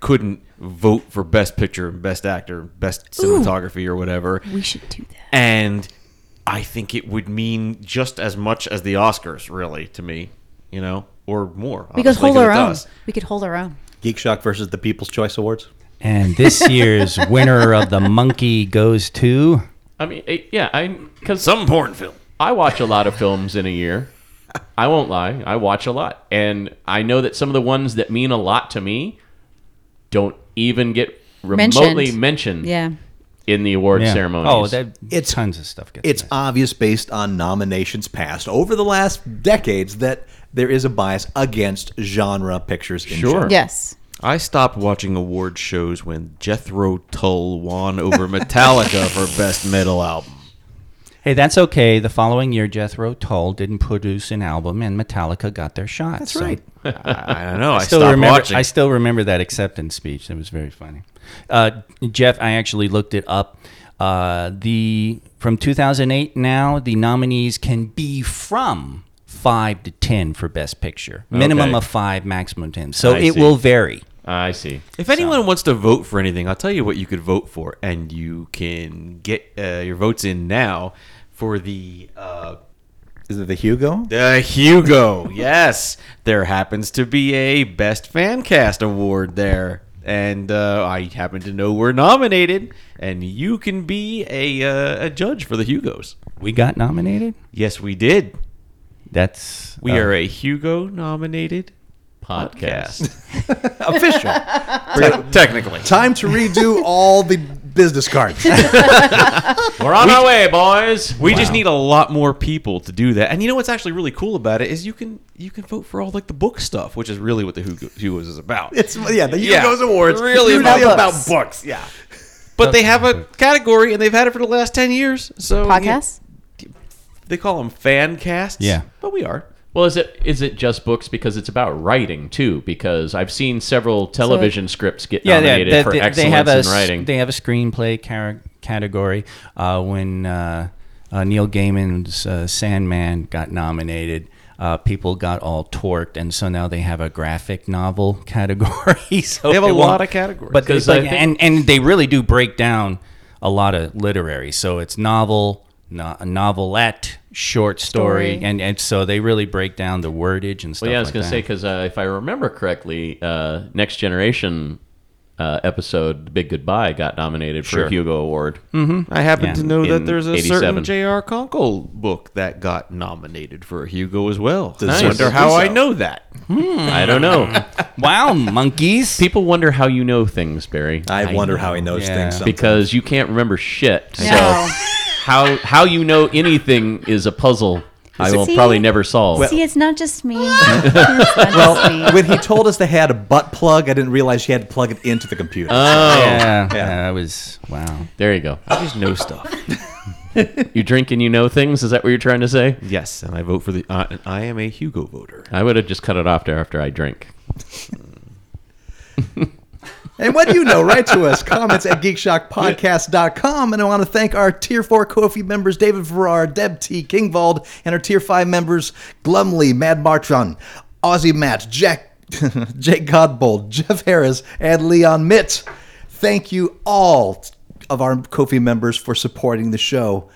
S3: couldn't vote for Best Picture, Best Actor, Best Cinematography, or whatever?
S4: We should do that.
S3: and I think it would mean just as much as the Oscars, really, to me, you know, or more.
S4: We could
S3: obviously,
S4: hold
S3: 'cause
S4: our
S3: it
S4: own.
S3: does.
S4: We could hold our own.
S7: Geek Shock versus the People's Choice Awards.
S2: And this year's winner of the monkey goes to.
S5: I mean, it, yeah. I because
S3: Some porn film.
S5: I watch a lot of films in a year. I won't lie. I watch a lot. And I know that some of the ones that mean a lot to me don't even get remotely mentioned,
S4: Mentioned. Yeah.
S5: in the award
S2: Yeah.
S5: ceremonies.
S2: Oh, that, it's tons of stuff. Gets
S7: It's
S2: missed.
S7: obvious based on nominations passed over the last decades that there is a bias against genre pictures. In
S5: Sure.
S7: general.
S4: Yes.
S3: I stopped watching award shows when Jethro Tull won over Metallica for Best Metal Album.
S2: hey, that's okay. The following year, Jethro Tull didn't produce an album, and Metallica got their shot. That's
S7: right.
S3: I, I don't know. I,
S2: still
S3: stopped
S2: remember.
S3: watching.
S2: I still remember that acceptance speech. It was very funny. Uh, Jeff, I actually looked it up. Uh, the from 2008 now, the nominees can be from five to ten for Best Picture. Minimum
S5: Okay.
S2: of five, maximum ten. So
S5: I
S2: it
S5: see.
S2: will vary.
S5: I see.
S3: if anyone wants to vote for anything, I'll tell you what you could vote for, and you can get uh, your votes in now for the. Uh,
S7: Is it the Hugo?
S3: The Hugo, yes. There happens to be a Best Fan Cast award there. And uh, I happen to know we're nominated, and you can be a, uh, a judge for the Hugos.
S2: We got nominated.
S3: Yes, we did.
S2: That's
S3: We
S2: uh,
S3: are a Hugo nominated
S5: podcast.
S7: Official.
S3: technically.
S7: Time to redo all the business cards.
S5: We're on our way, boys.
S3: We just need a lot more people to do that. And you know what's actually really cool about it is you can you can vote for all like the book stuff, which is really what the Hugo, Hugo's is about.
S7: It's yeah, the
S3: Yeah.
S7: Hugo's Awards.
S3: Really
S7: It's
S3: about
S7: books. Yeah.
S3: but they have a category and they've had it for the last 10 years. So you-
S4: Podcasts?
S3: they call them fan casts.
S2: Yeah.
S3: But we are.
S5: Well, is it is it just books because it's about writing too? Because I've seen several television scripts get
S2: yeah, yeah.
S5: nominated
S2: They,
S5: for
S2: they- they
S5: excellence
S2: have a
S5: in
S2: s-
S5: writing.
S2: They have a screenplay car- category. Uh, when uh, uh, Neil Gaiman's uh, Sandman got nominated, uh, people got all torqued, and so now they have a graphic novel category. so
S3: They have a
S2: it won't-
S3: lot of categories.
S2: but, but
S5: 'Cause I think-
S2: and and they really do break down a lot of literary. So it's novel, no, novelette, short story,
S4: Story.
S2: and and so they really break down the wordage and stuff.
S5: Well, yeah, I was
S2: like
S5: gonna
S2: that.
S5: say because uh, if I remember correctly, uh, Next Generation uh, episode "The Big Goodbye" got nominated for a Hugo Award.
S3: I happen
S2: Yeah.
S3: to know that
S5: In
S3: there's a
S5: 87.
S3: certain J.R. Conkle book that got nominated for a Hugo as well.
S7: Nice.
S3: I wonder how I know that.
S5: I don't know.
S2: wow, monkeys.
S5: People wonder how you know things, Barry,
S7: I wonder how he knows
S2: Yeah.
S7: things. sometimes.
S5: because you can't remember shit.
S4: No.
S5: So how how you know anything is a puzzle. I will
S4: See?
S5: probably never solve.
S4: See, it's not just me. It's not just me.
S7: when he told us they had a butt plug, I didn't realize you had to plug it into the computer.
S5: Oh,
S2: Yeah, yeah, that was wow.
S5: there you go.
S3: I just know stuff.
S5: You drink and you know things. Is that what you're trying to say?
S3: yes, and I vote for the. Uh, and I am a Hugo voter.
S5: I would have just cut it off there after I drink.
S7: and what do you know? Write to us. Comments at geekshockpodcast.com. And I want to thank our Tier 4 Kofi members, David Farrar, Deb T. Kingvald, and our Tier 5 members, Glumley, Mad Martron, Aussie Matt, Jack, Jake Godbold, Jeff Harris, and Leon Mitt. Thank you all of our Kofi members for supporting the show.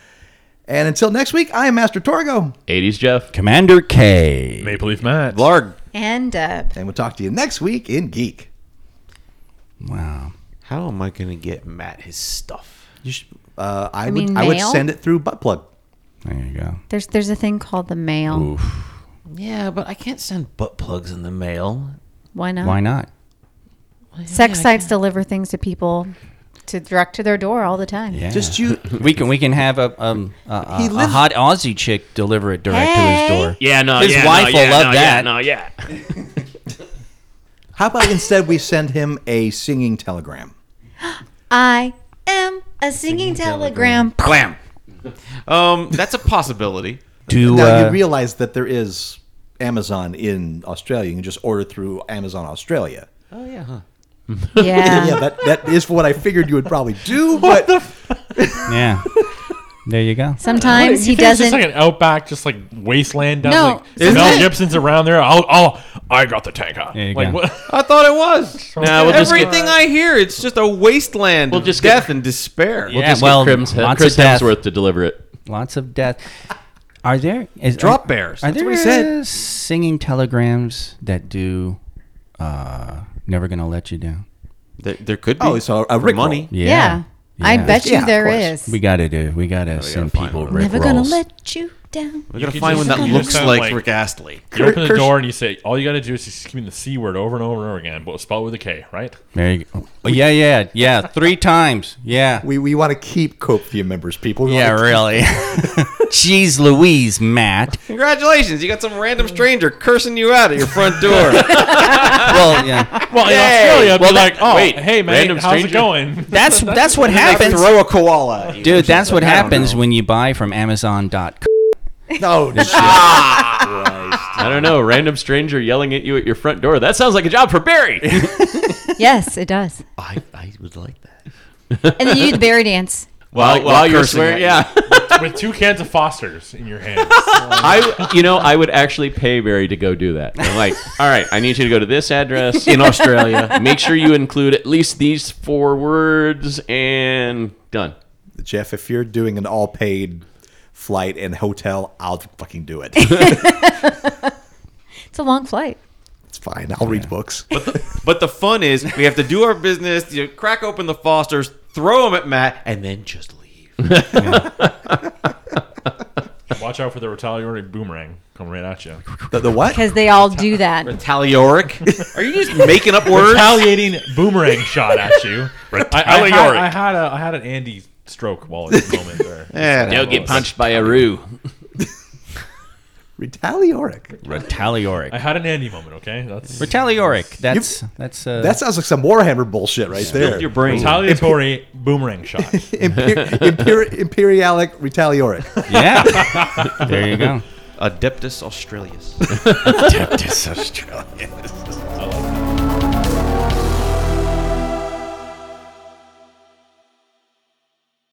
S7: And until next week, I am Master Torgo,
S5: 80s Jeff.
S2: Commander K.
S6: Maple Leaf Matt.
S3: Larg.
S4: And uh,
S7: and we'll talk to you next week in Geek.
S2: Wow.
S3: How am I going to get Matt his stuff?
S7: You should, uh, I, would,
S4: mean,
S7: I would
S4: mail?
S7: send it through butt plug.
S2: There you go.
S4: there's there's a thing called the mail.
S3: Yeah, but I can't send butt plugs in the mail.
S4: Why not?
S2: Why not?
S4: Sex sites deliver things to people to direct to their door all the time.
S2: Yeah.
S7: Just you.
S2: we can we can have a um a, a,
S7: He
S2: a
S7: lives-
S2: hot Aussie chick deliver it direct
S4: Hey.
S2: to his door.
S5: Yeah, no,
S2: His
S5: yeah,
S2: wife
S5: no,
S2: will
S5: yeah,
S2: love
S5: no,
S2: that.
S5: Yeah, no, yeah.
S7: How about instead we send him a singing telegram?
S4: I am a singing, telegram.
S3: Blam. Um, that's a possibility.
S2: Do
S7: Now
S2: uh,
S7: you realize that there is Amazon in Australia. You can just order through Amazon Australia.
S4: Yeah.
S7: Yeah, that, that is what I figured you would probably do. But
S2: yeah. There you go.
S4: Sometimes he
S6: You think it's
S4: doesn't.
S6: Just like an outback, just like wasteland down.
S4: No,
S6: like,
S4: isn't
S6: Mel
S4: it?
S6: Gibson's around there. I'll, I'll, I got the tank on.
S2: There you
S6: like,
S2: go.
S6: What?
S3: I thought it was.
S5: Nah, we'll just get-
S3: Everything I hear, it's just a wasteland
S5: We'll
S3: of
S5: just get-
S3: death and despair.
S2: Yeah,
S5: Just get
S2: well,
S5: Crims-
S2: lots
S5: Chris
S2: of death.
S5: Hemsworth to deliver it.
S2: Lots of death. Are there is
S3: Drop
S2: are-
S3: bears.
S2: Are
S3: That's
S2: there
S3: what he said.
S2: uh, singing telegrams that do uh never gonna let you down?
S3: There, there could be.
S7: oh, it's a, a
S3: For
S7: Rickroll.
S3: money.
S4: yeah. I
S2: Yeah.
S4: bet you
S7: Yeah, of
S4: there
S7: course.
S4: is.
S2: We gotta do. We gotta send
S5: find
S2: people.
S5: one.
S2: Rick
S4: Never gonna
S2: rolls.
S4: let you down.
S3: We're going to
S6: could
S3: find one
S6: just-
S3: that
S6: you could
S3: looks
S6: just
S3: like,
S6: like-
S3: Rick Astley.
S6: You open the
S7: Kirsch-
S6: door and you say, all you got to do is just give me the C word over and over and over again, but spelled with a K, right?
S2: There you go. Oh, yeah, yeah, yeah. Three times. Yeah.
S7: We, we want to keep Copeview members, people. We
S2: yeah,
S7: wanna-
S2: really. Jeez Louise, Matt.
S3: Congratulations, you got some random stranger cursing you out at your front door.
S2: Well, yeah.
S6: Well, in
S3: Yay!
S6: Australia, I'd
S2: Well,
S6: be
S2: that-
S6: like, oh,
S5: wait,
S6: hey, man,
S5: random
S6: how's it
S5: stranger?
S6: going?
S2: That's that's what happens.
S7: Throw a koala. at you.
S2: Dude, that's what happens when you buy from Amazon.com.
S7: No, no.
S5: I don't know. Random stranger yelling at you at your front door. That sounds like a job for Barry.
S4: Yes, it does.
S3: I, I would like that.
S4: And then you do the berry dance.
S5: while
S3: while
S5: while you're
S3: cursing
S5: swearing, yeah.
S6: With two cans of Fosters in your hand.
S5: I, you know, I would actually pay Barry to go do that. I'm like, all right, I need you to go to this address in Australia. Make sure you include at least these four words, and done.
S7: Jeff, if you're doing an all paid flight and hotel, I'll fucking do it.
S4: It's a long flight.
S7: it's fine. I'll read books.
S3: But the fun is, we have to do our business, you crack open the Fosters, throw them at Matt, and then just leave.
S6: Watch Watch out for the retaliatory boomerang coming right at you.
S7: The, the what?
S4: because they all do that.
S3: Retalioric? Are you just making up words?
S6: Retaliating boomerang shot at you. I, I, had, I had a I had an Andy stroke while at the moment there.
S9: Don't get punched by a roo.
S7: Retalioric.
S6: I
S2: Retalioric.
S6: had an Andy moment. Okay, that's
S2: Retalioric. That's that's uh,
S7: That sounds like some Warhammer bullshit right there.
S5: Your brain.
S6: retaliatory boomerang shot.
S7: Imper- imper- imperialic retalioric.
S2: yeah. there you go.
S3: Adeptus Australius.
S2: Adeptus Australia.
S6: I like